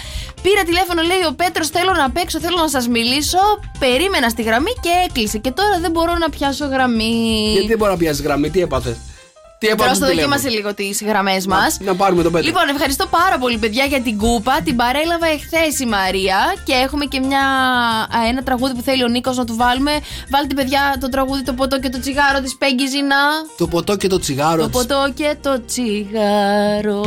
Speaker 7: Πήρα τηλέφωνο, λέει ο Πέτρος: Θέλω να παίξω, θέλω να σας μιλήσω. Περίμενα στη γραμμή και έκλεισε. Και τώρα δεν μπορώ να πιάσω γραμμή.
Speaker 1: Γιατί δεν μπορεί να πιάσει γραμμή, τι έπαθε. Τι έπαθε.
Speaker 7: Τώρα
Speaker 1: στο
Speaker 7: στο
Speaker 1: τηλέφωνο.
Speaker 7: δοκίμασε λίγο τις γραμμές
Speaker 1: Να-
Speaker 7: μας.
Speaker 1: Να πάρουμε τον Πέτρο.
Speaker 7: Λοιπόν, ευχαριστώ πάρα πολύ, παιδιά, για την κούπα. Την παρέλαβα εχθές η Μαρία και έχουμε και μια, α, ένα τραγούδι που θέλει ο Νίκος να του βάλουμε. Βάλτε, παιδιά, το τραγούδι, το ποτό και το τσιγάρο της Πέγκη Ζηνά.
Speaker 1: Το ποτό και το τσιγάρο.
Speaker 7: Το
Speaker 1: της.
Speaker 7: ποτό και το τσιγάρο.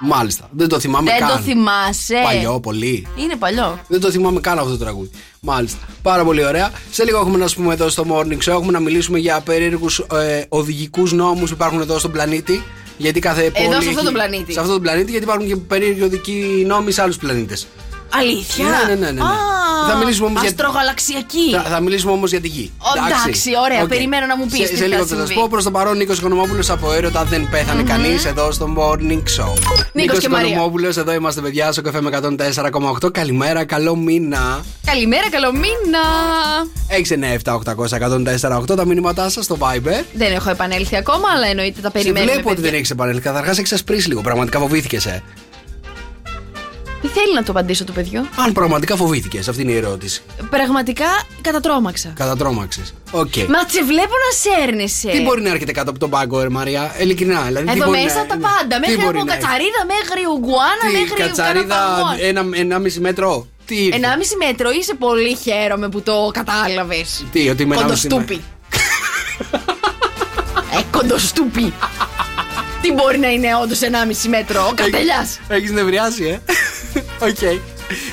Speaker 1: Μάλιστα. Δεν το θυμάμαι
Speaker 7: Δεν
Speaker 1: καν.
Speaker 7: το Ναι. θυμάσαι.
Speaker 1: Παλιό, πολύ.
Speaker 7: Είναι παλιό.
Speaker 1: Δεν το θυμάμαι καν αυτό το τραγούδι. Μάλιστα. Πάρα πολύ ωραία. Σε λίγο έχουμε να σου πούμε εδώ στο Morning Show. Έχουμε να μιλήσουμε για περίεργους ε, οδηγικούς νόμους που υπάρχουν εδώ στον πλανήτη. Γιατί κάθε εδώ, πόλη.
Speaker 7: σε αυτόν
Speaker 1: έχει-
Speaker 7: τον πλανήτη.
Speaker 1: Σε αυτόν τον πλανήτη, γιατί υπάρχουν και περίεργοι οδικοί νόμοι σε άλλους πλανήτες.
Speaker 7: Αλήθεια.
Speaker 1: Ναι, ναι, ναι, ναι, ναι.
Speaker 7: Α,
Speaker 1: Θα μιλήσουμε όμως για-
Speaker 7: Αστρογαλαξιακή.
Speaker 1: Θα, θα μιλήσουμε όμως για τη γη.
Speaker 7: Ο, εντάξει, ωραία.
Speaker 1: Οκ.
Speaker 7: Περιμένω να μου πεις
Speaker 1: Σε, σε
Speaker 7: τι θα
Speaker 1: λίγο θα σας
Speaker 7: συμβεί.
Speaker 1: πω. Προς το παρόν, Νίκος Οικονομόπουλο από έρωτα δεν πέθανε
Speaker 7: Μμμ.
Speaker 1: κανείς εδώ στο Morning Show.
Speaker 7: Νίκος και Μαρία.
Speaker 1: Οικονομόπουλο, εδώ είμαστε παιδιά στο καφέ με 104,8. Καλημέρα, καλό μήνα.
Speaker 7: Καλημέρα, καλό μήνα.
Speaker 1: 697-800-1048 τα μηνύματά σας στο Viber.
Speaker 7: Δεν έχω επανέλθει ακόμα, αλλά εννοείται τα
Speaker 1: Σε
Speaker 7: περιμένουμε.
Speaker 1: βλέπω ότι
Speaker 7: παιδιά.
Speaker 1: δεν έχεις επανέλθει. Καταρχάς, έχεις ασπρίσει λίγο. Πραγματικά φοβήθηκες. Ε.
Speaker 7: Τι θέλει να το απαντήσω το παιδιό.
Speaker 1: Αν πραγματικά φοβήθηκες, αυτή είναι η ερώτηση.
Speaker 7: Πραγματικά κατατρώμαξα.
Speaker 1: Κατατρώμαξε. Οκ.
Speaker 7: Μα σε βλέπω να σέρνεσαι.
Speaker 1: Ε. Τι μπορεί να έρχεται κάτω από τον πάγκο, ε, Μαρία, ειλικρινά. Δηλαδή, τι
Speaker 7: Εδώ
Speaker 1: μπορεί
Speaker 7: μέσα
Speaker 1: να-
Speaker 7: τα
Speaker 1: Τι
Speaker 7: πάντα. Μέχρι
Speaker 1: μπορεί
Speaker 7: από
Speaker 1: να έχει.
Speaker 7: κατσαρίδα, μέχρι ουγγουάνα,
Speaker 1: Τι,
Speaker 7: μέχρι
Speaker 1: κατσαρίδα ε,
Speaker 7: καταπαγόν.
Speaker 1: ένα, ενάμιση μέτρο. Τι, ήρθε?
Speaker 7: Ένα μισή μέτρο, είσαι πολύ χαίρομαι που το κατάλαβες.
Speaker 1: τι ότι είμαι ενάμιση μέτρο.
Speaker 7: Κοντοστούπι. ε, κοντοστούπι. Τι μπορεί να είναι όντως ένα μισή
Speaker 1: Ε,
Speaker 7: μέτρο, ο καρτελιάς.
Speaker 1: Έχεις νευριάσει, ε. Οκ.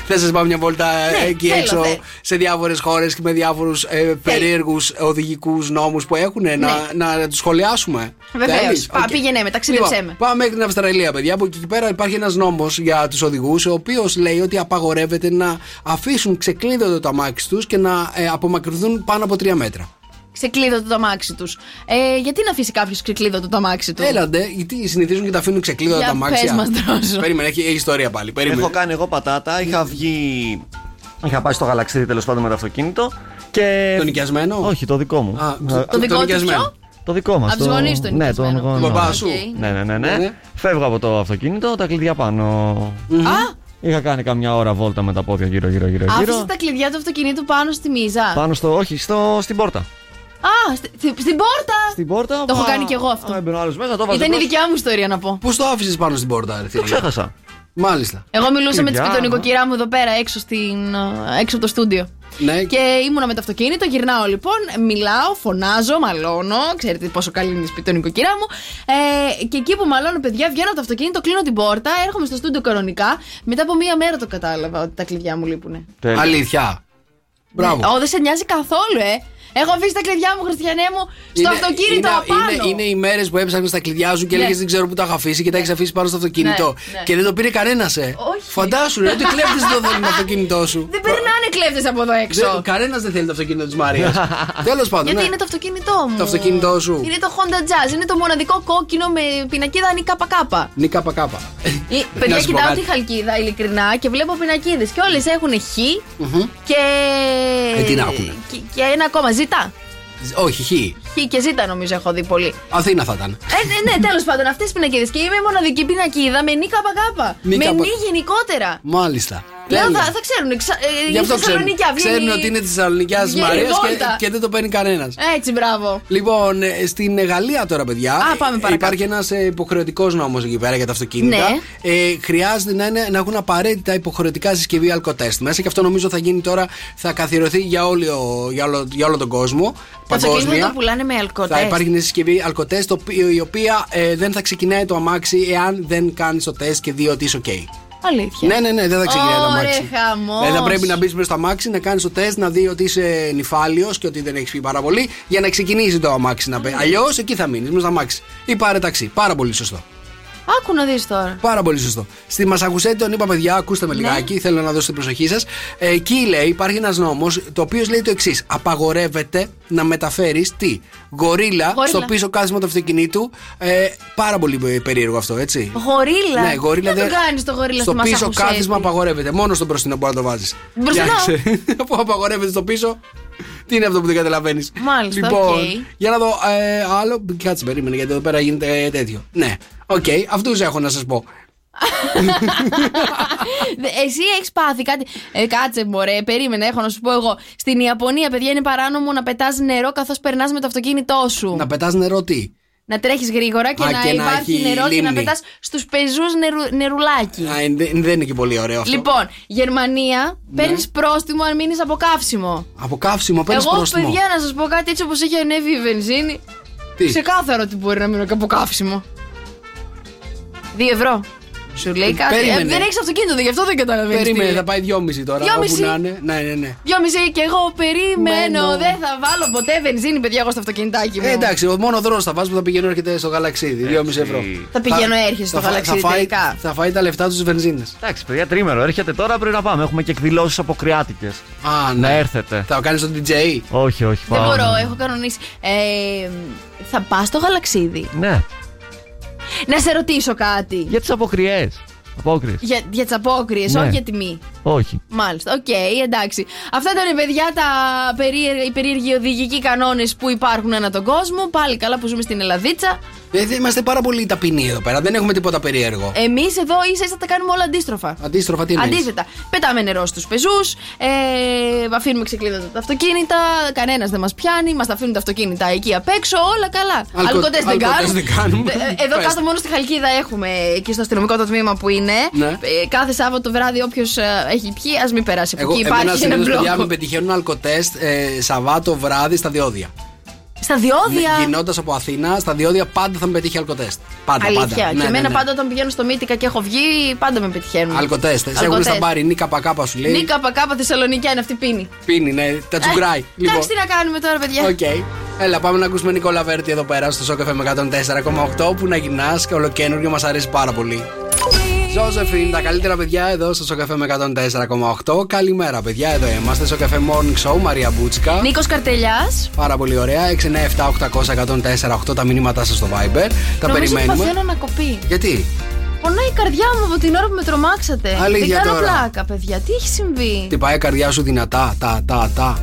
Speaker 1: Θα σα πάω μια βόλτα ε,
Speaker 7: Ναι,
Speaker 1: εκεί
Speaker 7: θέλω,
Speaker 1: έξω
Speaker 7: δε.
Speaker 1: σε διάφορες χώρες και με διάφορους ε, περίεργους οδηγικούς νόμους που έχουν να, να, τους σχολιάσουμε.
Speaker 7: Ναι. Βεβαίως.
Speaker 1: Θέλεις?
Speaker 7: Πά-
Speaker 1: Οκ.
Speaker 7: πήγαινε με, ταξίδεψέ
Speaker 1: Λοιπόν,
Speaker 7: με.
Speaker 1: Πάμε μέχρι την Αυστραλία, παιδιά, που εκεί πέρα υπάρχει ένας νόμος για τους οδηγούς, ο οποίος λέει ότι απαγορεύεται να αφήσουν ξεκλείδωτο το αμάξι τους και να ε, απομακρυνθούν πάνω από τρία μέτρα.
Speaker 7: Ξεκλείδωτο το αμάξι τους. Ε, γιατί να αφήσει κάποιος ξεκλείδωτο το αμάξι του.
Speaker 1: Έλαντε, γιατί συνηθίζουν και τα αφήνουν ξεκλείδωτα
Speaker 7: Για
Speaker 1: τα αμάξια.
Speaker 7: πες μας, Δρόσο.
Speaker 1: Περίμενε, έχει, έχει ιστορία πάλι. Περίμενε.
Speaker 10: Έχω κάνει εγώ πατάτα, είχα βγει. Είχα πάει στο γαλαξίδι τέλος πάντων με το αυτοκίνητο. Και...
Speaker 1: Το νοικιασμένο.
Speaker 10: Όχι, το δικό μου.
Speaker 1: Α,
Speaker 10: Ε,
Speaker 7: Το δικό του
Speaker 1: νοικιασμένο.
Speaker 7: ποιο.
Speaker 10: Το δικό μας.
Speaker 7: Απ' τους γονείς το
Speaker 10: Ναι, τον
Speaker 7: νοικιασμένο.
Speaker 10: γονός.
Speaker 1: Τον μπαμπά σου.
Speaker 7: Οκ.
Speaker 10: Ναι, ναι, ναι, ναι.
Speaker 1: Ναι.
Speaker 10: Φεύγω από το αυτοκίνητο, τα κλειδιά πάνω.
Speaker 7: Α,
Speaker 10: Είχα κάνει καμιά ώρα βόλτα με τα πόδια γύρω, γύρω, γύρω.
Speaker 7: άφησε
Speaker 10: γύρω.
Speaker 7: τα κλειδιά του αυτοκινήτου πάνω στη μίζα.
Speaker 10: Πάνω στο, όχι, στο, στην πόρτα.
Speaker 7: Α, στη- στη- στην πόρτα!
Speaker 10: Στην πόρτα.
Speaker 7: Το έχω
Speaker 10: πα-
Speaker 7: κάνει κι εγώ αυτό.
Speaker 10: Α, Έμπαινε ο άλλος μέσα, το βάζω.
Speaker 7: Ήταν η δικιά μου ιστορία να πω.
Speaker 1: Πώ το άφησες πάνω στην πόρτα, ρε,
Speaker 10: Το
Speaker 1: φίλε?
Speaker 10: ξέχασα.
Speaker 1: Μάλιστα.
Speaker 7: Εγώ μιλούσα με τη
Speaker 10: Παιδιά,
Speaker 7: σπιτονικοκυρά μου εδώ πέρα έξω, στην, α, έξω από το στούντιο.
Speaker 1: Ναι,
Speaker 7: Και ήμουνα με το αυτοκίνητο, γυρνάω λοιπόν, μιλάω, φωνάζω, μαλώνω. Ξέρετε πόσο καλή είναι η σπιτονικοκυρά μου. Ε, και εκεί που μαλώνω, παιδιά, βγαίνω από το αυτοκίνητο, κλείνω την πόρτα, έρχομαι στο στούντιο κανονικά. Μετά από μία μέρα το κατάλαβα ότι τα κλειδιά μου λείπουνε.
Speaker 10: Τέλεια.
Speaker 7: Ναι,
Speaker 1: αλήθεια. Μπράβο.
Speaker 7: Ω, δεν σε νοιάζει καθόλου, ε. Έχω αφήσει τα κλειδιά μου, Χριστιανέ μου, στο αυτοκίνητο
Speaker 1: είναι,
Speaker 7: απάνω.
Speaker 1: Είναι, είναι οι μέρες που έψαχνες τα κλειδιά σου και
Speaker 7: Ναι.
Speaker 1: έλεγες Δεν ξέρω πού τα είχα αφήσει και τα έχεις αφήσει πάνω στο αυτοκίνητο.
Speaker 7: Ναι, ναι.
Speaker 1: Και δεν το πήρε κανένας, ε.
Speaker 7: Όχι.
Speaker 1: Φαντάσου, ρε, ότι κλέφτη δεν το θέλει το αυτοκίνητό σου.
Speaker 7: Δεν περνάνε κλέφτε από εδώ έξω.
Speaker 1: Κανένας δεν θέλει το αυτοκίνητο της Μαρίας.
Speaker 7: <laughs>
Speaker 1: Τέλος πάντων.
Speaker 7: Γιατί
Speaker 1: ναι.
Speaker 7: είναι το αυτοκίνητό μου.
Speaker 1: Το αυτοκίνητό σου.
Speaker 7: Είναι το Honda Jazz. Είναι το μοναδικό κόκκινο με πινακίδα νικαπακάπα.
Speaker 1: Νίκα πακάπα.
Speaker 7: Η-
Speaker 1: Να
Speaker 7: Ε, Παιδιά,
Speaker 1: σου πω
Speaker 7: κοιτάω
Speaker 1: κάτι.
Speaker 7: τη χαλκίδα ειλικρινά και βλέπω πινακίδες. Και όλες έχουν χ και.
Speaker 1: Ε, τι να έχουνε.
Speaker 7: και- Και ένα ακόμα, ζητά.
Speaker 1: Όχι, χι.
Speaker 7: Χ και ζήτα νομίζω έχω δει πολύ.
Speaker 1: Αθήνα θα ήταν.
Speaker 7: Ε, ναι, ναι, τέλος πάντων, αυτές τι πινακίδε. Και είμαι η μοναδική πινακίδα με νίκα παγάπα.
Speaker 1: Νι
Speaker 7: Με
Speaker 1: καπα-
Speaker 7: νι γενικότερα.
Speaker 1: Μάλιστα.
Speaker 7: Λέω
Speaker 1: Τέλεια.
Speaker 7: θα, θα ξέρουν. Ξα... ε,
Speaker 1: Γι'
Speaker 7: η
Speaker 1: αυτό ξέρουν.
Speaker 7: Θεσσαλονίκη βγαίνει-
Speaker 1: Ξέρουν ότι είναι της Θεσσαλονικιά
Speaker 7: βγαίνει
Speaker 1: Μαρία
Speaker 7: βόλτα.
Speaker 1: και, και δεν το παίρνει κανένας.
Speaker 7: Έτσι, μπράβο.
Speaker 1: Λοιπόν, ε, στην Γαλλία τώρα, παιδιά.
Speaker 7: Α, πάμε
Speaker 1: ε,
Speaker 7: παρακάτω.
Speaker 1: Υπάρχει ένας υποχρεωτικός νόμος εκεί πέρα για τα αυτοκίνητα.
Speaker 7: Ναι.
Speaker 1: Ε, χρειάζεται να, είναι, να έχουν απαραίτητα υποχρεωτικά συσκευή αλκοτέστ μέσα και αυτό νομίζω θα γίνει τώρα, θα καθιερωθεί για, όλη ο- για, όλο, για όλο τον κόσμο.
Speaker 7: Τα αυτοκίνητα
Speaker 1: παγκόσμια.
Speaker 7: το πουλάνε με αλκοτέστ.
Speaker 1: Θα υπάρχει μια συσκευή αλκοτέστ το οποίο- η οποία ε, δεν θα ξεκινάει το αμάξι εάν δεν κάνει το τεστ και δει ότι είσαι οκ.
Speaker 7: Αλήθεια.
Speaker 1: Ναι, ναι, ναι, δεν θα ξεκινάει το αμάξι.
Speaker 7: Ωραία, χαμός.
Speaker 1: Δηλαδή θα πρέπει να μπεις μέσα στο αμάξι, να κάνεις το τεστ, να δει ότι είσαι νυφάλιος και ότι δεν έχεις πει πάρα πολύ για να ξεκινήσει το αμάξι να πει. Αλλιώς εκεί θα μείνεις μέσα στο αμάξι. Ή πάρε ταξί. Πάρα πολύ σωστό.
Speaker 7: Άκου να δεις τώρα.
Speaker 1: Πάρα πολύ σωστό. Στη Μασαχουσέτη τον είπα, παιδιά, ακούστε
Speaker 7: Ναι.
Speaker 1: με λιγάκι, θέλω να δώσω την προσοχή σας. εκεί λέει, υπάρχει ένας νόμος, το οποίος λέει το εξής. Απαγορεύεται να μεταφέρεις τι, γορίλα,
Speaker 7: Γορίλα.
Speaker 1: στο πίσω κάθισμα του αυτοκινήτου. Ε, πάρα πολύ ε, περίεργο αυτό, έτσι.
Speaker 7: Γορίλα.
Speaker 1: Ναι, γορίλα
Speaker 7: δεν το κάνεις το γορίλα
Speaker 1: στο
Speaker 7: στη
Speaker 1: πίσω
Speaker 7: Μασαχουσέτη.
Speaker 1: κάθισμα απαγορεύεται. Μόνο στον μπροστινό μπορεί να το βάζεις.
Speaker 7: Μπροστινό.
Speaker 1: <laughs> Που απαγορεύεται στο πίσω. Τι είναι αυτό που δεν καταλαβαίνεις.
Speaker 7: Μάλιστα,
Speaker 1: Λοιπόν,
Speaker 7: οκ.
Speaker 1: για να δω ε, άλλο. Κάτσε, περίμενε γιατί εδώ πέρα γίνεται ε, τέτοιο. Ναι, οκ, αυτούς έχω να σας πω.
Speaker 7: <laughs> Δε- Εσύ έχεις πάθει κάτι. Ε, κάτσε, μωρέ, περίμενε, έχω να σου πω εγώ. Στην Ιαπωνία, παιδιά, είναι παράνομο να πετάς νερό καθώς περνάς με το αυτοκίνητό σου.
Speaker 1: Να πετάς νερό τι.
Speaker 7: Να τρέχεις γρήγορα και
Speaker 1: Α,
Speaker 7: να
Speaker 1: και να
Speaker 7: υπάρχει
Speaker 1: έχει
Speaker 7: νερό και να
Speaker 1: λίμνη.
Speaker 7: πετάς στους πεζούς νερου, νερουλάκι.
Speaker 1: Α, εν- δεν είναι και πολύ ωραίο αυτό.
Speaker 7: Λοιπόν, Γερμανία,
Speaker 1: Ναι.
Speaker 7: παίρνεις πρόστιμο αν μείνεις από καύσιμο.
Speaker 1: Από καύσιμο, παίρνεις
Speaker 7: Εγώ,
Speaker 1: πρόστιμο.
Speaker 7: παιδιά, να σας πω κάτι έτσι όπως έχει ανέβει η βενζίνη.
Speaker 1: Τι?
Speaker 7: Ξεκάθαρο ότι μπορεί να μείνω και από καύσιμο. Δύο ευρώ. Σου λέει κάτι. Ε,
Speaker 1: Περίμενε.
Speaker 7: δεν έχεις αυτοκίνητο, γι' αυτό δεν καταλαβαίνεις.
Speaker 1: Περίμενε, θα πάει δυόμιση τώρα.
Speaker 7: Δυόμιση.
Speaker 1: Όπου να είναι. Ναι, ναι, ναι.
Speaker 7: Δυόμιση και εγώ περιμένω.
Speaker 1: Μένω.
Speaker 7: Δεν θα βάλω ποτέ βενζίνη, παιδιά, εγώ στο αυτοκινητάκι μου.
Speaker 1: Ε, εντάξει, ο μόνο δρόμος θα βάζει που θα πηγαίνω έρχεται στο γαλαξίδι. 2,5 ευρώ.
Speaker 7: Θα πηγαίνω, έρχεσαι στο
Speaker 1: θα φά-
Speaker 7: γαλαξίδι
Speaker 1: θα φάει,
Speaker 7: τελικά.
Speaker 1: θα φάει τα λεφτά τους βενζίνες.
Speaker 10: Εντάξει, παιδιά, τρίμερο. Έρχεται τώρα πριν να πάμε. Έχουμε και εκδηλώσεις αποκριάτικε.
Speaker 1: Α,
Speaker 10: Να έρθετε.
Speaker 1: Θα κάνεις τον DJ.
Speaker 10: Όχι, όχι,
Speaker 7: Δεν
Speaker 10: πάμε.
Speaker 7: μπορώ, έχω κανονίσει. Ε, θα πας στο γαλαξίδι.
Speaker 10: Ναι,
Speaker 7: Να σε ρωτήσω κάτι.
Speaker 10: για τις αποκριές. Απόκριες.
Speaker 7: Για, για τις απόκριες,
Speaker 10: Ναι.
Speaker 7: όχι για τιμή.
Speaker 10: Όχι.
Speaker 7: Μάλιστα, οκ, εντάξει. Αυτά ήταν παιδιά τα περίεργα, οι περίεργοι οδηγικοί κανόνες που υπάρχουν ανά τον κόσμο. Πάλι καλά που ζούμε στην Ελλαδίτσα.
Speaker 1: Ε, δεν είμαστε πάρα πολύ ταπεινοί εδώ πέρα. Δεν έχουμε τίποτα περίεργο.
Speaker 7: Εμείς εδώ ίσα ίσα τα κάνουμε όλα αντίστροφα.
Speaker 1: Αντίστροφα, τι είναι.
Speaker 7: Ε, Αντίθετα, πετάμε νερό στους πεζούς, ε, αφήνουμε ξεκλείδωτα τα αυτοκίνητα, κανένας δεν μας πιάνει, μας τα αφήνουν τα αυτοκίνητα εκεί απ' έξω, όλα καλά.
Speaker 1: Αλκο-
Speaker 7: Αλκοτές δεν
Speaker 1: αλκοτές
Speaker 7: κάνουμε.
Speaker 1: δεν κάνουμε.
Speaker 7: Ε, ε, Εδώ
Speaker 1: Πες.
Speaker 7: κάτω μόνο στη Χαλκίδα έχουμε και στο αστυνομικό το τμήμα που είναι.
Speaker 1: Ναι.
Speaker 7: Ε, Κάθε Σάββατο βράδυ όποιος έχει πιει, ας μην περάσει από
Speaker 1: Εγώ
Speaker 7: εκεί.
Speaker 1: εμένα
Speaker 7: Υπάρχει ένα
Speaker 1: συνήθως παιδιά
Speaker 7: μπλοκ.
Speaker 1: με πετυχαίνουν αλκοτέστ ε, Σαββάτο βράδυ στα διόδια.
Speaker 7: Στα διόδια.
Speaker 1: Γινώντας από Αθήνα, στα διόδια πάντα θα με πετύχει αλκοτέστ. Πάντα,
Speaker 7: Αλήθεια.
Speaker 1: πάντα.
Speaker 7: και
Speaker 1: Ναι, ναι,
Speaker 7: εμένα
Speaker 1: ναι.
Speaker 7: πάντα όταν πηγαίνω στο Μύτικα και έχω βγει, πάντα με πετυχαίνουν.
Speaker 1: Αλκοτέστ. Σε έχουν
Speaker 7: Αλκοτέστ.
Speaker 1: στα μπάρι, νίκα πακάπα σου λέει.
Speaker 7: Νίκα Πακάπα Θεσσαλονίκη είναι αυτή πίνει.
Speaker 1: Πίνει, ναι, τα τσουγκράει.
Speaker 7: Ε, Εντάξει, τι να κάνουμε τώρα, παιδιά.
Speaker 1: λοιπόν. Οκ. Έλα, πάμε να ακούσουμε Νικόλα Βέρτη εδώ πέρα στο Σοκαφέ με 104,8 που να γυρνάς και ολοκένουργιο μας αρέσει πάρα πολύ. Ζώζεφιν, τα καλύτερα παιδιά εδώ στο Σοκαφέ με 104,8. Καλημέρα, παιδιά, εδώ είμαστε. Σοκαφέ Morning Show, Μαρία Μπούτσικα.
Speaker 7: Νίκος Καρτελιάς.
Speaker 1: Πάρα πολύ ωραία. 697-800-1048 τα μηνύματά σας στο Viber. Τα
Speaker 7: Νομίζω ότι
Speaker 1: περιμένουμε.
Speaker 7: παθαίνω να κοπεί.
Speaker 1: Γιατί?
Speaker 7: Πονάει η καρδιά μου από την ώρα που με τρομάξατε.
Speaker 1: Αλήθεια
Speaker 7: Δεν κάνω
Speaker 1: τώρα.
Speaker 7: πλάκα, παιδιά. Τι έχει συμβεί.
Speaker 1: Τι πάει η καρδιά σου δυνατά, τα, τα, τα.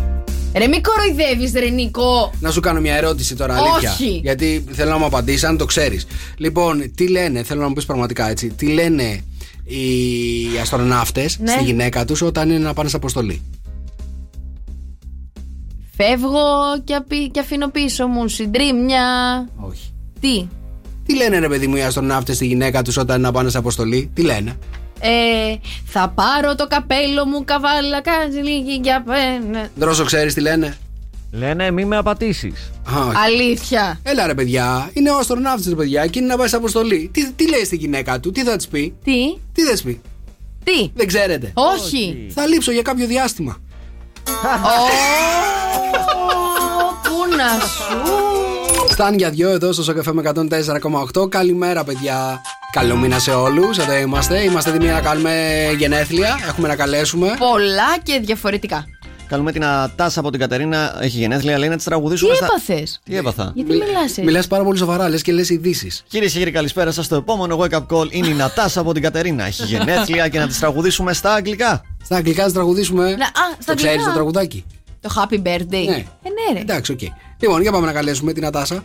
Speaker 7: Ρε, μη κοροϊδεύεις, ρε Νίκο.
Speaker 1: Να σου κάνω μια ερώτηση τώρα, αλήθεια.
Speaker 7: Όχι.
Speaker 1: Γιατί θέλω να μου απαντήσεις, αν το ξέρεις. Λοιπόν, τι λένε, θέλω να μου πεις πραγματικά έτσι, τι λένε οι αστροναύτες
Speaker 7: Ναι.
Speaker 1: στη γυναίκα τους όταν είναι να πάνε σε αποστολή.
Speaker 7: Φεύγω και, απει- και αφήνω πίσω μου συντρίμια.
Speaker 1: Όχι.
Speaker 7: Τι.
Speaker 1: Τι λένε, ρε παιδί μου, οι αστροναύτες στη γυναίκα τους όταν είναι να πάνε σε αποστολή, τι λένε.
Speaker 7: Ε, θα πάρω το καπέλο μου, καβάλα, κάζει λίγη για πένα.
Speaker 1: Δρόσο, ξέρεις τι λένε.
Speaker 10: Λένε μη με απατήσεις.
Speaker 1: Α, όχι.
Speaker 7: Αλήθεια.
Speaker 1: Έλα ρε παιδιά, είναι ο αστροναύτης ρε παιδιά και είναι να πάει σε αποστολή. Τι, τι λέει στη γυναίκα του, τι θα της πει.
Speaker 7: Τι.
Speaker 1: Τι θα της πει.
Speaker 7: Τι.
Speaker 1: Δεν ξέρετε.
Speaker 7: Όχι.
Speaker 1: Θα λείψω για κάποιο διάστημα.
Speaker 7: Ω! να σου.
Speaker 1: Σταν για δυο εδώ στο σοκεφέ με 104,8. Καλημέρα, παιδιά. Καλό μήνα σε όλους. Εδώ είμαστε. Είμαστε έτοιμοι να κάνουμε γενέθλια. Έχουμε να καλέσουμε.
Speaker 7: Πολλά και διαφορετικά.
Speaker 10: Καλούμε την Ατάσα από την Κατερίνα. Έχει γενέθλια, λέει να της τραγουδήσουμε.
Speaker 7: Τι
Speaker 10: στα-
Speaker 7: έπαθες?
Speaker 10: Τι έπαθα.
Speaker 7: Γιατί μιλάς έτσι?
Speaker 1: Μιλάς πάρα πολύ σοβαρά, λες και λες ειδήσεις.
Speaker 10: Κυρίε και κύριοι, καλησπέρα σας. Το επόμενο wake up call είναι η Νατάσα από την Κατερίνα. Έχει γενέθλια και να της τραγουδήσουμε στα αγγλικά.
Speaker 1: Στα αγγλικά να τραγουδήσουμε.
Speaker 7: Να- α, στα
Speaker 1: Το ξέρεις
Speaker 7: αγγλικά.
Speaker 1: το τραγουδάκι.
Speaker 7: Το happy birthday.
Speaker 1: Ναι.
Speaker 7: Ε, ναι, ρε.
Speaker 1: Εντάξει, οκ. Λοιπόν, για πάμε να καλέσουμε την Ατάσα.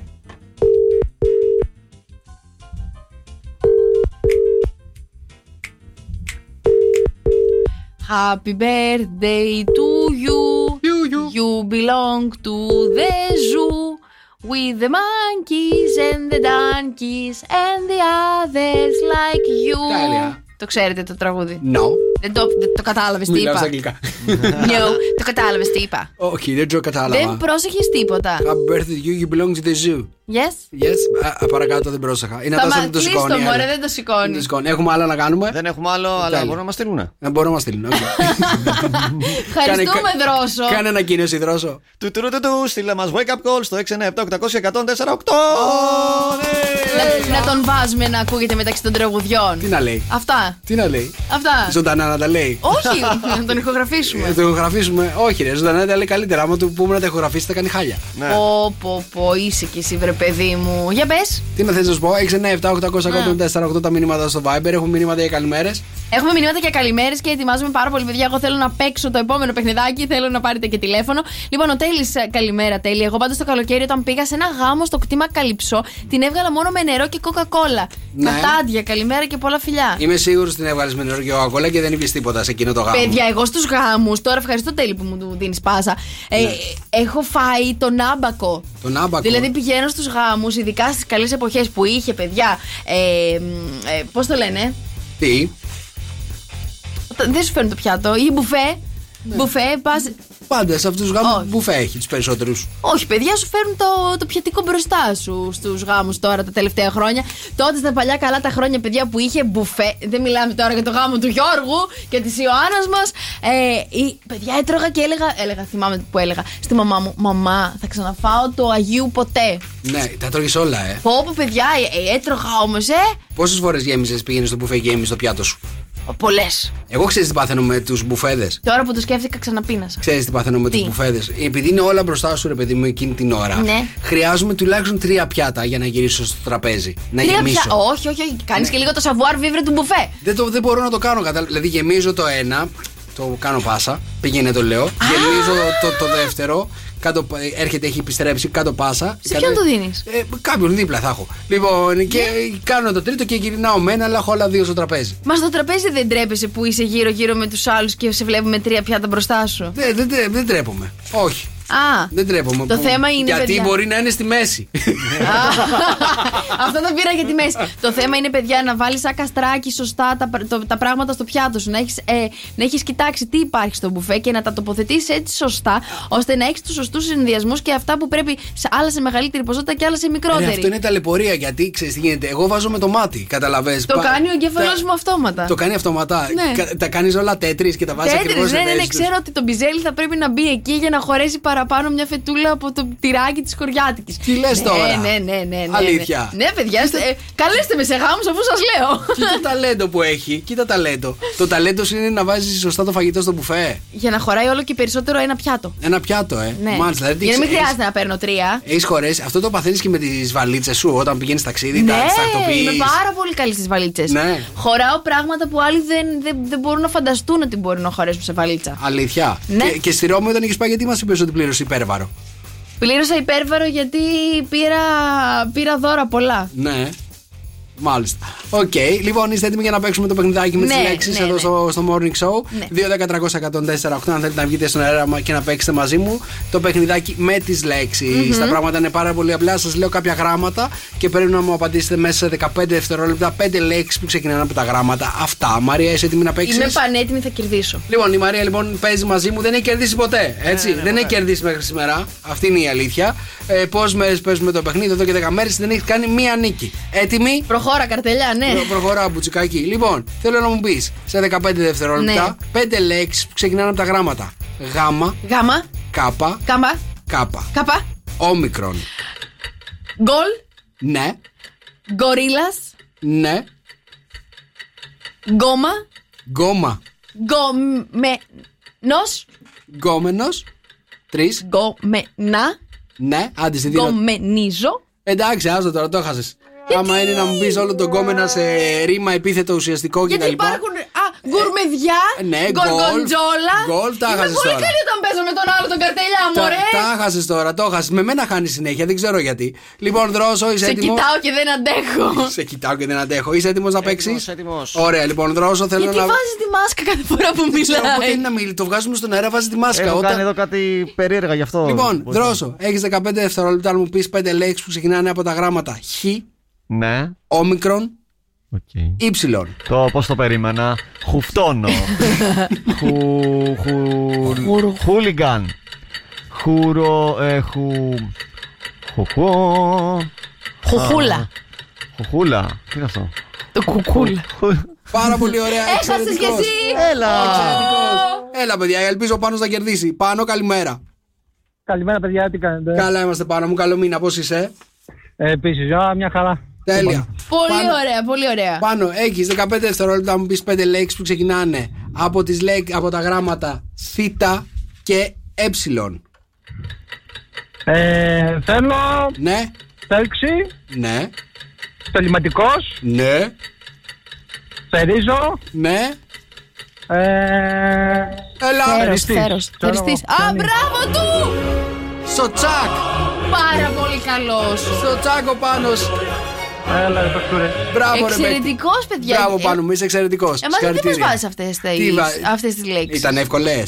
Speaker 7: Happy birthday to you. You, belong to the zoo. With the monkeys and the donkeys and the others like you.
Speaker 1: Τέλεια.
Speaker 7: Το ξέρετε το τραγούδι.
Speaker 1: No.
Speaker 7: Δεν το, δεν το κατάλαβες τι
Speaker 1: Μιλάω
Speaker 7: είπα.
Speaker 1: στα <laughs> αγγλικά.
Speaker 7: No, το κατάλαβες τι είπα.
Speaker 1: Όχι, δεν το
Speaker 7: Δεν
Speaker 1: κατάλαβα.
Speaker 7: πρόσεχες τίποτα.
Speaker 1: Happy birthday you, you belong to the zoo.
Speaker 7: Yes.
Speaker 1: Yes, α, παρακάτω δεν πρόσεχα. Η Νατάσα δεν το
Speaker 7: κλείστο,
Speaker 1: σηκώνει.
Speaker 7: μωρέ,
Speaker 1: έλα.
Speaker 7: δεν το σηκώνει.
Speaker 1: Δεν το σηκώνει. Έχουμε άλλα να κάνουμε.
Speaker 10: Δεν έχουμε άλλο, αλλά
Speaker 1: Τέλεια.
Speaker 10: μπορούν να μας στείλουν.
Speaker 1: Ε, Μπορούν να μας στείλουν. οκ. <laughs>
Speaker 7: Ευχαριστούμε,
Speaker 1: Κάνε-
Speaker 7: Δρόσο.
Speaker 1: Κάνε ανακοίνωση, δρόσο.
Speaker 10: Του του του του, στείλε μας wake up call στο 697-800-1048. ναι.
Speaker 7: Να, να τον βάζουμε να ακούγεται μεταξύ των τραγουδιών.
Speaker 1: Τι να λέει.
Speaker 7: Αυτά.
Speaker 1: Τι να λέει.
Speaker 7: Αυτά.
Speaker 1: Ζωντανά να τα λέει.
Speaker 7: Όχι, να τον
Speaker 1: <laughs>
Speaker 7: ηχογραφήσουμε.
Speaker 1: Να το ηχογραφήσουμε. Όχι, ρε, ζωντανά να τα λέει καλύτερα. Άμα του πούμε να τα ηχογραφήσει, θα κάνει χάλια.
Speaker 7: Πω, πω, πω, είσαι κι εσύ, βρε παιδί μου. Για πες.
Speaker 1: Τι να θες να σου πω, 697-800-1048 τα μηνύματα στο Viber. Έχουμε μηνύματα για καλημέρες.
Speaker 7: Έχουμε μηνύματα και καλημέρες και ετοιμάζουμε πάρα πολύ, παιδιά. Εγώ θέλω να παίξω το επόμενο παιχνιδάκι, θέλω να πάρετε και τηλέφωνο. Λοιπόν, ο Τέλης, καλημέρα, Τέλη. Εγώ πάντως το καλοκαίρι όταν πήγα σε ένα γάμο στο κτήμα Καλυψό, την έβγαλα μόνο με νερό και κοκακόλα.
Speaker 1: Ναι.
Speaker 7: Κατάντια, καλημέρα και πολλά φιλιά.
Speaker 1: Είμαι σίγουρο ότι την έβγαλες με νερό και ο Ακόλα και δεν είπες τίποτα σε εκείνο το γάμο.
Speaker 7: Παιδιά, εγώ στους γάμους, τώρα ευχαριστώ Τέλη που μου δίνεις πάσα. Ε, Έχω φάει τον άμπακο.
Speaker 1: Ναι. Τον άμπακο.
Speaker 7: Δηλαδή πηγαίνω στους γάμους, ειδικά στις καλές εποχές που είχε παιδιά. Ε, Πώς το λένε,
Speaker 1: Τι.
Speaker 7: Όταν δεν σου φέρνει το πιάτο. Ή μπουφέ.
Speaker 1: Ναι.
Speaker 7: Μπουφέ, πας.
Speaker 1: Πάντα σε αυτούς τους γάμους μπουφέ έχει τους περισσότερους.
Speaker 7: Όχι, παιδιά, σου φέρνουν το, το πιατικό μπροστά σου στους γάμους τώρα τα τελευταία χρόνια. Τότε στα παλιά καλά τα χρόνια, παιδιά που είχε μπουφέ. Δεν μιλάμε τώρα για το γάμο του Γιώργου και της Ιωάννας μας. Ε, η- παιδιά, έτρωγα και έλεγα, έλεγα, θυμάμαι που έλεγα στη μαμά μου: Μαμά, θα ξαναφάω το Αγίου ποτέ.
Speaker 1: Ναι, τα τρώγει όλα, ε.
Speaker 7: Πω, πω, παιδιά, ε, ε, έτρωγα όμως, ε.
Speaker 1: Πόσες φορές γέμιζε πήγαινες στο μπουφέ και γέμιζε το πιάτο σου.
Speaker 7: Πολλές.
Speaker 1: Εγώ ξέρεις τι παθαίνω με τους μπουφέδες.
Speaker 7: Τώρα που το σκέφτηκα, ξαναπίνασα.
Speaker 1: Ξέρεις τι παθαίνω με τους
Speaker 7: Τι?
Speaker 1: μπουφέδες. Επειδή είναι όλα μπροστά σου, ρε παιδί μου, εκείνη την ώρα.
Speaker 7: Ναι.
Speaker 1: Χρειάζομαι τουλάχιστον τρία πιάτα για να γυρίσω στο τραπέζι. Να
Speaker 7: Τρία
Speaker 1: γεμίσω. Ναι.
Speaker 7: πια- Όχι, όχι, όχι. Κάνεις και λίγο το σαβουάρ βίβρε του μπουφέ.
Speaker 1: Δεν, το, δεν μπορώ να το κάνω. Κατάλαβα. Δηλαδή γεμίζω το ένα, το κάνω πάσα, πήγαινε το λέω. Γεμίζω το, το δεύτερο, κάτω, έρχεται, έχει επιστρέψει, κάτω πάσα.
Speaker 7: Σε ποιον το Ναι. δίνεις.
Speaker 1: Ε, κάποιον δίπλα θα έχω. Λοιπόν, και κάνω το τρίτο και γυρνάω με ένα, αλλά έχω άλλα δύο στο τραπέζι.
Speaker 7: Μα στο τραπέζι δεν τρέπεσαι που είσαι γύρω-γύρω με τους άλλους και σε βλέπουμε τρία πιάτα μπροστά σου.
Speaker 1: Δεν, δεν, τρέ- δεν τρέπομαι. Όχι.
Speaker 7: Α,
Speaker 1: Δεν τρέπομαι.
Speaker 7: Το θέμα είναι,
Speaker 1: Γιατί
Speaker 7: παιδιά.
Speaker 1: μπορεί να είναι στη μέση.
Speaker 7: Α, <laughs> αυτό το πήρα για τη μέση. το θέμα είναι, παιδιά, να βάλεις σαν καστράκι σωστά τα, πρ- το- τα πράγματα στο πιάτο σου. Να έχεις ε, να έχεις κοιτάξει τι υπάρχει στο μπουφέ και να τα τοποθετήσει έτσι σωστά, ώστε να έχεις τους σωστούς συνδυασμούς και αυτά που πρέπει σε άλλα σε μεγαλύτερη ποσότητα και άλλα σε
Speaker 1: Ρε,
Speaker 7: μικρότερη.
Speaker 1: Ε, ναι, αυτό είναι ταλαιπωρία γιατί ξέρεις τι γίνεται. Εγώ βάζω με το μάτι. Καταλαβες.
Speaker 7: Το
Speaker 1: Πα-
Speaker 7: κάνει ο εγκέφαλο
Speaker 1: τα-
Speaker 7: μου αυτόματα.
Speaker 1: Το κάνει αυτόματά.
Speaker 7: Ναι.
Speaker 1: Κα- Τα κάνεις όλα τέτρι και τα βάζεις
Speaker 7: Τέτρις,
Speaker 1: ακριβώς
Speaker 7: ναι, ναι, ναι, ξέρω ότι το μπιζέλι θα πρέπει να μπει εκεί για να χωρέσει παραπάνω μια φετούλα από το τυράκι της χωριάτικης.
Speaker 1: Τι λες τώρα?
Speaker 7: Ναι, ναι, ναι. ναι, ναι, ναι.
Speaker 1: Αλήθεια.
Speaker 7: Ναι, παιδιά, ε, καλέστε με σε γάμους αφού σας λέω.
Speaker 1: Κοίτα το ταλέντο που έχει. Κοίτα ταλέντο. Το ταλέντο σου είναι να βάζεις σωστά το φαγητό στο μπουφέ.
Speaker 7: για να χωράει όλο και περισσότερο ένα πιάτο.
Speaker 1: Ένα πιάτο, ε.
Speaker 7: Ναι.
Speaker 1: Μάλιστα.
Speaker 7: για να μην χρειάζεται να παίρνω τρία.
Speaker 1: Έχεις χωρέσει. Αυτό το παθαίνεις και με τις βαλίτσες σου όταν πηγαίνεις ταξίδι.
Speaker 7: Ναι,
Speaker 1: τα τακτοποιείς.
Speaker 7: είμαι πάρα πολύ καλή στις βαλίτσες.
Speaker 1: Ε, Ναι.
Speaker 7: Χωράω πράγματα που άλλοι δεν, δεν, δεν μπορούν να φανταστούν ότι μπορούν να χωρέσουν σε βαλίτσα.
Speaker 1: Αλήθεια.
Speaker 7: Ναι.
Speaker 1: Και, και στη Ρώμη όταν είχες πάει, γιατί μα είπε ότι πλήρωσε υπέρβαρο.
Speaker 7: Πλήρωσα υπέρβαρο γιατί πήρα, πήρα δώρα πολλά.
Speaker 1: Ναι. Μάλιστα. Οκ. Λοιπόν, είστε έτοιμοι για να παίξουμε το παιχνιδάκι με
Speaker 7: Ναι,
Speaker 1: τι λέξεις
Speaker 7: ναι,
Speaker 1: εδώ
Speaker 7: ναι.
Speaker 1: στο, στο Morning Show.
Speaker 7: Ναι.
Speaker 1: 2-10-300-104-8. Αν θέλετε να βγείτε στον αέρα μα- και να παίξετε μαζί μου το παιχνιδάκι με τις λεξει
Speaker 7: Μμμ.
Speaker 1: Τα πράγματα είναι πάρα πολύ απλά. Σας λέω κάποια γράμματα και πρέπει να μου απαντήσετε μέσα σε 15 δευτερόλεπτα 5 λέξεις που ξεκινάνε από τα γράμματα αυτά. Μαρία, είσαι έτοιμη να παίξεις.
Speaker 7: Είμαι πανέτοιμη, θα κερδίσω.
Speaker 1: Λοιπόν, η Μαρία λοιπόν παίζει μαζί μου, δεν έχει κερδίσει ποτέ. Έτσι. δεν έχει κερδίσει μέχρι σήμερα. Αυτή είναι η αλήθεια. Ε, Πόσε μέρε παίζουμε το παιχνίδι, εδώ και 10 μέρες δεν έχει κάνει μία νίκη. Έτοιμη.
Speaker 7: Προχώρα, καρτελιά, ναι.
Speaker 1: Προ- προχωρά, μπουτσικάκι. Λοιπόν, θέλω να μου πεις σε 15 δευτερόλεπτα 5 λέξεις που ξεκινάνε από τα γράμματα. Γάμα,
Speaker 7: Γάμα,
Speaker 1: κάπα,
Speaker 7: κάμπα,
Speaker 1: κάπα.
Speaker 7: καπά,
Speaker 1: Όμικρον.
Speaker 7: Γκολ.
Speaker 1: Ναι.
Speaker 7: Γκορίλας.
Speaker 1: Ναι.
Speaker 7: Γκόμα.
Speaker 1: Γκόμα.
Speaker 7: Γκομενός.
Speaker 1: Γκόμενος. Τρεις.
Speaker 7: Γκομενά.
Speaker 1: Ναι, άντε στην δύο.
Speaker 7: Γκομενίζω.
Speaker 1: Εντάξει, άστο τώρα, το έχασες. Άμα είναι να μου πεις όλο τον κόμενα σε ρήμα, επίθετο, ουσιαστικό κτλ.
Speaker 7: Γιατί υπάρχουν. Α, γκουρμεδιά.
Speaker 1: ναι, γκολ,
Speaker 7: γκολγκοντζόλα.
Speaker 1: γκολ, τα
Speaker 7: Είμαι
Speaker 1: έχασες
Speaker 7: πολύ
Speaker 1: τώρα.
Speaker 7: καλή όταν παίζω με τον άλλο τον καρτελιά μου,
Speaker 1: Τα,
Speaker 7: ρε.
Speaker 1: τα χάσες τώρα, το χάσες. Με μένα χάνεις συνέχεια, δεν ξέρω γιατί. Λοιπόν, δρόσο, είσαι
Speaker 7: Σε
Speaker 1: έτοιμος.
Speaker 7: κοιτάω και δεν αντέχω.
Speaker 1: Σε κοιτάω και δεν αντέχω. Είσαι έτοιμος να παίξεις.
Speaker 10: Έτοιμος.
Speaker 1: Ωραία, λοιπόν, δρόσο, θέλω
Speaker 7: Γιατί ε.
Speaker 1: να.
Speaker 7: βάζεις τη μάσκα κάθε φορά που
Speaker 1: Δεν ξέρω πότε
Speaker 7: μιλάει.
Speaker 1: είναι να μιλ- Το βγάζουμε στον αέρα, βάζεις τη μάσκα.
Speaker 10: Έχω
Speaker 1: Όταν-
Speaker 10: κάνει εδώ κάτι περίεργα γι' αυτό.
Speaker 1: Λοιπόν,
Speaker 10: Μπορεί-
Speaker 1: δρόσο, έχεις 15 δευτερόλεπτα να μου πεις 5 λέξεις που ξεκινάνε από τα γράμματα Χ,
Speaker 10: Ναι.
Speaker 1: όμικρον,
Speaker 10: Okay.
Speaker 1: ύψιλον.
Speaker 10: Το πώς το περίμενα.
Speaker 1: <laughs>
Speaker 10: Χουφτώνω. χου, χου, χούλιγκαν. Χουρο. Ε, χου, χουχού.
Speaker 7: Χουχούλα.
Speaker 10: Χουχούλα. Τι είναι αυτό.
Speaker 7: Το κουκούλα.
Speaker 1: Πάρα πολύ ωραία.
Speaker 7: Έχασες
Speaker 1: εξαιρετικός.
Speaker 7: κι εσύ. Έλα.
Speaker 1: Εξαιρετικός. Έλα, παιδιά, ελπίζω πάνω να κερδίσει. Πάνω, καλημέρα.
Speaker 12: Καλημέρα, παιδιά, τι κάνετε.
Speaker 1: Καλά είμαστε πάνω μου, καλό μήνα, πώς είσαι.
Speaker 12: Ε, Επίσης, α, μια χαρά.
Speaker 1: Τέλεια.
Speaker 7: Πολύ ωραία, πολύ ωραία.
Speaker 1: Πάνω, έχεις 15 δευτερόλεπτα να μου πεις 5 λέξεις που ξεκινάνε από, τις λέξ- από τα γράμματα Θ και Ε.
Speaker 12: Ε, θέλω.
Speaker 1: Ναι.
Speaker 12: Θέλξη.
Speaker 1: Ναι.
Speaker 12: Θεληματικό.
Speaker 1: Ναι.
Speaker 12: Θερίζω.
Speaker 1: Ναι.
Speaker 12: Ε,
Speaker 1: Έλα,
Speaker 7: Θέρος,
Speaker 12: Θεριστής.
Speaker 7: θέρος,
Speaker 12: Ξέρω εγώ.
Speaker 7: θεριστής. Α, μπράβο του!
Speaker 1: Στο τσακ!
Speaker 7: Πάρα πολύ καλός.
Speaker 1: Στο τσάκ ο Πάνος.
Speaker 12: Έλα, ρε, Παστούρε.
Speaker 1: Μπράβο, ρε παίκτη.
Speaker 7: Εξαιρετικός, παιδιά. ε.
Speaker 1: Μπράβο, Πάνο μου, είσαι εξαιρετικός.
Speaker 7: Εμάς γιατί μας βάζεις αυτές, τα-
Speaker 1: Τι βα-
Speaker 7: αυτές τις λέξεις.
Speaker 1: Ήταν εύκολες.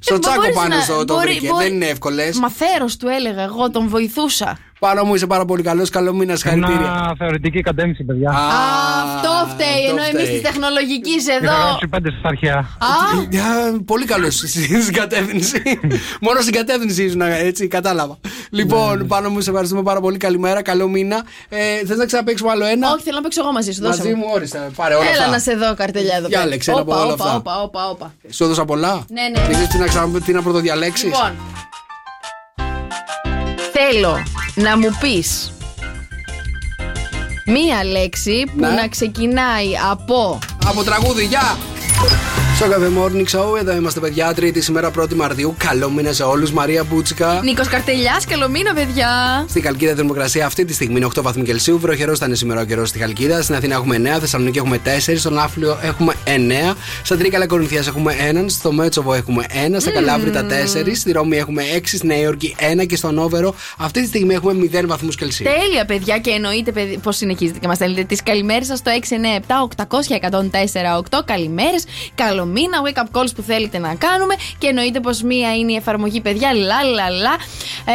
Speaker 1: Στο
Speaker 7: μα
Speaker 1: τσάκο
Speaker 7: μπορείς
Speaker 1: πάνω
Speaker 7: να-
Speaker 1: στο το
Speaker 7: μπορεί-
Speaker 1: βρήκε.
Speaker 7: μπορεί-
Speaker 1: Δεν είναι εύκολες.
Speaker 7: Μα θέρος του έλεγα, εγώ τον βοηθούσα.
Speaker 1: Πάνω μου είσαι πάρα πολύ καλός. Καλό μήνα, συγχαρητήρια.
Speaker 12: Μια θεωρητική κατέμψη, παιδιά.
Speaker 1: Α,
Speaker 7: Αυτό φταίει,
Speaker 1: αυτό
Speaker 7: ενώ εμείς
Speaker 1: φταίει.
Speaker 7: της τεχνολογικής
Speaker 12: Είχα
Speaker 7: εδώ.
Speaker 12: γράψει πέντε στα αρχαία.
Speaker 7: Α,
Speaker 1: Α, Πολύ καλός <laughs> στην κατεύθυνση. Μόνο στην κατεύθυνση ήσουν, έτσι, κατάλαβα.
Speaker 7: Ναι,
Speaker 1: Λοιπόν, πάνω μου, σε ευχαριστούμε πάρα πολύ. Καλημέρα, καλό μήνα. Ε, Θες να ξαναπέξουμε άλλο ένα.
Speaker 7: όχι, θέλω να παίξω εγώ μαζί σου, δώσε
Speaker 1: Μαζί
Speaker 7: μου.
Speaker 1: μου, όρισε. Πάρε όλα
Speaker 7: Έλα να
Speaker 1: αυτά.
Speaker 7: σε δω, καρτελιά εδώ πέρα.
Speaker 1: Διάλεξε ένα από
Speaker 7: Όπα,
Speaker 1: όλα
Speaker 7: όπα,
Speaker 1: αυτά.
Speaker 7: όπα, όπα, όπα.
Speaker 1: Σου έδωσα πολλά.
Speaker 7: Ναι, ναι, ναι.
Speaker 1: Ξέρεις τι να ξανα- τι να πρωτοδιαλέξεις.
Speaker 7: Λοιπόν, θέλω να μου πεις μία λέξη που
Speaker 1: Ναι.
Speaker 7: να ξεκινάει από...
Speaker 1: από τραγούδι. Γεια! Στο Cafe Morning Show, εδώ είμαστε παιδιά. Τρίτη σήμερα, 1η Μαρτιού. Καλό μήνα σε όλους. Μαρία Μπούτσικα.
Speaker 7: Νίκος Καρτελιάς, καλό μήνα παιδιά!
Speaker 1: Στην Καλκίδα η θερμοκρασία αυτή τη στιγμή είναι 8 βαθμοί Κελσίου. Βροχερός ήταν σήμερα ο καιρός στη Καλκίδα. Στην Αθήνα έχουμε 9, Θεσσαλονίκη έχουμε 4, στον Άφλιο έχουμε 9, στα Τρίκαλα Κορινθίας έχουμε 1, στο Μέτσοβο έχουμε 1, στα Καλάβρητα 4, στη Ρώμη έχουμε 6, στη Νέα Υόρκη 1 και στον Όβερο αυτή τη στιγμή έχουμε 0 βαθμούς Κελσίου.
Speaker 7: Τέλεια, παιδιά, και εννοείται παιδί, πως συνεχίζετε και μας στέλνετε τις καλημέρες σας στο 697-800-1048. Καλημέρες, καλό μήνα, wake up calls που θέλετε να κάνουμε και εννοείται πως μία είναι η εφαρμογή, παιδιά, λα λα λα.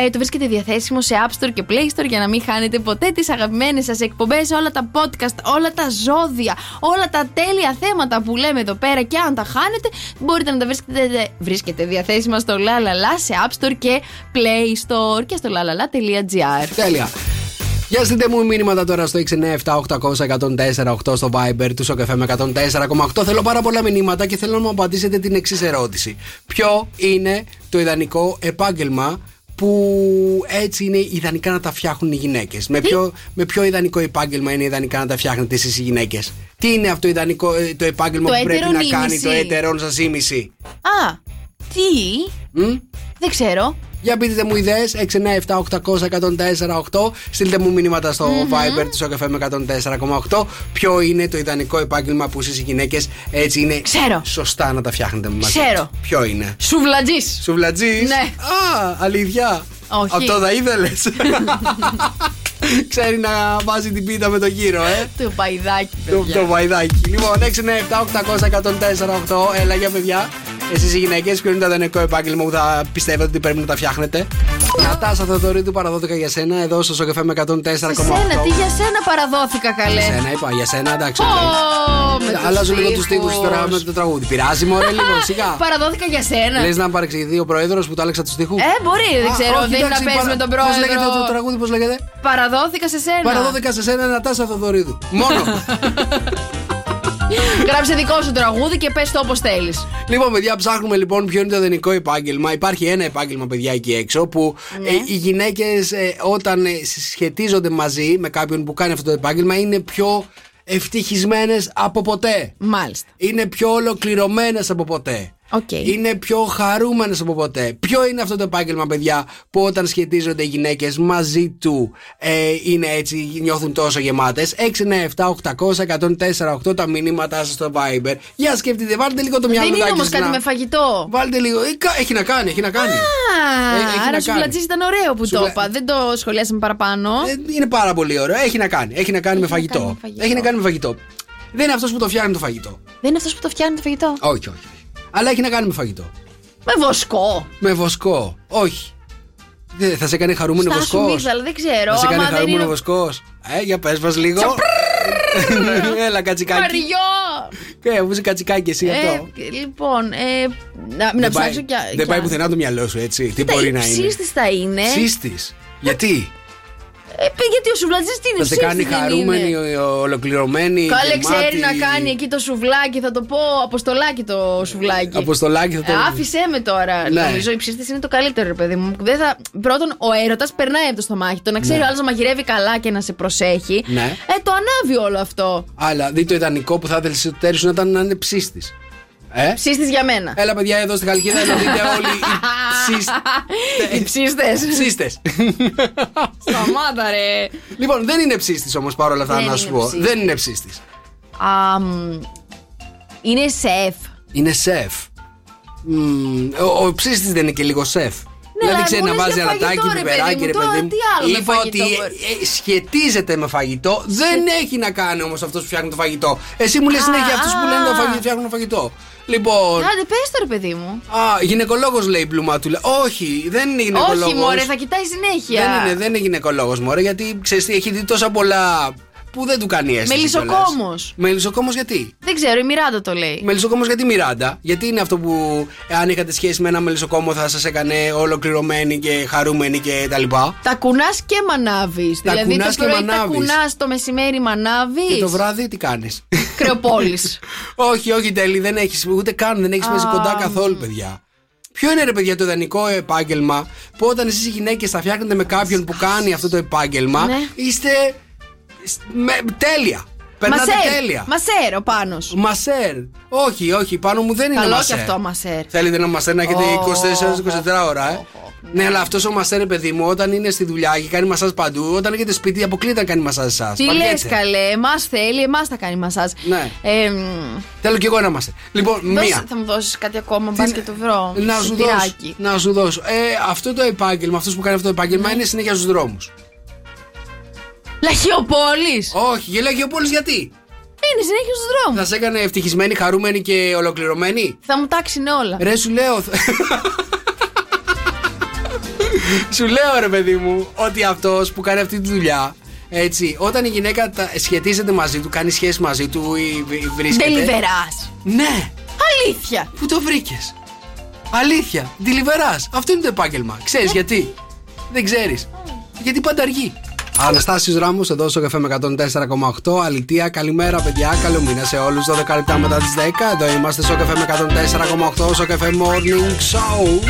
Speaker 7: Ε, το βρίσκεται διαθέσιμο σε App Store και Play Store για να μην χάνετε ποτέ τις αγαπημένες σας εκπομπές, όλα τα podcast, όλα τα ζώδια, όλα τα τέλεια θέματα που λέμε εδώ πέρα και αν τα χάνετε μπορείτε να τα βρίσκετε, βρίσκετε διαθέσιμα στο λα λα λα σε App Store και Play Store και στο lalala.gr.
Speaker 1: Τέλεια. Για στείλτε μου μήνυματα τώρα στο 697-800-1048 στο Viber του Σοκεφέ με 104,8. Θέλω πάρα πολλά μηνύματα και θέλω να μου απαντήσετε την εξής ερώτηση. Ποιο είναι το ιδανικό επάγγελμα που έτσι είναι ιδανικά να τα φτιάχνουν οι γυναίκες. Με, ποιο- με ποιο ιδανικό επάγγελμα είναι ιδανικά να τα φτιάχνετε εσείς οι γυναίκες. Τι είναι αυτό ιδανικό, ε, το επάγγελμα
Speaker 7: Το
Speaker 1: που πρέπει να
Speaker 7: έτερον
Speaker 1: κάνει
Speaker 7: ήμιση.
Speaker 1: το έτερον σας ήμιση.
Speaker 7: Α, τι.
Speaker 1: Μμ?
Speaker 7: Δεν ξέρω.
Speaker 1: Για πείτε μου ιδέες 697-800-1048. Στείλτε μου μηνύματα στο Viber του Σοκαφέ με 104,8. Ποιο είναι το ιδανικό επάγγελμα που εσείς οι γυναίκες έτσι είναι
Speaker 7: Ξέρω.
Speaker 1: σωστά να τα φτιάχνετε μαζί.
Speaker 7: Ξέρω.
Speaker 1: Ποιο είναι.
Speaker 7: Σουβλατζής.
Speaker 1: Σουβλατζής.
Speaker 7: Ναι.
Speaker 1: Α, αλήθεια.
Speaker 7: Όχι.
Speaker 1: Αυτό θα ήθελες.
Speaker 7: <laughs>
Speaker 1: Ξέρει να βάζει την πίτα με το γύρο, ε.
Speaker 7: Το παϊδάκι,
Speaker 1: Το,
Speaker 7: παιδιά.
Speaker 1: το βαϊδάκι. Λοιπόν, 697-800-1048. Έλα για παιδιά. Εσείς οι γυναίκες, ποιο είναι το ιδανικό επάγγελμα που θα πιστεύετε ότι πρέπει να τα φτιάχνετε. Νατάσα Θεοδωρίδου παραδόθηκα για σένα εδώ στο Σοκεφέ με 104,8.
Speaker 7: Σένα, τι για σένα παραδόθηκα
Speaker 1: Για
Speaker 7: καλέ.
Speaker 1: σένα, είπα, για σένα, εντάξει.
Speaker 7: Ω,
Speaker 1: οκ.
Speaker 7: με τους
Speaker 1: Αλλάζω λίγο τους
Speaker 7: στίχους.
Speaker 1: τείχου τώρα με το τραγούδι. Πειράζει, μωρέ,
Speaker 7: <laughs>
Speaker 1: λίγο, σιγά.
Speaker 7: Παραδόθηκα για σένα.
Speaker 1: Λες να παρεξηγηθεί ο πρόεδρος που του άλλαξα τους τείχους.
Speaker 7: Ε, μπορεί, δεν ξέρω, δεν είναι να παίζει με τον
Speaker 1: Πώς λέγεται
Speaker 7: πρόεδρο.
Speaker 1: το τραγούδι, πώς λέγεται.
Speaker 7: Παραδόθηκα σε σένα. <laughs>
Speaker 1: Παραδόθηκα σε σένα, Νατάσα Θεοδωρίδου. Μόνο.
Speaker 7: Γράψε δικό σου τραγούδι και πες το όπως θέλεις.
Speaker 1: Λοιπόν, παιδιά, ψάχνουμε λοιπόν ποιο είναι το δενικό επάγγελμα. Υπάρχει ένα επάγγελμα, παιδιά, εκεί έξω που
Speaker 7: Ναι.
Speaker 1: ε, οι γυναίκες όταν ε, συσχετίζονται μαζί με κάποιον που κάνει αυτό το επάγγελμα είναι πιο ευτυχισμένες από ποτέ.
Speaker 7: Μάλιστα.
Speaker 1: Είναι πιο ολοκληρωμένες από ποτέ.
Speaker 7: Οκ.
Speaker 1: Είναι πιο χαρούμενε από ποτέ. Ποιο είναι αυτό το επάγγελμα, παιδιά, που όταν σχετίζονται οι γυναίκες μαζί του ε, είναι έτσι, νιώθουν τόσο γεμάτες. 697-800-1048 τα μηνύματά σα στο Viber. Για σκεφτείτε, βάλτε λίγο το μυαλό
Speaker 7: Δεν είναι
Speaker 1: σας
Speaker 7: όμω κάτι
Speaker 1: να-
Speaker 7: με φαγητό.
Speaker 1: Βάλτε λίγο. Ε, κα- Έχει να κάνει, έχει να κάνει.
Speaker 7: Α,
Speaker 1: Ε, Έχει να
Speaker 7: άρα σου
Speaker 1: κάνει.
Speaker 7: πλατζής ήταν ωραίο που
Speaker 1: Σου
Speaker 7: το
Speaker 1: πλα-
Speaker 7: είπα. Δεν το σχολιάσαμε παραπάνω.
Speaker 1: Ε, Είναι πάρα πολύ ωραίο. Έχει να κάνει. Έχει να κάνει με φαγητό.
Speaker 7: κάνει με φαγητό.
Speaker 1: Έχει να κάνει με φαγητό. Δεν είναι αυτός που το φτιάχνει το φαγητό.
Speaker 7: Δεν είναι αυτός που το φτιάχνει το φαγητό.
Speaker 1: Όχι, όχι. όχι. Αλλά έχει να κάνει με φαγητό.
Speaker 7: Με βοσκό.
Speaker 1: Με βοσκό. Όχι. Δεν θα σε κάνει χαρούμενο
Speaker 7: Στάσου
Speaker 1: βοσκός.
Speaker 7: μίξαλ, δεν ξέρω.
Speaker 1: Θα σε κάνει
Speaker 7: Άμα δεν
Speaker 1: χαρούμενο
Speaker 7: είναι.
Speaker 1: βοσκός. Ε, για πες μας λίγο. Έλα, κατσικάκι.
Speaker 7: Βαριό!
Speaker 1: Ε, μου είσαι κατσικάκι εσύ αυτό.
Speaker 7: Ε, λοιπόν, ε, να, να
Speaker 1: Δεν πάει-
Speaker 7: ψάξω κι α-
Speaker 1: Δεν
Speaker 7: κι
Speaker 1: πάει
Speaker 7: α-
Speaker 1: πουθενά το μυαλό σου, έτσι. Τι
Speaker 7: Κοίτα,
Speaker 1: μπορεί
Speaker 7: η
Speaker 1: να είναι.
Speaker 7: ψύστης θα είναι.
Speaker 1: Σύστη. Γιατί
Speaker 7: Ε, παι, γιατί ο σουβλατζής τι είναι,
Speaker 1: θα σε
Speaker 7: ψύστης
Speaker 1: κάνει
Speaker 7: δεν είναι.
Speaker 1: χαρούμενη, ο- ο- ολοκληρωμένη.
Speaker 7: Καλέ ξέρει
Speaker 1: γεμάτη.
Speaker 7: να κάνει εκεί το σουβλάκι, θα το πω αποστολάκι το σουβλάκι.
Speaker 1: Αποστολάκι θα το.
Speaker 7: Ε, Άφησέ με τώρα.
Speaker 1: Ναι.
Speaker 7: Νομίζω η ψύστηση είναι το καλύτερο, ρε παιδί μου. Δεν θα... Πρώτον, ο έρωτας περνάει από το στομάχι. Το να ξέρει
Speaker 1: Ναι.
Speaker 7: ο άλλος να μαγειρεύει καλά και να σε προσέχει.
Speaker 1: Ναι.
Speaker 7: Ε, το ανάβει όλο αυτό.
Speaker 1: Αλλά δει το ιδανικό που θα ήθελε στο τέρι σου να ήταν να είναι ψύστη. Ε?
Speaker 7: Ψύστη για μένα.
Speaker 1: Έλα, παιδιά, εδώ στη Χαλκίδα να δείτε όλοι
Speaker 7: Οι ψύστε.
Speaker 1: ψύστε.
Speaker 7: Σταμάτα, ρε.
Speaker 1: λοιπόν, δεν είναι ψύστη όμως παρόλα αυτά,
Speaker 7: Δεν
Speaker 1: να
Speaker 7: είναι
Speaker 1: σου πω.
Speaker 7: ψύστης.
Speaker 1: Δεν είναι ψύστη.
Speaker 7: Α, μ, είναι σεφ.
Speaker 1: Είναι σεφ. Μμμ, ο ο ψύστη δεν είναι και λίγο σεφ.
Speaker 7: Ναι,
Speaker 1: δηλαδή
Speaker 7: αλλά
Speaker 1: ξέρει
Speaker 7: μου
Speaker 1: να
Speaker 7: λες
Speaker 1: βάζει
Speaker 7: για φαγητό,
Speaker 1: αλατάκι,
Speaker 7: ρε παιδί
Speaker 1: πιπεράκι,
Speaker 7: μου,
Speaker 1: ρε
Speaker 7: τώρα
Speaker 1: παιδί μου.
Speaker 7: τι άλλο με
Speaker 1: Είπα ότι
Speaker 7: φαγητό μπορεί.
Speaker 1: ε, ε, σχετίζεται με φαγητό. Δεν έχει να κάνει όμως αυτός που φτιάχνει το φαγητό. Εσύ μου λες συνέχεια
Speaker 7: Α,
Speaker 1: αυτούς που λένε το φαγητό, φτιάχνουν φαγητό. Λοιπόν.
Speaker 7: Άντε, πες το ρε παιδί μου.
Speaker 1: Α, γυναικολόγος λέει η Πλουμάτουλα. Όχι, δεν είναι γυναικολόγος.
Speaker 7: Όχι, μωρέ, θα κοιτάει συνέχεια.
Speaker 1: Δεν είναι, δεν είναι γυναικολόγος, μωρέ, γιατί ξέρεις έχει δει τόσα πολλά που δεν του κάνει αίσθηση.
Speaker 7: Μελισσοκόμος.
Speaker 1: κιόλας. Μελισσοκόμος γιατί.
Speaker 7: Δεν ξέρω, η Μιράντα το λέει.
Speaker 1: Μελισσοκόμος γιατί Μιράντα. Γιατί είναι αυτό που ε, αν είχατε σχέση με ένα μελισσοκόμο θα σας έκανε ολοκληρωμένη και χαρούμενη και τα λοιπά.
Speaker 7: Τα κουνάς και μανάβεις.
Speaker 1: Τα
Speaker 7: Δηλαδή το
Speaker 1: κουνάς και
Speaker 7: πρωί τα
Speaker 1: μανάβεις.
Speaker 7: κουνάς, το μεσημέρι μανάβεις.
Speaker 1: Και το βράδυ τι κάνεις.
Speaker 7: Κρεοπόλης.
Speaker 1: <laughs> όχι, όχι, τέλει, δεν έχεις ούτε καν, δεν έχεις
Speaker 7: Α,
Speaker 1: παίζει κοντά καθόλου, παιδιά. Ποιο είναι ρε παιδιά το ιδανικό επάγγελμα που όταν εσείς οι γυναίκες θα φτιάχνετε με κάποιον που κάνει αυτό το επάγγελμα
Speaker 7: Ναι.
Speaker 1: είστε σ- με- τέλεια. <laughs> Περνάτε
Speaker 7: Μασέρ.
Speaker 1: τέλεια.
Speaker 7: Μασέρ, ο πάνω.
Speaker 1: Μασέρ. Όχι, όχι, πάνω μου δεν είναι
Speaker 7: Καλό κι
Speaker 1: μασέρ.
Speaker 7: αυτό, μασέρ.
Speaker 1: Θέλετε ένα μασέρ να έχετε
Speaker 7: Ω,
Speaker 1: 24 ώρες, 24 ώρα, ε. Ναι, αλλά αυτός ο μασέρ, ρε παιδί μου, όταν είναι στη δουλειά και κάνει μασάζ παντού, όταν έχετε σπίτι, αποκλείται να κάνει μασάζ εσάς.
Speaker 7: Τι λε, καλέ, εμάς θέλει, εμάς θα κάνει μασάζ.
Speaker 1: Ναι.
Speaker 7: Ε, μ,
Speaker 1: Θέλω κι εγώ ένα μασέρ. Λοιπόν,
Speaker 7: δώσε-
Speaker 1: μία.
Speaker 7: θα μου δώσεις κάτι ακόμα, μπα και το βρω.
Speaker 1: Να σου δώσω.
Speaker 7: Σιτηράκι.
Speaker 1: Να σου δώσω. Ε, αυτό το επάγγελμα, αυτός που κάνει αυτό το επάγγελμα
Speaker 7: Ναι.
Speaker 1: είναι συνέχεια στους δρόμους.
Speaker 7: Λαχιοπόλης!
Speaker 1: Όχι, για Λαχιοπόλης γιατί.
Speaker 7: Είναι συνέχεια στους δρόμους.
Speaker 1: Θα σε έκανε ευτυχισμένη, χαρούμενη και ολοκληρωμένη.
Speaker 7: Θα μου τάξουν όλα.
Speaker 1: Ρε σου λέω Σου λέω ρε παιδί μου Ότι αυτός που κάνει αυτή τη δουλειά Έτσι όταν η γυναίκα τα- σχετίζεται μαζί του Κάνει σχέση μαζί του ή β- ή βρίσκεται
Speaker 7: Deliverás.
Speaker 1: Ναι
Speaker 7: Αλήθεια.
Speaker 1: Πού το βρήκες Αλήθεια Deliverás Αυτό είναι το επάγγελμα Ξέρεις γιατί Δεν ξέρεις Γιατί πανταργεί Αναστάσης Ράμος εδώ στο καφέ με 104,8 Αλητία καλημέρα παιδιά Καλό μήνα σε όλους 12 λεπτά μετά τις 10 Εδώ είμαστε στο καφέ με 104,8 Στο καφέ Morning Show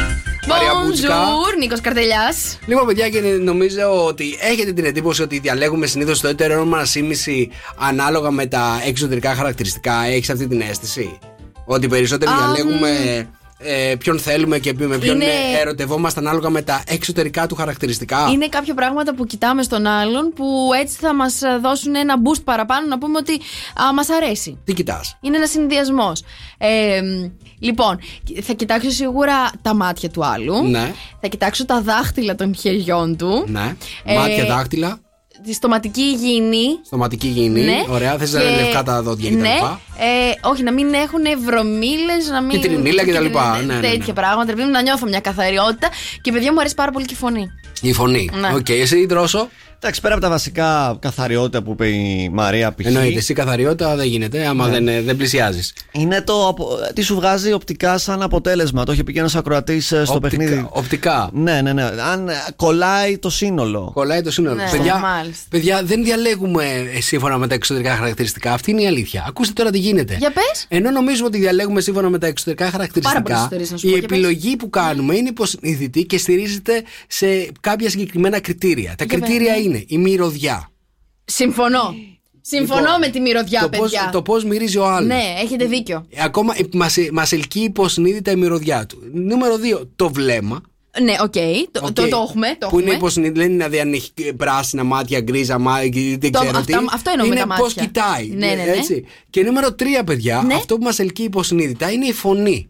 Speaker 1: Μαρία Μπουτσικά
Speaker 7: Bonjour, Νίκος Καρτελιάς.
Speaker 1: Λοιπόν, παιδιά, και νομίζω ότι έχετε την εντύπωση ότι διαλέγουμε συνήθως το έτερό μα ήμιση ανάλογα με τα εξωτερικά χαρακτηριστικά. Έχεις αυτή την αίσθηση. Ότι περισσότερο
Speaker 7: Αμ.
Speaker 1: διαλέγουμε ε, ποιον θέλουμε και με ποιον
Speaker 7: Είναι-
Speaker 1: ερωτευόμαστε ανάλογα με τα εξωτερικά του χαρακτηριστικά.
Speaker 7: Είναι κάποια πράγματα που κοιτάμε στον άλλον που έτσι θα μας δώσουν ένα boost παραπάνω να πούμε ότι μας αρέσει.
Speaker 1: Τι κοιτάς.
Speaker 7: Είναι ένας συνδυασμός. Ε, μ, λοιπόν, θα κοιτάξω σίγουρα τα μάτια του άλλου.
Speaker 1: Ναι.
Speaker 7: Θα κοιτάξω τα δάχτυλα των χεριών του.
Speaker 1: Ναι.
Speaker 7: Ε,
Speaker 1: Μάτια, δάχτυλα,
Speaker 7: Τη στοματική υγιεινή.
Speaker 1: στοματική γυηνή.
Speaker 7: Ναι.
Speaker 1: Ωραία, θες να
Speaker 7: Και-
Speaker 1: είναι λευκά τα δόντια κτλ.
Speaker 7: ναι. Ε, όχι, να μην έχουν βρωμίλες, να μην.
Speaker 1: Κυτρινίλα κτλ. Ναι, ναι, ναι.
Speaker 7: Τέτοια πράγματα. Πρέπει να νιώθω μια καθαριότητα. Και παιδιά μου αρέσει πάρα πολύ και η φωνή.
Speaker 1: Η φωνή.
Speaker 7: Ναι.
Speaker 1: Οκ, εσύ δρόσο.
Speaker 10: Εντάξει, πέρα από τα βασικά καθαριότητα που είπε η Μαρία π.χ.
Speaker 1: Εννοείται, εσύ καθαριότητα δεν γίνεται άμα
Speaker 10: Ναι.
Speaker 1: δεν, ε, δεν πλησιάζεις.
Speaker 10: Είναι το. απο- ε, Τι σου βγάζει οπτικά σαν αποτέλεσμα. Το έχει πει και ένας ακροατής στο παιχνίδι.
Speaker 1: Οπτικά.
Speaker 10: Ναι, ναι, ναι. Αν ε, κολλάει το σύνολο.
Speaker 1: Κολλάει το σύνολο.
Speaker 7: Ναι,
Speaker 1: παιδιά,
Speaker 7: μάλιστα.
Speaker 1: παιδιά, δεν διαλέγουμε ε, σύμφωνα με τα εξωτερικά χαρακτηριστικά. Αυτή είναι η αλήθεια. Ακούστε τώρα τι γίνεται.
Speaker 7: Για πες.
Speaker 1: Ενώ νομίζουμε ότι διαλέγουμε σύμφωνα με τα εξωτερικά
Speaker 7: πολλές
Speaker 1: χαρακτηριστικά,
Speaker 7: ιστορίες να σου πω
Speaker 1: η
Speaker 7: και πες. Ναι.
Speaker 1: επιλογή που κάνουμε είναι υποσυνείδητη και στηρίζεται σε κάποια συγκεκριμένα κριτήρια. Τα
Speaker 7: Για πες,
Speaker 1: κριτήρια
Speaker 7: ναι.
Speaker 1: είναι η μυρωδιά.
Speaker 7: Συμφωνώ. Συμφωνώ
Speaker 1: Λοιπόν,
Speaker 7: με τη μυρωδιά,
Speaker 1: το πώς,
Speaker 7: παιδιά.
Speaker 1: το πώς μυρίζει ο άλλος. Ε,
Speaker 7: Ναι, έχετε δίκιο.
Speaker 1: Ακόμα μας, μας ελκύει υποσυνείδητα η μυρωδιά του. Νούμερο 2. Το βλέμμα.
Speaker 7: Ναι, οκ. Το,
Speaker 1: Οκ.
Speaker 7: το, το έχουμε. Το
Speaker 1: που είναι
Speaker 7: έχουμε.
Speaker 1: υποσυνείδητο. Δεν είναι αν έχει πράσινα μάτια, γκρίζα μάτια, δεν
Speaker 7: Το-
Speaker 1: ξέρω
Speaker 7: αυτά-
Speaker 1: τι.
Speaker 7: αυτό εννοούμε
Speaker 1: είναι
Speaker 7: τα
Speaker 1: πώς
Speaker 7: μάτια.
Speaker 1: κοιτάει.
Speaker 7: Ναι, ναι, ναι.
Speaker 1: Έτσι. Και νούμερο 3, παιδιά,
Speaker 7: Ναι.
Speaker 1: αυτό που μας ελκύει υποσυνείδητα είναι η φωνή.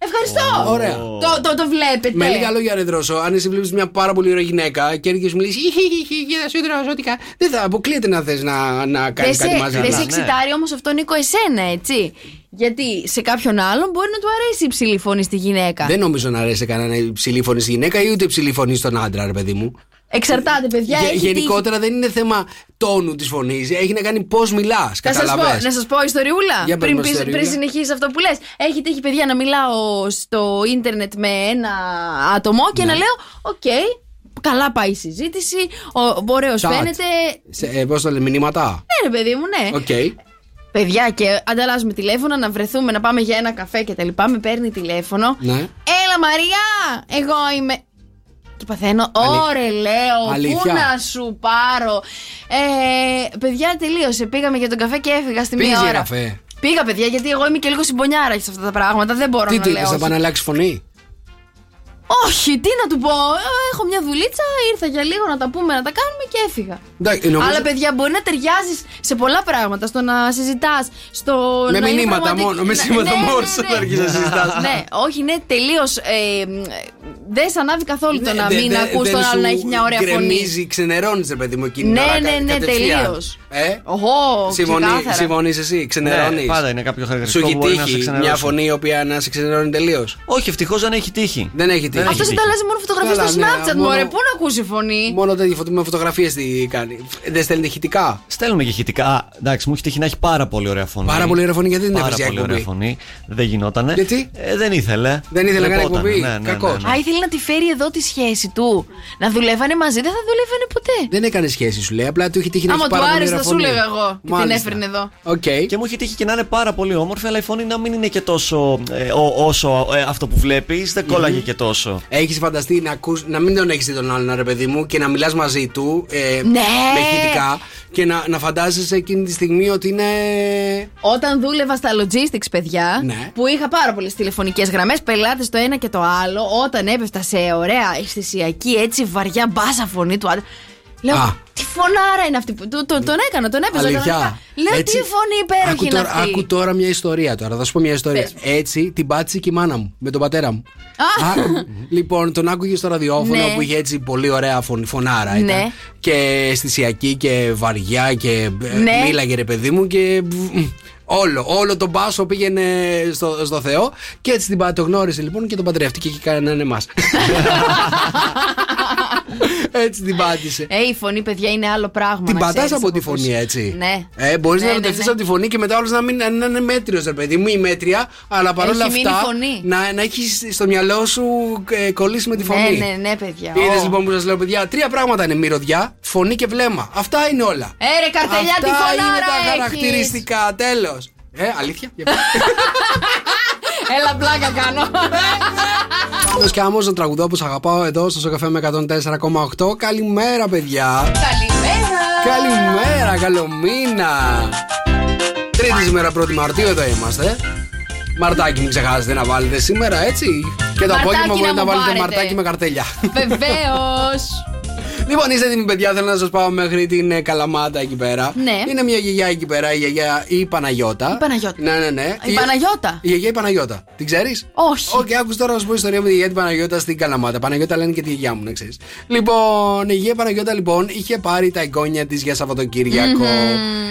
Speaker 7: Ευχαριστώ.
Speaker 1: Ωραία.
Speaker 7: Το, το, το βλέπετε.
Speaker 1: Με λίγα λόγια, ρε Δρόσο, αν εσύ βλέπεις μια πάρα πολύ ωραία γυναίκα και έρχεσαι και σου μιλήσει «Χιχιχι, και θα σου δρώσω ό,τι κα-». Δεν θα αποκλείεται να θες να, να κάνει
Speaker 7: Δεν σε,
Speaker 1: κάτι μαζί ναι.
Speaker 7: δεν
Speaker 1: της.
Speaker 7: σε εξητάρει όμως αυτό, Νίκο, εσένα, έτσι. Γιατί σε κάποιον άλλον μπορεί να του αρέσει η ψηλή φωνή στη γυναίκα.
Speaker 1: Δεν νομίζω να αρέσει σε κανένα η ψηλή φωνή στη γυναίκα ή ούτε η ψηλή φωνή στον άντρα, ρε παιδί μου.
Speaker 7: Εξαρτάται, παιδιά.
Speaker 1: Γε-
Speaker 7: έχει
Speaker 1: γενικότερα δεν είναι θέμα τόνου της φωνής. Έχει να κάνει πώς μιλάς.
Speaker 7: τύχει. Θα σας πω, να σας πω ιστοριούλα
Speaker 1: Για πες
Speaker 7: πριν,
Speaker 1: μας
Speaker 7: πεις-
Speaker 1: ιστοριούλα.
Speaker 7: πριν συνεχίσεις αυτό που λες. Έχει τύχει, παιδιά, να μιλάω στο ίντερνετ με ένα άτομο και
Speaker 1: Ναι.
Speaker 7: να λέω: Οκ, καλά πάει η συζήτηση. Ο, ωραίος
Speaker 1: Chat.
Speaker 7: φαίνεται.
Speaker 1: Ε, Πώς το λέμε, μηνύματα.
Speaker 7: Ναι, ρε παιδί μου, ναι.
Speaker 1: Οκ.
Speaker 7: Παιδιά, και ανταλλάσσουμε τηλέφωνα να βρεθούμε, να πάμε για ένα καφέ και τα λοιπά. Με παίρνει τηλέφωνο.
Speaker 1: Ναι.
Speaker 7: Έλα, Μαριά! Εγώ είμαι. Και παθαίνω. Ωρε, λέω. Πού
Speaker 1: Αλήθεια.
Speaker 7: να σου πάρω. Ε, παιδιά, τελείωσε. Πήγαμε για τον καφέ και έφυγα στη μία
Speaker 1: Πήγες για
Speaker 7: ώρα.
Speaker 1: καφέ.
Speaker 7: Πήγα, παιδιά, γιατί εγώ είμαι και λίγο συμπονιάρα σε αυτά τα πράγματα. Δεν μπορώ
Speaker 1: Τι
Speaker 7: να
Speaker 1: του
Speaker 7: λέω.
Speaker 1: είπες, θα
Speaker 7: όχι.
Speaker 1: πάνε να αλλάξει φωνή.
Speaker 7: Όχι, τι να του πω. Ε, Έχω μια δουλίτσα, ήρθα για λίγο να τα πούμε, να τα κάνουμε και έφυγα.
Speaker 1: Εντάξει, ε, νομίζω-
Speaker 7: Αλλά παιδιά, μπορεί να ταιριάζεις σε πολλά πράγματα. Στο να συζητάς, στο.
Speaker 1: Με
Speaker 7: να είναι
Speaker 1: μηνύματα
Speaker 7: πραγματικ-
Speaker 1: μόνο, με
Speaker 7: Ναι,
Speaker 1: σήματα
Speaker 7: ναι, ναι,
Speaker 1: μόνο
Speaker 7: ναι.
Speaker 1: να αρχίσεις να συζητάς.
Speaker 7: Ναι, όχι, ναι, τελείως. δεν σε ανάβει καθόλου το να
Speaker 1: Δε-
Speaker 7: μην
Speaker 1: δε-
Speaker 7: ακούς
Speaker 1: Ναι, δεν
Speaker 7: τον άλλο
Speaker 1: σου
Speaker 7: να έχει μια ωραία φωνή.
Speaker 1: Γκρεμίζει, ξενερώνεις, ρε παιδί μου, εκείνη
Speaker 7: Ναι,
Speaker 1: την ώρα,
Speaker 7: ναι,
Speaker 1: κα-
Speaker 7: ναι,
Speaker 1: κατευθείαν.
Speaker 7: τελείως.
Speaker 1: Ε,
Speaker 7: Οχω,
Speaker 1: συμφωνεί-
Speaker 7: ξεκάθαρα.
Speaker 1: συμφωνείς εσύ, ξενερώνεις.
Speaker 10: Ναι, πάντα είναι κάποιο
Speaker 1: Σου
Speaker 10: χαρακτηριστικό
Speaker 1: έχει
Speaker 10: που μπορεί να σε
Speaker 1: τύχει μια
Speaker 10: ξενερώσει.
Speaker 1: φωνή η οποία να σε ξενερώνει τελείως.
Speaker 10: Όχι, ευτυχώς δεν έχει τύχει.
Speaker 1: Δεν έχει τύχει.
Speaker 7: Αυτό ανταλλάσσει μόνο φωτογραφίες
Speaker 1: Καλά,
Speaker 7: στο
Speaker 1: ναι,
Speaker 7: Snapchat,
Speaker 1: μόνο-
Speaker 7: μωρέ. Πού να ακούσει φωνή.
Speaker 1: Μόνο τέτοια φωτο- με φωτογραφίες τι κάνει. Δεν στέλνει χητικά.
Speaker 10: Στέλνουμε και ηχητικά. Α, Εντάξει, μου έχει τύχει να έχει πάρα πολύ ωραία φωνή.
Speaker 1: Πάρα πολύ ωραία φωνή, γιατί δεν την
Speaker 10: Πάρα
Speaker 1: έβριζε η
Speaker 10: πολύ ωραία
Speaker 1: εκπομπή.
Speaker 10: φωνή. Δεν γινότανε.
Speaker 1: Γιατί?
Speaker 10: Ε, δεν ήθελε.
Speaker 1: Δεν ήθελε να κάνει
Speaker 10: Λεπότανε.
Speaker 1: εκπομπή.
Speaker 10: Ναι, ναι, ναι,
Speaker 1: Κακός.
Speaker 10: ναι.
Speaker 7: Α, ήθελε να τη φέρει εδώ τη σχέση του. Να δουλεύανε μαζί, δεν θα δουλεύανε ποτέ.
Speaker 1: Δεν έκανε σχέση, σου λέει. Απλά του είχε τύχει να έχει
Speaker 7: Άμα
Speaker 1: πάρα
Speaker 7: του
Speaker 1: πολύ
Speaker 7: άρεσε,
Speaker 1: ωραία
Speaker 7: θα σου
Speaker 1: φωνή.
Speaker 7: έλεγα εγώ. Και την
Speaker 1: Μάλιστα.
Speaker 7: έφερνε εδώ.
Speaker 1: Οκ.
Speaker 10: Και μου έχει τύχει και να είναι πάρα πολύ όμορφη, αλλά η φωνή να μην είναι και τόσο. ε, ο- όσο ε, αυτό που βλέπεις, δεν κόλλαγε και τόσο.
Speaker 1: Έχεις φανταστεί να, ακούς, να μην τον έχεις δει τον άλλον, ρε παιδί μου, και να μιλάς μαζί του ε,
Speaker 7: Ναι.
Speaker 1: με ηχητικά και να, να φαντάζεσαι εκείνη τη στιγμή ότι είναι.
Speaker 7: Όταν δούλευα στα logistics, παιδιά,
Speaker 1: Ναι.
Speaker 7: που είχα πάρα πολλές τηλεφωνικές γραμμές, πελάτες το ένα και το άλλο, όταν έπεφτα σε ωραία αισθησιακή, έτσι βαριά μπάσα φωνή του άντρα. Λέω,
Speaker 1: Α.
Speaker 7: τι φωνάρα είναι αυτή. που- το- το- τον έκανα, τον έπαιζα.
Speaker 1: Αλήθεια.
Speaker 7: κανονικά. Λέω,
Speaker 1: Έτσι.
Speaker 7: τι φωνή υπέροχη
Speaker 1: Άκου
Speaker 7: είναι
Speaker 1: τώρα,
Speaker 7: αυτή.
Speaker 1: άκου τώρα μια ιστορία τώρα. Θα σου πω μια ιστορία.
Speaker 7: Πες.
Speaker 1: Έτσι την πάτησε και η μάνα μου με τον πατέρα μου.
Speaker 7: Α.
Speaker 1: Άκου- λοιπόν, τον άκουγε στο ραδιόφωνο
Speaker 7: Ναι.
Speaker 1: που είχε έτσι πολύ ωραία φων, φωνάρα. Ήταν.
Speaker 7: Ναι.
Speaker 1: Και αισθησιακή και βαριά και ε,
Speaker 7: Ναι.
Speaker 1: μίλαγε ρε παιδί μου και. μ, Όλο, όλο τον πάσο πήγαινε στο, στο Θεό και έτσι την, πα- το γνώρισε λοιπόν και τον παντρεύτηκε και κανέναν εμά.
Speaker 7: <laughs>
Speaker 1: έτσι την πάτησε.
Speaker 7: Ε, η φωνή, παιδιά, είναι άλλο πράγμα.
Speaker 1: Την
Speaker 7: να
Speaker 1: πατάς
Speaker 7: ξέρεις
Speaker 1: από τη
Speaker 7: πού
Speaker 1: φωνή,
Speaker 7: ακούς.
Speaker 1: έτσι.
Speaker 7: Ναι.
Speaker 1: Ε, Μπορείς
Speaker 7: Ναι,
Speaker 1: να
Speaker 7: ναι,
Speaker 1: ερωτευτεί
Speaker 7: ναι.
Speaker 1: από τη φωνή και μετά όλος να μην να είναι μέτριος, ρε παιδί μου, ή μέτρια, αλλά παρόλα
Speaker 7: Έχει μείνει
Speaker 1: αυτά
Speaker 7: φωνή.
Speaker 1: να, να έχεις στο μυαλό σου ε, κολλήσει με τη φωνή.
Speaker 7: Ναι, ναι, ναι, παιδιά.
Speaker 1: Είδες
Speaker 7: Ω.
Speaker 1: λοιπόν που σας λέω, παιδιά, τρία πράγματα είναι μυρωδιά, φωνή και βλέμμα. Αυτά είναι όλα.
Speaker 7: Ε, ρε, καρτελιά,
Speaker 1: Αυτά
Speaker 7: τι φωνάρα
Speaker 1: είναι τα
Speaker 7: έχεις.
Speaker 1: χαρακτηριστικά, τέλος. Ε, αλήθεια.
Speaker 7: <laughs>
Speaker 1: για πες.
Speaker 7: Έλα, πλάκα
Speaker 1: <laughs>
Speaker 7: κάνω.
Speaker 1: Άνος και άμμος, να τραγουδώ που σ' αγαπάω εδώ στο καφέ με 104,8. Καλημέρα, παιδιά.
Speaker 7: Καλημέρα.
Speaker 1: Καλημέρα, καλό μήνα. Τρίτη σήμερα, 1η Μαρτίου, εδώ είμαστε. Μαρτάκι, μην ξεχάσετε να βάλετε σήμερα, έτσι. Και το
Speaker 7: Μαρτάκι
Speaker 1: απόγευμα μπορείτε να
Speaker 7: να μου
Speaker 1: βάλετε
Speaker 7: πάρετε.
Speaker 1: μαρτάκι με καρτέλια.
Speaker 7: Βεβαίως.
Speaker 1: <laughs> λοιπόν, είστε έτοιμοι, παιδιά. Θέλω να σας πάω μέχρι την ε, Καλαμάτα εκεί πέρα.
Speaker 7: Ναι.
Speaker 1: Είναι μια γιαγιά εκεί πέρα, η γιαγιά η Παναγιώτα.
Speaker 7: Η Παναγιώτα.
Speaker 1: Ναι, ναι, ναι.
Speaker 7: Η Παναγιώτα.
Speaker 1: Η γιαγιά η Παναγιώτα. Την ξέρεις?
Speaker 7: Όχι.
Speaker 1: Οκ, άκουσε τώρα να σου πω ιστορία με τη γιαγιά την Παναγιώτα στην Καλαμάτα. Παναγιώτα λένε και τη γιαγιά μου, να ξέρεις. Λοιπόν, η γιαγιά Παναγιώτα λοιπόν είχε πάρει τα εγγόνια της για σαββατοκυριακο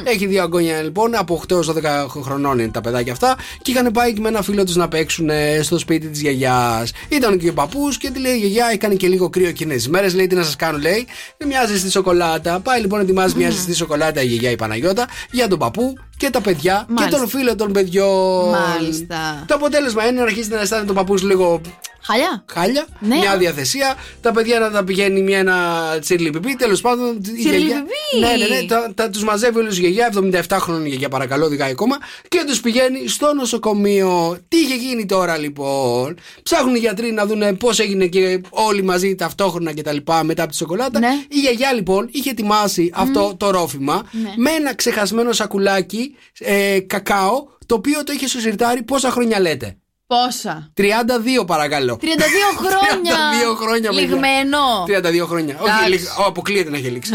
Speaker 1: Έχει δύο εγγόνια λοιπόν, από 8 έω 12 χρονών είναι τα παιδάκια αυτά. Και είχαν πάει και με ένα φίλο τους να παίξουν ε, στο σπίτι της γιαγιάς. Ήταν και ο παππούς και τη λέει: Γιαγιά, έκανε και λίγο κρύο εκείνες τις μέρες. Λέει: Τι να σας κάνω, λέει. μια ζεστή σοκολάτα. Πάει λοιπόν να ετοιμάζει μια ζεστή σοκολάτα η γιαγιά η Παναγιώτα για τον παππού και τα παιδιά και
Speaker 7: Μάλιστα.
Speaker 1: τον φίλο των παιδιών.
Speaker 7: Μάλιστα.
Speaker 1: Το αποτέλεσμα είναι να αρχίσει να αισθάνεται τον παππούς λίγο
Speaker 7: Χαλιά.
Speaker 1: χάλια,
Speaker 7: Ναι.
Speaker 1: μια διαθεσία, τα παιδιά να τα πηγαίνει μια ένα τσιρλιπιπί, τέλος πάντων. η
Speaker 7: Τσιρλιπιπί.
Speaker 1: γιαγιά- Ναι, ναι, ναι, τα, τα τους μαζεύει όλου η γιαγιά, 77χρονη γιαγιά παρακαλώ, δικά ακόμα, και τους πηγαίνει στο νοσοκομείο. Τι είχε γίνει τώρα λοιπόν. Ψάχνουν οι γιατροί να δουν πώς έγινε και όλοι μαζί ταυτόχρονα και τα λοιπά μετά από τη σοκολάτα.
Speaker 7: Ναι.
Speaker 1: Η γιαγιά λοιπόν είχε ετοιμάσει αυτό το ρόφημα
Speaker 16: Ναι.
Speaker 1: με ένα ξεχασμένο σακουλάκι ε, κακάο, το οποίο το είχε στο σιρτάρι πόσα χρόνια λέτε.
Speaker 7: Πόσα.
Speaker 1: 32 παρακαλώ.
Speaker 7: 32
Speaker 1: <laughs>
Speaker 7: χρόνια.
Speaker 1: 32 χρόνια, παιδιά.
Speaker 7: Λιγμένο.
Speaker 1: 32 χρόνια. Όχι,
Speaker 7: Εντάξει.
Speaker 1: λι... ο, αποκλείεται να έχει λήξει.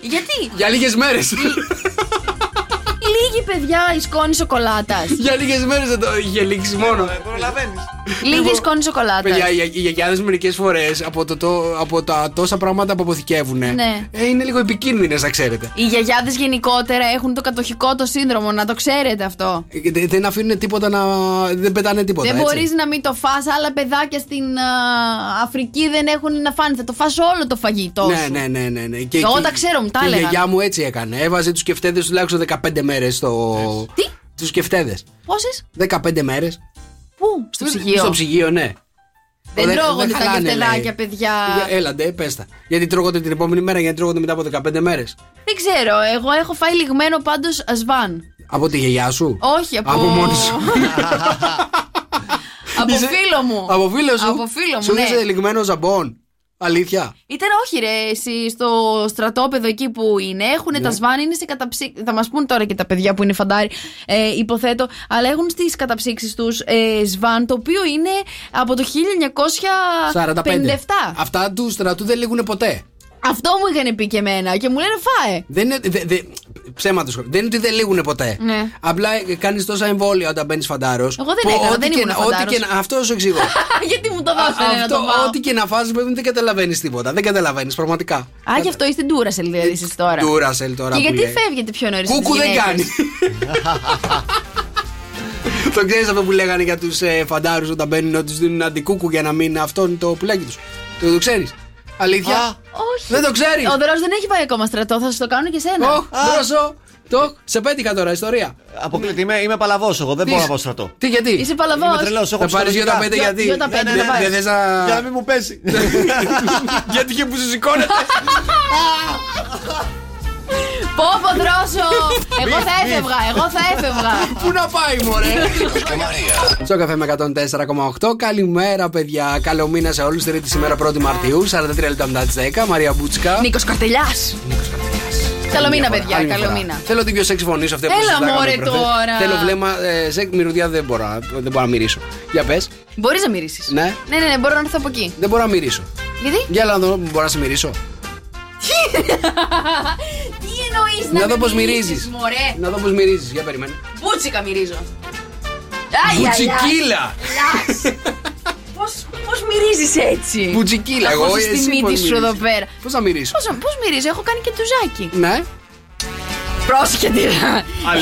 Speaker 7: Γιατί.
Speaker 1: Για λίγες μέρες.
Speaker 7: <laughs> Λίγη παιδιά η σκόνη σοκολάτας.
Speaker 1: Για λίγες μέρες δεν το είχε λήξει μόνο.
Speaker 7: Λίγη σκόνη σοκολάτας.
Speaker 1: Λοιπόν, Παιδιά, οι, οι γιαγιάδες μερικές φορές από, το, το, από τα τόσα πράγματα που αποθηκεύουν
Speaker 7: Ναι.
Speaker 1: ε, είναι λίγο επικίνδυνες, να ξέρετε.
Speaker 7: Οι γιαγιάδες γενικότερα έχουν το κατοχικό το σύνδρομο, να το ξέρετε αυτό.
Speaker 1: Ε, δε- Δεν αφήνουν τίποτα να. Δεν πετάνε τίποτα.
Speaker 7: δεν
Speaker 1: έτσι.
Speaker 7: μπορείς να μην το φας άλλα παιδάκια στην α, Αφρική δεν έχουν να φάνε. Θα το φας όλο το φαγητό.
Speaker 1: Ναι,
Speaker 7: σου.
Speaker 1: ναι, ναι, ναι, ναι. Και,
Speaker 7: Εγώ
Speaker 1: και-
Speaker 7: τα ξέρω, μου τα
Speaker 1: και Η
Speaker 7: έλεγαν.
Speaker 1: γιαγιά μου έτσι έκανε. Έβαζε τους κεφτέδε τουλάχιστον 15 μέρες στο.
Speaker 7: Τι?
Speaker 1: Τους κεφτέδες.
Speaker 7: Πόσες?
Speaker 1: 15 μέρες.
Speaker 7: Πού? Στο ψυγείο.
Speaker 1: Στο ψυγείο, ναι.
Speaker 7: Δεν
Speaker 1: Δεν-
Speaker 7: τρώγονται
Speaker 1: δεν
Speaker 7: τα
Speaker 1: χαλάνε, λέει. Ε,
Speaker 7: κεφτεδάκια, παιδιά.
Speaker 1: Έλαντε, πες τα. Γιατί τρώγονται την επόμενη μέρα, γιατί τρώγονται μετά από 15 μέρες.
Speaker 7: Δεν ξέρω. Εγώ έχω φάει λιγμένο πάντως σβάν.
Speaker 1: Από τη γιαγιά σου.
Speaker 7: Όχι, από.
Speaker 1: Από μόνη σου.
Speaker 7: <laughs> από
Speaker 1: Είσαι-
Speaker 7: φίλο μου.
Speaker 1: Από φίλο σου.
Speaker 7: Από φίλο μου,
Speaker 1: Σου
Speaker 7: ναι.
Speaker 1: είσαι λιγμένο ζαμπόν. Αλήθεια.
Speaker 7: Ήταν όχι ρε, εσύ στο στρατόπεδο εκεί που είναι, έχουν τα
Speaker 1: Ναι.
Speaker 7: σβάν, είναι σε καταψύξη. Θα μας πούν τώρα και τα παιδιά που είναι φαντάρι, ε, υποθέτω, αλλά έχουν στις καταψύξεις τους ε, σβάν, το οποίο είναι από το
Speaker 1: 45.
Speaker 7: 1957.
Speaker 1: Αυτά του στρατού δεν λήγουν ποτέ.
Speaker 7: Αυτό μου είχαν πει και εμένα και μου λένε φάε. <laughs>
Speaker 1: Δεν είναι, δε, δε, ψέματος, δεν είναι ότι δεν λήγουν ποτέ.
Speaker 7: Ναι.
Speaker 1: Απλά κάνεις τόσα εμβόλια όταν μπαίνεις φαντάρος.
Speaker 7: Εγώ δεν έκανα, δεν ήμουν φαντάρος.
Speaker 1: Αυτό σου εξηγώ.
Speaker 7: Γιατί μου <laughs> το βάζανε να
Speaker 1: αυτό,
Speaker 7: το πάω.
Speaker 1: ό,τι και να φας παιδί μου, δεν καταλαβαίνεις τίποτα. Δεν καταλαβαίνεις πραγματικά.
Speaker 7: Α, γι' αυτό είστε ντούρασελ δηλαδή εσείς τώρα.
Speaker 1: Ντούρασελ τώρα
Speaker 7: Και
Speaker 1: που
Speaker 7: γιατί
Speaker 1: λέει.
Speaker 7: φεύγετε πιο νωρίς από τις
Speaker 1: Κούκου δεν
Speaker 7: γυναίκες?
Speaker 1: κάνει. <laughs> το ξέρεις αυτό που λέγανε για τους ε, φαντάρους όταν μπαίνουν ότι τους δίνουν αντικούκου για να μην αυτό είναι το πουλάκι τους. Το, το ξέρεις. Αλήθεια.
Speaker 7: Α, όχι.
Speaker 1: Δεν το ξέρεις.
Speaker 7: Ο Δρός δεν έχει πάει ακόμα στρατό, θα σας το κάνω και σένα.
Speaker 1: Οχ, Δρόσο, το σε πέτυχα τώρα ιστορία.
Speaker 10: Αποκλείται, είμαι, είμαι παλαβός εγώ, δεν
Speaker 1: Τι
Speaker 10: μπορώ να
Speaker 1: είσαι?
Speaker 10: πάω στρατό.
Speaker 1: Τι γιατί.
Speaker 7: Είσαι παλαβός.
Speaker 10: Είμαι τρελός, έχω
Speaker 1: Θα πάρει
Speaker 10: ψυχολογικά.
Speaker 1: γύρω τα πέντε
Speaker 10: Γιο-
Speaker 1: γιατί.
Speaker 10: γιο τα πέντε,
Speaker 1: Ναι,
Speaker 10: να πάρεις.
Speaker 1: Δεν θες να.
Speaker 10: Για να μην μου
Speaker 1: <laughs>
Speaker 10: πέσει.
Speaker 1: Γιατί και που σου
Speaker 10: <laughs>
Speaker 1: σηκώνεται.
Speaker 7: Πόπο δρόσο! Εγώ θα
Speaker 1: Μπιφ, μπιφ.
Speaker 7: έφευγα, εγώ θα έφευγα.
Speaker 1: <laughs> Πού να πάει, μωρέ. Στο καφέ με 104,8. Καλημέρα, παιδιά. Καλό μήνα σε όλους. Τρίτη σήμερα 1η Μαρτίου, 43 λεπτά μετά τις 10. Μαρία Μπούτσκα.
Speaker 7: Νίκος Καρτελιάς. Καλό μήνα, παιδιά,
Speaker 1: Άλλη μια
Speaker 7: καλό
Speaker 1: φορά.
Speaker 7: μήνα.
Speaker 1: Θέλω την πιο σεξ φωνή σε αυτή που
Speaker 7: Έλα,
Speaker 1: συζητάγαμε
Speaker 7: μωρέ,
Speaker 1: προχθές.
Speaker 7: τώρα.
Speaker 1: Θέλω βλέμμα ε, σεξ μυρουδιά δεν μπορώ, να- δεν μπορώ να μυρίσω. Για πες.
Speaker 7: Μπορείς να μυρίσεις.
Speaker 1: Ναι.
Speaker 7: Ναι, ναι, ναι, μπορώ να έρθω από εκεί.
Speaker 1: Δεν μπορώ να μυρίσω.
Speaker 7: Γιατί?
Speaker 1: Για να δω, μπορώ να σε μυρίσω. <laughs>
Speaker 7: Τι εννοείς να
Speaker 1: Να δω
Speaker 7: με
Speaker 1: πώς
Speaker 7: μυρίσεις,
Speaker 1: μυρίζεις. Ναι.
Speaker 7: Μωρέ,
Speaker 1: Να δω πώς μυρίζεις. Για περιμένε.
Speaker 7: μπούτσικα μυρίζω.
Speaker 1: Μπουτσικίλα! <laughs>
Speaker 7: Πώ μυρίζεις έτσι.
Speaker 1: Μπουτσικίλα,
Speaker 7: Να
Speaker 1: εγώ,
Speaker 7: χώσεις
Speaker 1: εσύ
Speaker 7: τη
Speaker 1: πώς
Speaker 7: μύτη σου
Speaker 1: μυρίζεις.
Speaker 7: εδώ πέρα.
Speaker 1: Πώς θα μυρίσω.
Speaker 7: Πώς μυρίζει, έχω κάνει και τουζάκι.
Speaker 1: Ναι.
Speaker 7: Πρόσεχε τι.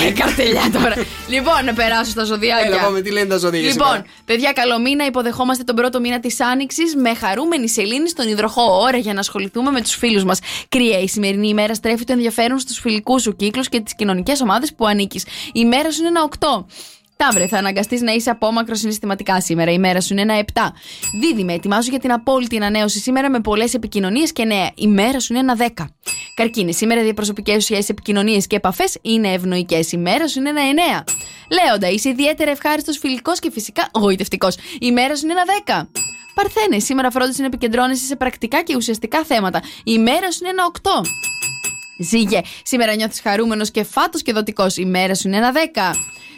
Speaker 7: Ε, Καρτελιά τώρα. λοιπόν, να περάσω στα ζωδιάκια.
Speaker 1: Έλα, πάμε, τι λένε τα ζωδία.
Speaker 7: Λοιπόν, παιδιά, καλό μήνα. Υποδεχόμαστε τον πρώτο μήνα της Άνοιξης με χαρούμενη σελήνη στον υδροχό. Ώρα για να ασχοληθούμε με τους φίλους μας. Κρύα, η σημερινή ημέρα στρέφει το ενδιαφέρον στους φιλικούς σου κύκλους και τις κοινωνικές ομάδες που ανήκεις. Η μέρα σου είναι ένα 8. Ταύρε, θα αναγκαστείς να είσαι απόμακρος συναισθηματικά σήμερα. Η μέρα σου είναι ένα 7. Δίδυμε, ετοιμάζω για την απόλυτη ανανέωση σήμερα με πολλές επικοινωνίες και νέα. Η μέρα σου είναι ένα 10. Καρκίνη, σήμερα οι διαπροσωπικές σου σχέσει, επικοινωνίες και επαφές είναι ευνοϊκές. Η μέρα σου είναι ένα 9. Λέοντα, είσαι ιδιαίτερα ευχάριστος, φιλικός και φυσικά γοητευτικός. Η μέρα σου είναι ένα 10. Παρθένε, σήμερα φρόντισε να επικεντρώνεσαι σε πρακτικά και ουσιαστικά θέματα. Η μέρα σου είναι ένα 8. Ζήγε, σήμερα νιώθεις χαρούμενος και φάτος και δοτικός. Η μέρα σου είναι ένα 10.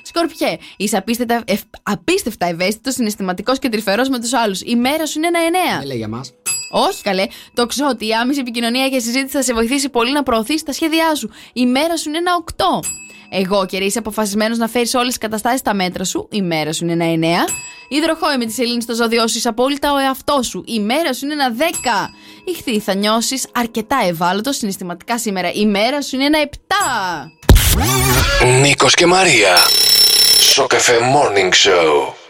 Speaker 7: Σκορπιέ, είσαι απίστευτα, ευ, απίστευτα ευαίσθητος, συναισθηματικός και τρυφερός με τους άλλους. Η μέρα σου είναι ένα 9.
Speaker 1: Δεν Ε, λέει για μας.
Speaker 7: Όχι καλέ, το ξέρω ότι η άμεση επικοινωνία και συζήτηση θα σε βοηθήσει πολύ να προωθήσει τα σχέδιά σου. Η μέρα σου είναι ένα 8. Εγώ και είσαι αποφασισμένος να φέρεις όλες τις καταστάσεις στα μέτρα σου. Η μέρα σου είναι ένα 9. Υδροχόε με τη σελήνη στο ζώδιό σου, είσαι απόλυτα ο εαυτός σου. Η μέρα σου είναι ένα 10. Ηχθή, θα νιώσεις αρκετά ευάλωτος συναισθηματικά σήμερα. Η μέρα σου είναι ένα 7.
Speaker 3: Νίκος και Μαρία. Στο Cafe Morning Show.